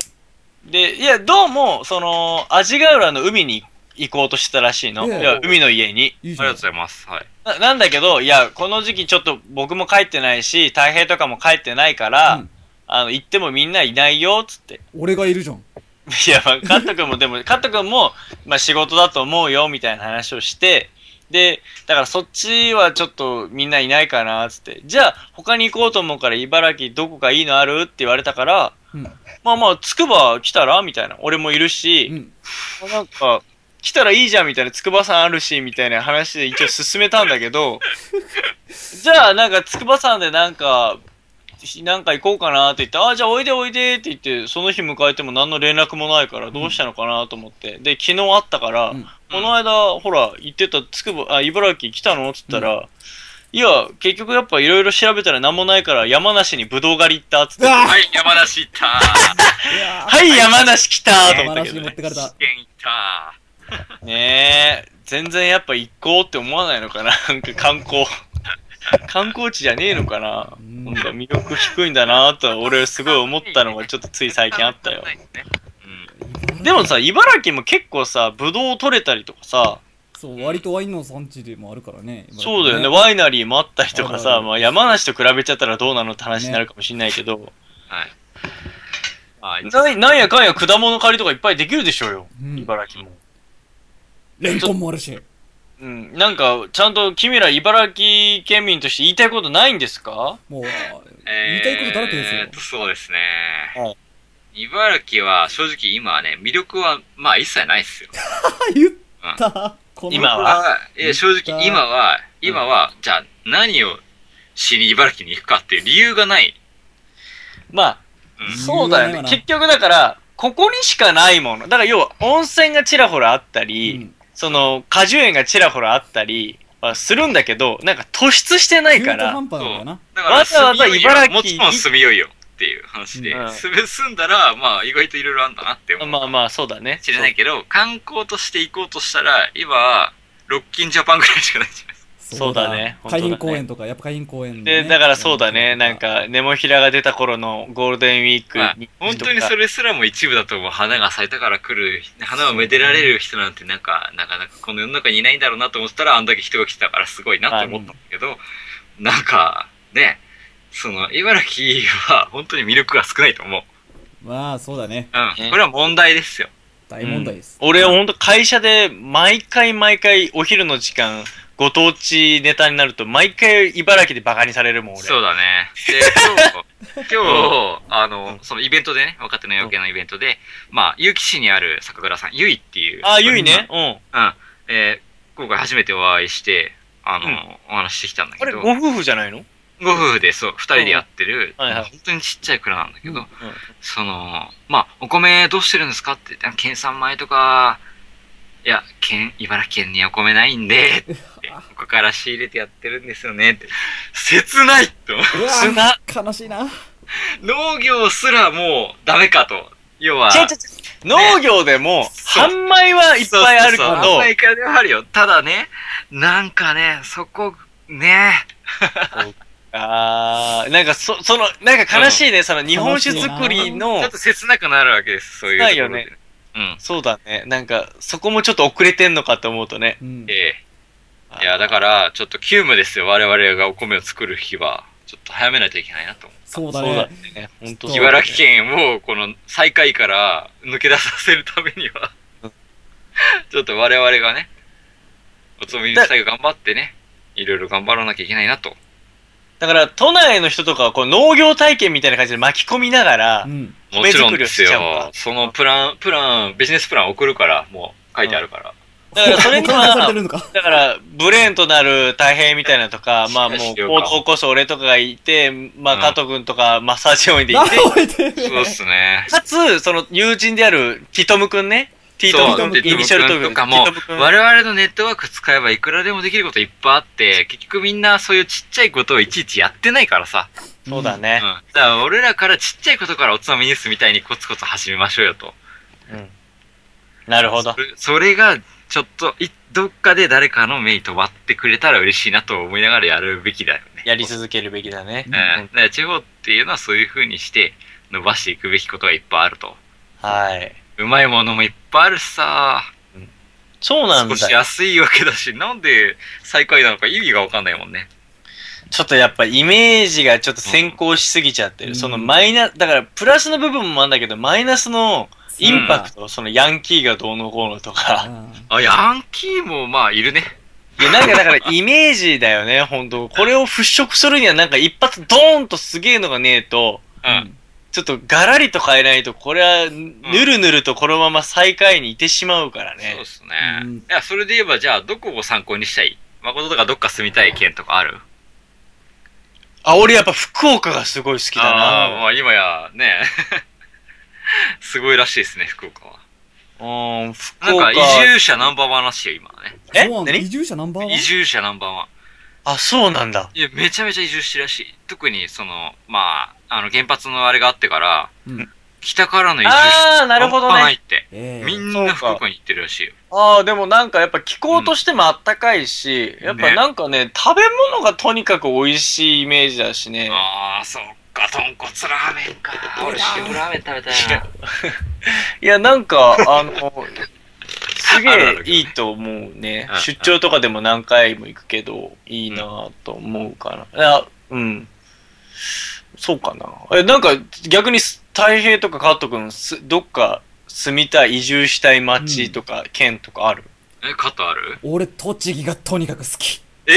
う。で、いや、どうも、その、味ヶ浦の海に行こうとしてたらしいの。いええや、海の家に。いいじありゃがとうんございます。はい。ななんだけど、いや、この時期ちょっと僕も帰ってないし、太平とかも帰ってないから、うんあの、行ってもみんないないよ、つって。俺がいるじゃんいや、まあ、カット君も、で *laughs* も、カット君も、まあ仕事だと思うよ、みたいな話をして、で、だからそっちはちょっとみんないないかな、つって。じゃあ、他に行こうと思うから、茨城どこかいいのあるって言われたから、うんまあまあ、つくば来たらみたいな。俺もいるし、うんなんか、来たらいいじゃんみたいな、筑波山あるし、みたいな話で一応進めたんだけ *laughs* ど、じゃあなんか筑波山でなんか、なんか行こうかなって言って、ああ、じゃあおいでおいでって言って、その日迎えても何の連絡もないからどうしたのかなと思って。で、昨日会ったから、うんこの間、ほら、行ってた筑波、あ、茨城来たのって言ったら、いや、結局やっぱいろいろ調べたら何もないから山梨にぶどう狩り行ったっつって、ははい、山梨行ったー。い、山梨来たーと思山ったけ梨にど持ねっ。てかれた試験行ったねえ、全然やっぱ行こうって思わないのかな *laughs* なんか観光。観光地じゃねえのかなうんなんか魅力低いんだなと俺すごい思ったのがちょっとつい最近あったよ。でもさ、茨城も結構さ、ブドウ取れたりとかさ、そう割とワインの産地でもあるからね茨城そうだよね、ワイナリーもあったりとかあるさ、あるまあ山梨と比べちゃったらどうなのって話になるかもしれないけど、はい。ななんやかんや果物狩りとかいっぱいできるでしょうよ、うん茨城も。レンコンもあるしうん、なんか、ちゃんと君ら茨城県民として言いたいことないんですかもうえ言いたいことだらけですよえーっと、そうですね。はい茨城は正直今はね、魅力はまあ一切ないっすよ。あ言ったこの今ははいや正直今は、今は、じゃあ何をしに茨城に行くかっていう理由がない。まあ、うんそうだ理由よはね。ない結局だから、ここにしかないもの。だから要は温泉がちらほらあったうり、んその果樹園がちらほらあったりはするんだけど、なんか突出してない中か途ら、半端なんだよなだからわざわざ住みよいよ茨城もちろん住みよいよっていう話で、うん住め住んだら、まあ意外といろいろあんだなって思う。まあまあそうだね。知れないけど、観光として行こうとしたら、今、ロッキンジャパンぐらいしかないじゃないですか。そうだね海本当だね浜公園とかやっぱ海浜公園ので、ねだからそうだね。なんか、ネモフィラが出た頃のゴールデンウィークまあに、本当にそれすらも一部だと思う。花が咲いたから来る、花をめでられる人なんてなんか、なかなかこの世の中にいないんだろうなと思ったら、あんだけ人が来てたからすごいなと思ったんだけど、なんか、ね、その、茨城は本当に魅力が少ないと思う。まあそうだねうん。これは問題ですよ。大問題です俺は本当会社で毎回毎回お昼の時間、ご当地ネタになると、毎回茨城でバカにされるもん、俺。そうだね。で、今日、今日、あの、そのイベントでね、若手の養鶏のイベントで、まあ、結城市にある酒蔵さん、ゆいっていう。あ、ゆいね。。うん。うん。えー今回初めてお会いして、あの、お話ししてきたんだあけれ、ど、ご夫婦じゃないのご夫婦で、そう、二人でやってる、うんはいはい本当にちっちゃい蔵なんだけど、その、まあ、お米どうしてるんですかって言って、あ県産米とか、いや、県、茨城県にはお米ないん *laughs* で、ってここから仕入れてやってるんですよね、って。切ないって思ううわすな悲しいな農業すらもうダメかと。要は、違う違う農業でも、そう販売はいっぱいあるけそうそうそうどまあ、いくらでもあるよ。ただね、なんかね、そこ、ね、あー、なんかそ、その、なんか悲しいね、その日本酒作りちのょっ、と切なくなるわけです、そういうところで。ないよね。うん。そうだね、なんか、そこもちょっと遅れてんのかと思うとね。うんええいや、だから、ちょっと急務ですよ。我々がお米を作る日は。ちょっと早めないといけないなと思う。そうだそうだね。ね、本当そうだね茨城県を、この最下位から抜け出させるために *laughs* は、ちょっと我々がね、おつもり最後頑張ってね、いろいろ頑張らなきゃいけないなと。だから、都内の人とかはこう農業体験みたいな感じで巻き込みながら、うん。もちろんです米作りをしちゃうよか。そのプラン、プラン、ビジネスプラン送るから、もう書いてあるから。だからそれにお金出され *laughs* はて、るのか。だから、ブレーンとなる大変みたいなとか、まあもうしか、しよう高か校こそ俺とかがいて、まあうん加藤くんとかマッサージオン *laughs* *laughs* でい名て、前で。そうっすね。かつ、その友人であるティトムくんね。ティそトう、ムくん、ティイニシャルトークとかもティトムく、ん我々のネットワーク使えばいくらでもできることいっぱいあって、結局みんなそういうちっちゃいことをいちいちやってないからさ。そうだうん。だね。から俺らからちっちゃいことからおつまみニュースみたいにコツコツ始めましょうよと。うんなるほどそ。れそれが、ちょっとい、どっかで誰かの目に留まってくれたら嬉しいなと思いながらやるべきだよね。やり続けるべきだねうん。。だから地方っていうのはそういう風にして伸ばしていくべきことがいっぱいあると。はい。うまいものもいっぱいあるしさ。そうなん少しだよ。安いわけだし、なんで最下位なのか意味がわかんないもんね。ちょっとやっぱイメージがちょっと先行しすぎちゃってうる。んそのマイナ、だからプラスの部分もあるんだけど、マイナスのインパクト、そのヤンキーがどうのこうのとか。あ、ヤンキーもまあいるね。いや、なんかだ *laughs* からイメージだよね、本当これを払拭するにはなんか一発ドーンとすげえのがねえと、うん。ちょっとガラリと変えないと、これは、ぬるぬるとこのまま最下位にいてしまうからそうねで。すね。うんいや、それで言えばじゃあどこを参考にしたい誠とかどっか住みたい県とかあるあ、俺やっぱ福岡がすごい好きだあーな。まあ今やね、 *laughs* すごいらしいですね、福岡は。うん、福なん岡か移。住者ナンバーワンらしいよ、今はね。えそうなんだ移何住者ナンバーワン移住者ナンバーワン。あ、そうなんだ。いや、めちゃめちゃ移住してるらしい。特にその、まあ、あの原発のあれがあってから、うん北からの移住あー、なるほど半端ないね。って。ええみんな福岡に行ってるらしいよ。ああ、でもなんかやっぱ気候としてもあったかいし、やっぱなんかね、食べ物がとにかく美味しいイメージだしね。ああ、そっか、豚骨ラーメンか。俺塩ラーメン食べたいな。いや、なん *laughs* か、あの、すげあるあるけどえねいいと思うねうんうん。出張とかでも何回も行くけど、いいなぁと思うかな。いや、うん。そうかな。え、なんか、逆にす、太平とかカット君、すどっか住みたい、移住したい町とか、県とかあるえ、カットある俺、栃木がとにかく好 *laughs* き。え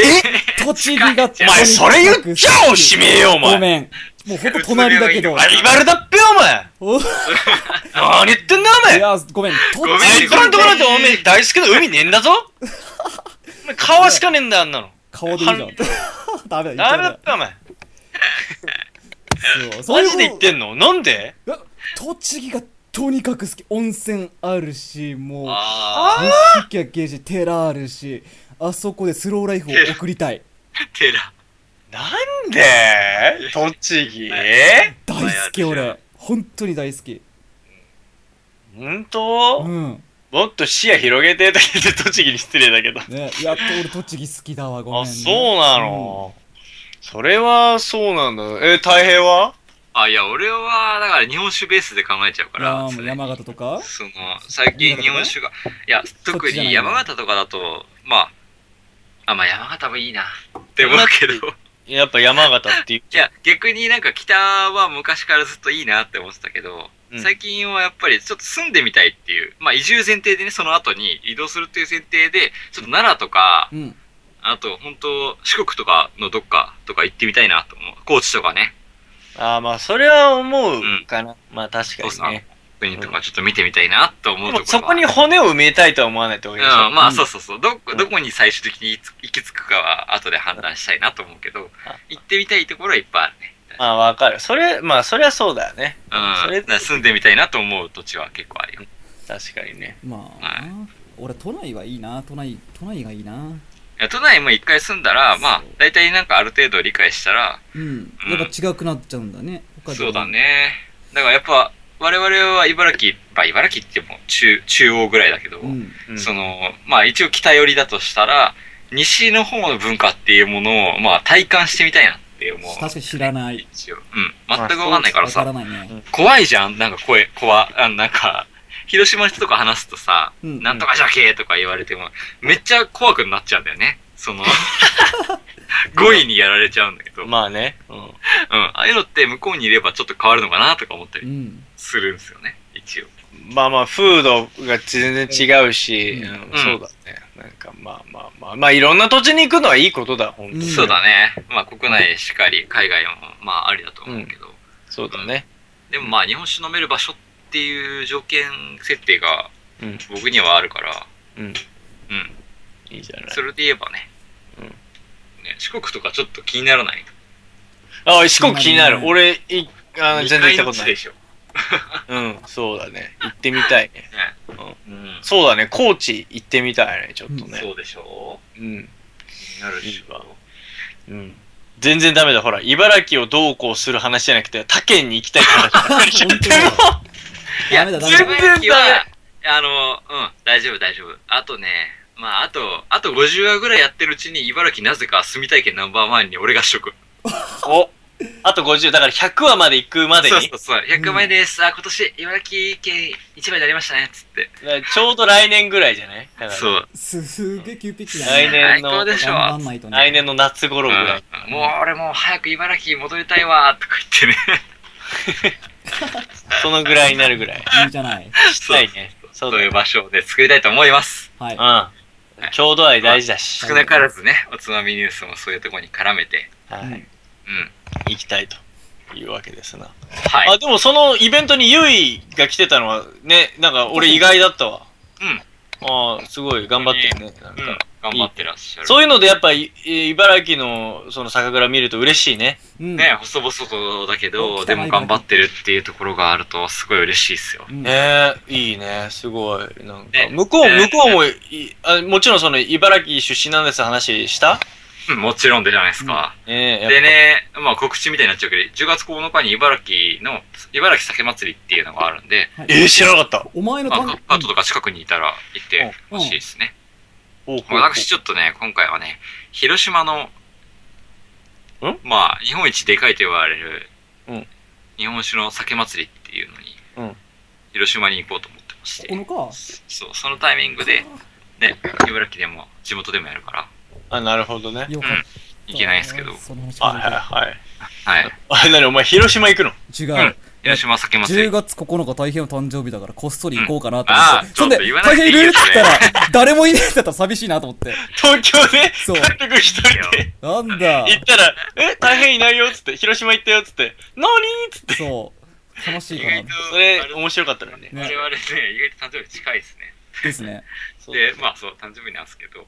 栃木がとおに前かく好き。おしめえよ、おごめん。もうほんと隣だけど。ライバルだっぺよ、お前おい何言ってんだ、お前や、ごめん。栃ごめんあい木つらのとこなんて、おめえ大好きな海ねえん *laughs* だぞお前川しかねえんだ、あんなの。顔でいいじゃん。 *laughs* ダメだ、言っちダメだゃっぺ、お前。ダメだ。そうマジで言ってんのなんでいや栃木がとにかく好き。温泉あるし、もう、あ景色やゲージ、寺あるし、あそこでスローライフを送りたい。あ、テラ。なんで栃木大好き、お前俺あれ。本当に大好き。本う当ん。もっと視野広げてとか言って栃木に失礼だけど。ね、やっと俺栃木好きだわ、ごめんね。あ、そうなの、それはそうなんだ。え、太平はあ、いや、俺は、だから日本酒ベースで考えちゃうかうんあら、ーもそうれ山形とかその、最近日本酒が、いや、特に山形とかだと、まあ、あ、まあ山形もいいな、って思うけど、いやっぱ山形っていう。や、逆になんか北は昔からずっといいなって思ってたけど、うん最近はやっぱりちょっと住んでみたいっていう、まあ移住前提でね、その後に移動するっていう前提で、ちょっと奈良とか、うん。あと、本当四国とかのどっかとか行ってみたいなと思う。高知とかね。 *laughs* あまあそれは思うんかな。まあ確かそうにね。国とかちょっと見てみたいなと思うでところもそこには骨を埋めたいとは思わないってわうけでしょ。ん、まうあんそうそうそう。どこ、どこに最終的に行き着くかは後で判断したいなと思うけど、行ってみたいところはいっぱいあるね。まあわかる。それ、まあそれはそうだよね。そうん。れだから住んでみたいなと思う土地は結構あるよ。確かにね。まはあ、俺都内はいいな、都内、都内がいいな。いや都内も一回住んだら、まあそう、大体なんかある程度理解したら、うんう。んやっぱ違くなっちゃうんだね。他でそはうだ。ね。だからやっぱ、我々は茨城、まあ茨城ってもう中、中央ぐらいだけど、うん。うんその、まあ一応北寄りだとしたら、西の方の文化っていうものを、まあ体感してみたいなっって思う。確かに知らない。一応うん。全くわかんないからわさか。らないね。怖いじゃんなんか声、怖、あなんか、広島の人とか話すとさ、うんなんとかじゃけーとか言われても、めっちゃ怖くなっちゃうんだよね。その、語彙にやられちゃうんだけど。うん。まあね。うん。ああいうのって向こうにいればちょっと変わるのかなとか思ったうりん。するんですよね。一応。まあまあ、風土が全然違うし、うんうんそうだね。なんかまあまあまあ、まあいろんな土地に行くのはいいことだ、本当うんに。そうだね。まあ国内しかり、海外もまあありだと思うけど。そうだね。でもまあ日本酒飲める場所っていう条件設定がうん。僕にはあるから、うん。うん。いいじゃない。それで言えばね。うんね四国とかちょっと気にならない。あ、四国気になうる。ん俺、い、あの、二全回然行ったのこ地となでい。しょ。 *laughs* うん、そうだね。行ってみたいね。ね。うん。そうだね、高知行ってみたいね、ちょっとうね。そうでしょうん。う気になるでしいいわょ。うん。全然ダメだ、ほら、茨城をどうこうする話じゃなくて、他県に行きたいって話 *laughs* ばっかりしちゃって本当もいや、ダメだダメだ茨城全は、あの、うん、大丈夫大丈夫。あとね、まあ、あと、あと50話ぐらいやってるうちに、茨城なぜか住みたい県ナンバーワンに俺がしとく。おあと50、だから100話まで行くまでそうにそ、うそう。100万円です。あ、今年、茨城県一番になりましたね、つって。だからちょうど来年ぐらいじゃないだからそう。すすげえ急ピッチだ来ね。年の最高でしょ。頑張んないとね。来年の夏頃ぐらい。うんもう俺もう早く茨城戻りたいわーとか言ってね。そのぐらいになるぐらい。いいじゃない。したいね。*laughs* そそうだういねう。場所をね、作りたいと思います。はい。うん。郷土愛大事だし。少なからずね、おつまみニュースもそういうとこに絡めて。はうんい。うん。行きたいというわけですな。はあ、い。でもそのイベントにユイが来てたのはね、なんか俺意外だったわ。うん。ああ、すごい頑張ってるね。なんうんか。頑張ってらっしゃる。そういうのでやっぱい茨城のその酒蔵見ると嬉しいね。うん。ね、細々とだけうど、んでも頑張ってるっていうところがあると、すごい嬉しいですよ。うん。ねえ、いいね、すごい。なんかね、向こう、ね向こうもいあ、もちろんその茨城出身なんです話したうんもちろんでじゃないですか。ねえ、やっぱでね、まあ告知みたいになっちゃうけど、10月9日に茨城の、茨城酒祭りっていうのがあるんで、はいえー、知らなかった。お前のまあ担カッパートとか近くにいたら行ってほしいですね。おう私ちょっとね、今回はね、広島の、んまあ、日本一でかいと言われる、うん日本酒の酒祭りっていうのに、うん広島に行こうと思ってまして、このか。そう、そのタイミングで、ね、茨城でも地元でもやるから、あ、なるほどね。よかっうたん。、行けないですけど、その話はいはいかはい。はい。あ、なにお前、広島行くの違う。、うん広島酒祭10り。月9日大変の誕生日だからこっそり行こうかなとうんあ思あって。そんでちょっと言、わな大く変ていいいろよいろ来たら、誰もいねえんだったら寂しいなと思って。東京で、そう監督一人でなんだ。行ったら、え、大変いないよっつって、広島行ったよっつって、なにっつって。そう。楽しい意か外とな。、それ、面白かったのにね。我々ね、意外と誕生日近いですね。ですね。そうで、まあそう、誕生日なんですけど、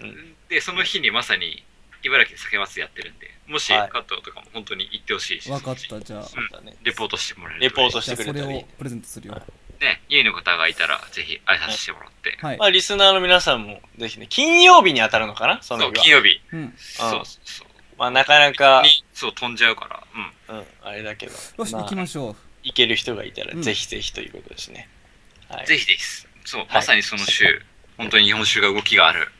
うんで、その日にまさに、茨城で酒祭りやってるんで、もし、はいカットとかも本当に行ってほしいし、わかっそた、じゃあ。そうだね。レポートしてもらえるとレポートしじゃてあくそれれをたり。プレゼントするよ。ね、家の方がいたら、ぜひ挨拶してもらって。はいま。あ、リスナーの皆さんも、ぜひね、金曜日に当たるのかなそそのう、日金は。曜日。うん。そうそうそう。まあ、なかなか、にそう、飛んじゃうから。うん。うん、あれだけど。よし、まあ行きましょう。行ける人がいたら、うんぜひぜひということですね。はい。ぜひ。ひです。そう、まさにその週、本当に日本酒が動きがある。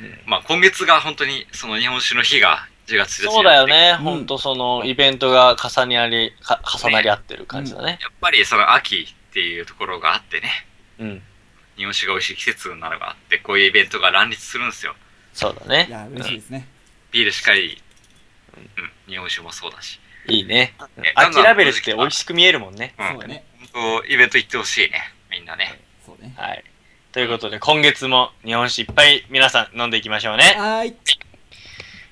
うんまあ、今月が本当に、その日本酒の日が10月1日そうだよになって。ね。うんほんと、その、イベントが重なり、か重なり合ってる感じだね。やっぱり、その秋っていうところがあってね、うん。日本酒が美味しい季節なのがあって、こういうイベントが乱立するんですよ。そうだいね。や、嬉しいですね。ビールしかり、うん、日本酒もそうだし。いいね。え秋ラベルって美味しく見えるもんね。うん。そうだね。本当、イベント行ってほしいね。みんなね。そうね。はい。ということで、今月も日本酒いっぱい皆さん飲んでいきましょうね。はーい。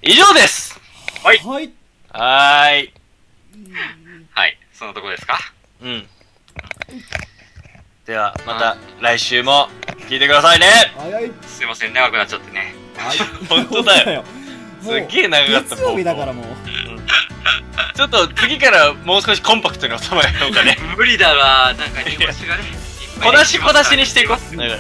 以上ですはいはい。はーい。はい。そのとこですかうん。では、また来週も聞いてくださいね早い。すいません、長くなっちゃってね。はい。本当だよ。もうすっげえ長かった月曜日だからもう。ちょっと次からもう少しコンパクトに収まるのかね。無理だわ、なんか日本酒が *laughs* ね。小出し小出しにしていこう。う。だから、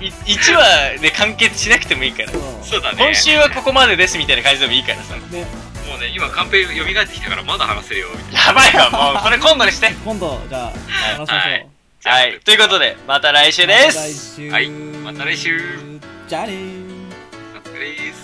い1話で完結しなくてもいいから。そそうだね。 *laughs* 今週はここまでですみたいな感じでもいいからさ。う。ね、もうね、今カンペ蘇ってきたからまだ話せるよ。やばいわ、もうこれ今度にして。今度、じゃあ、話しはましょ。いうはい。ということで、また来週でます。た来週はいまた来週。じゃあねー。お疲れ様です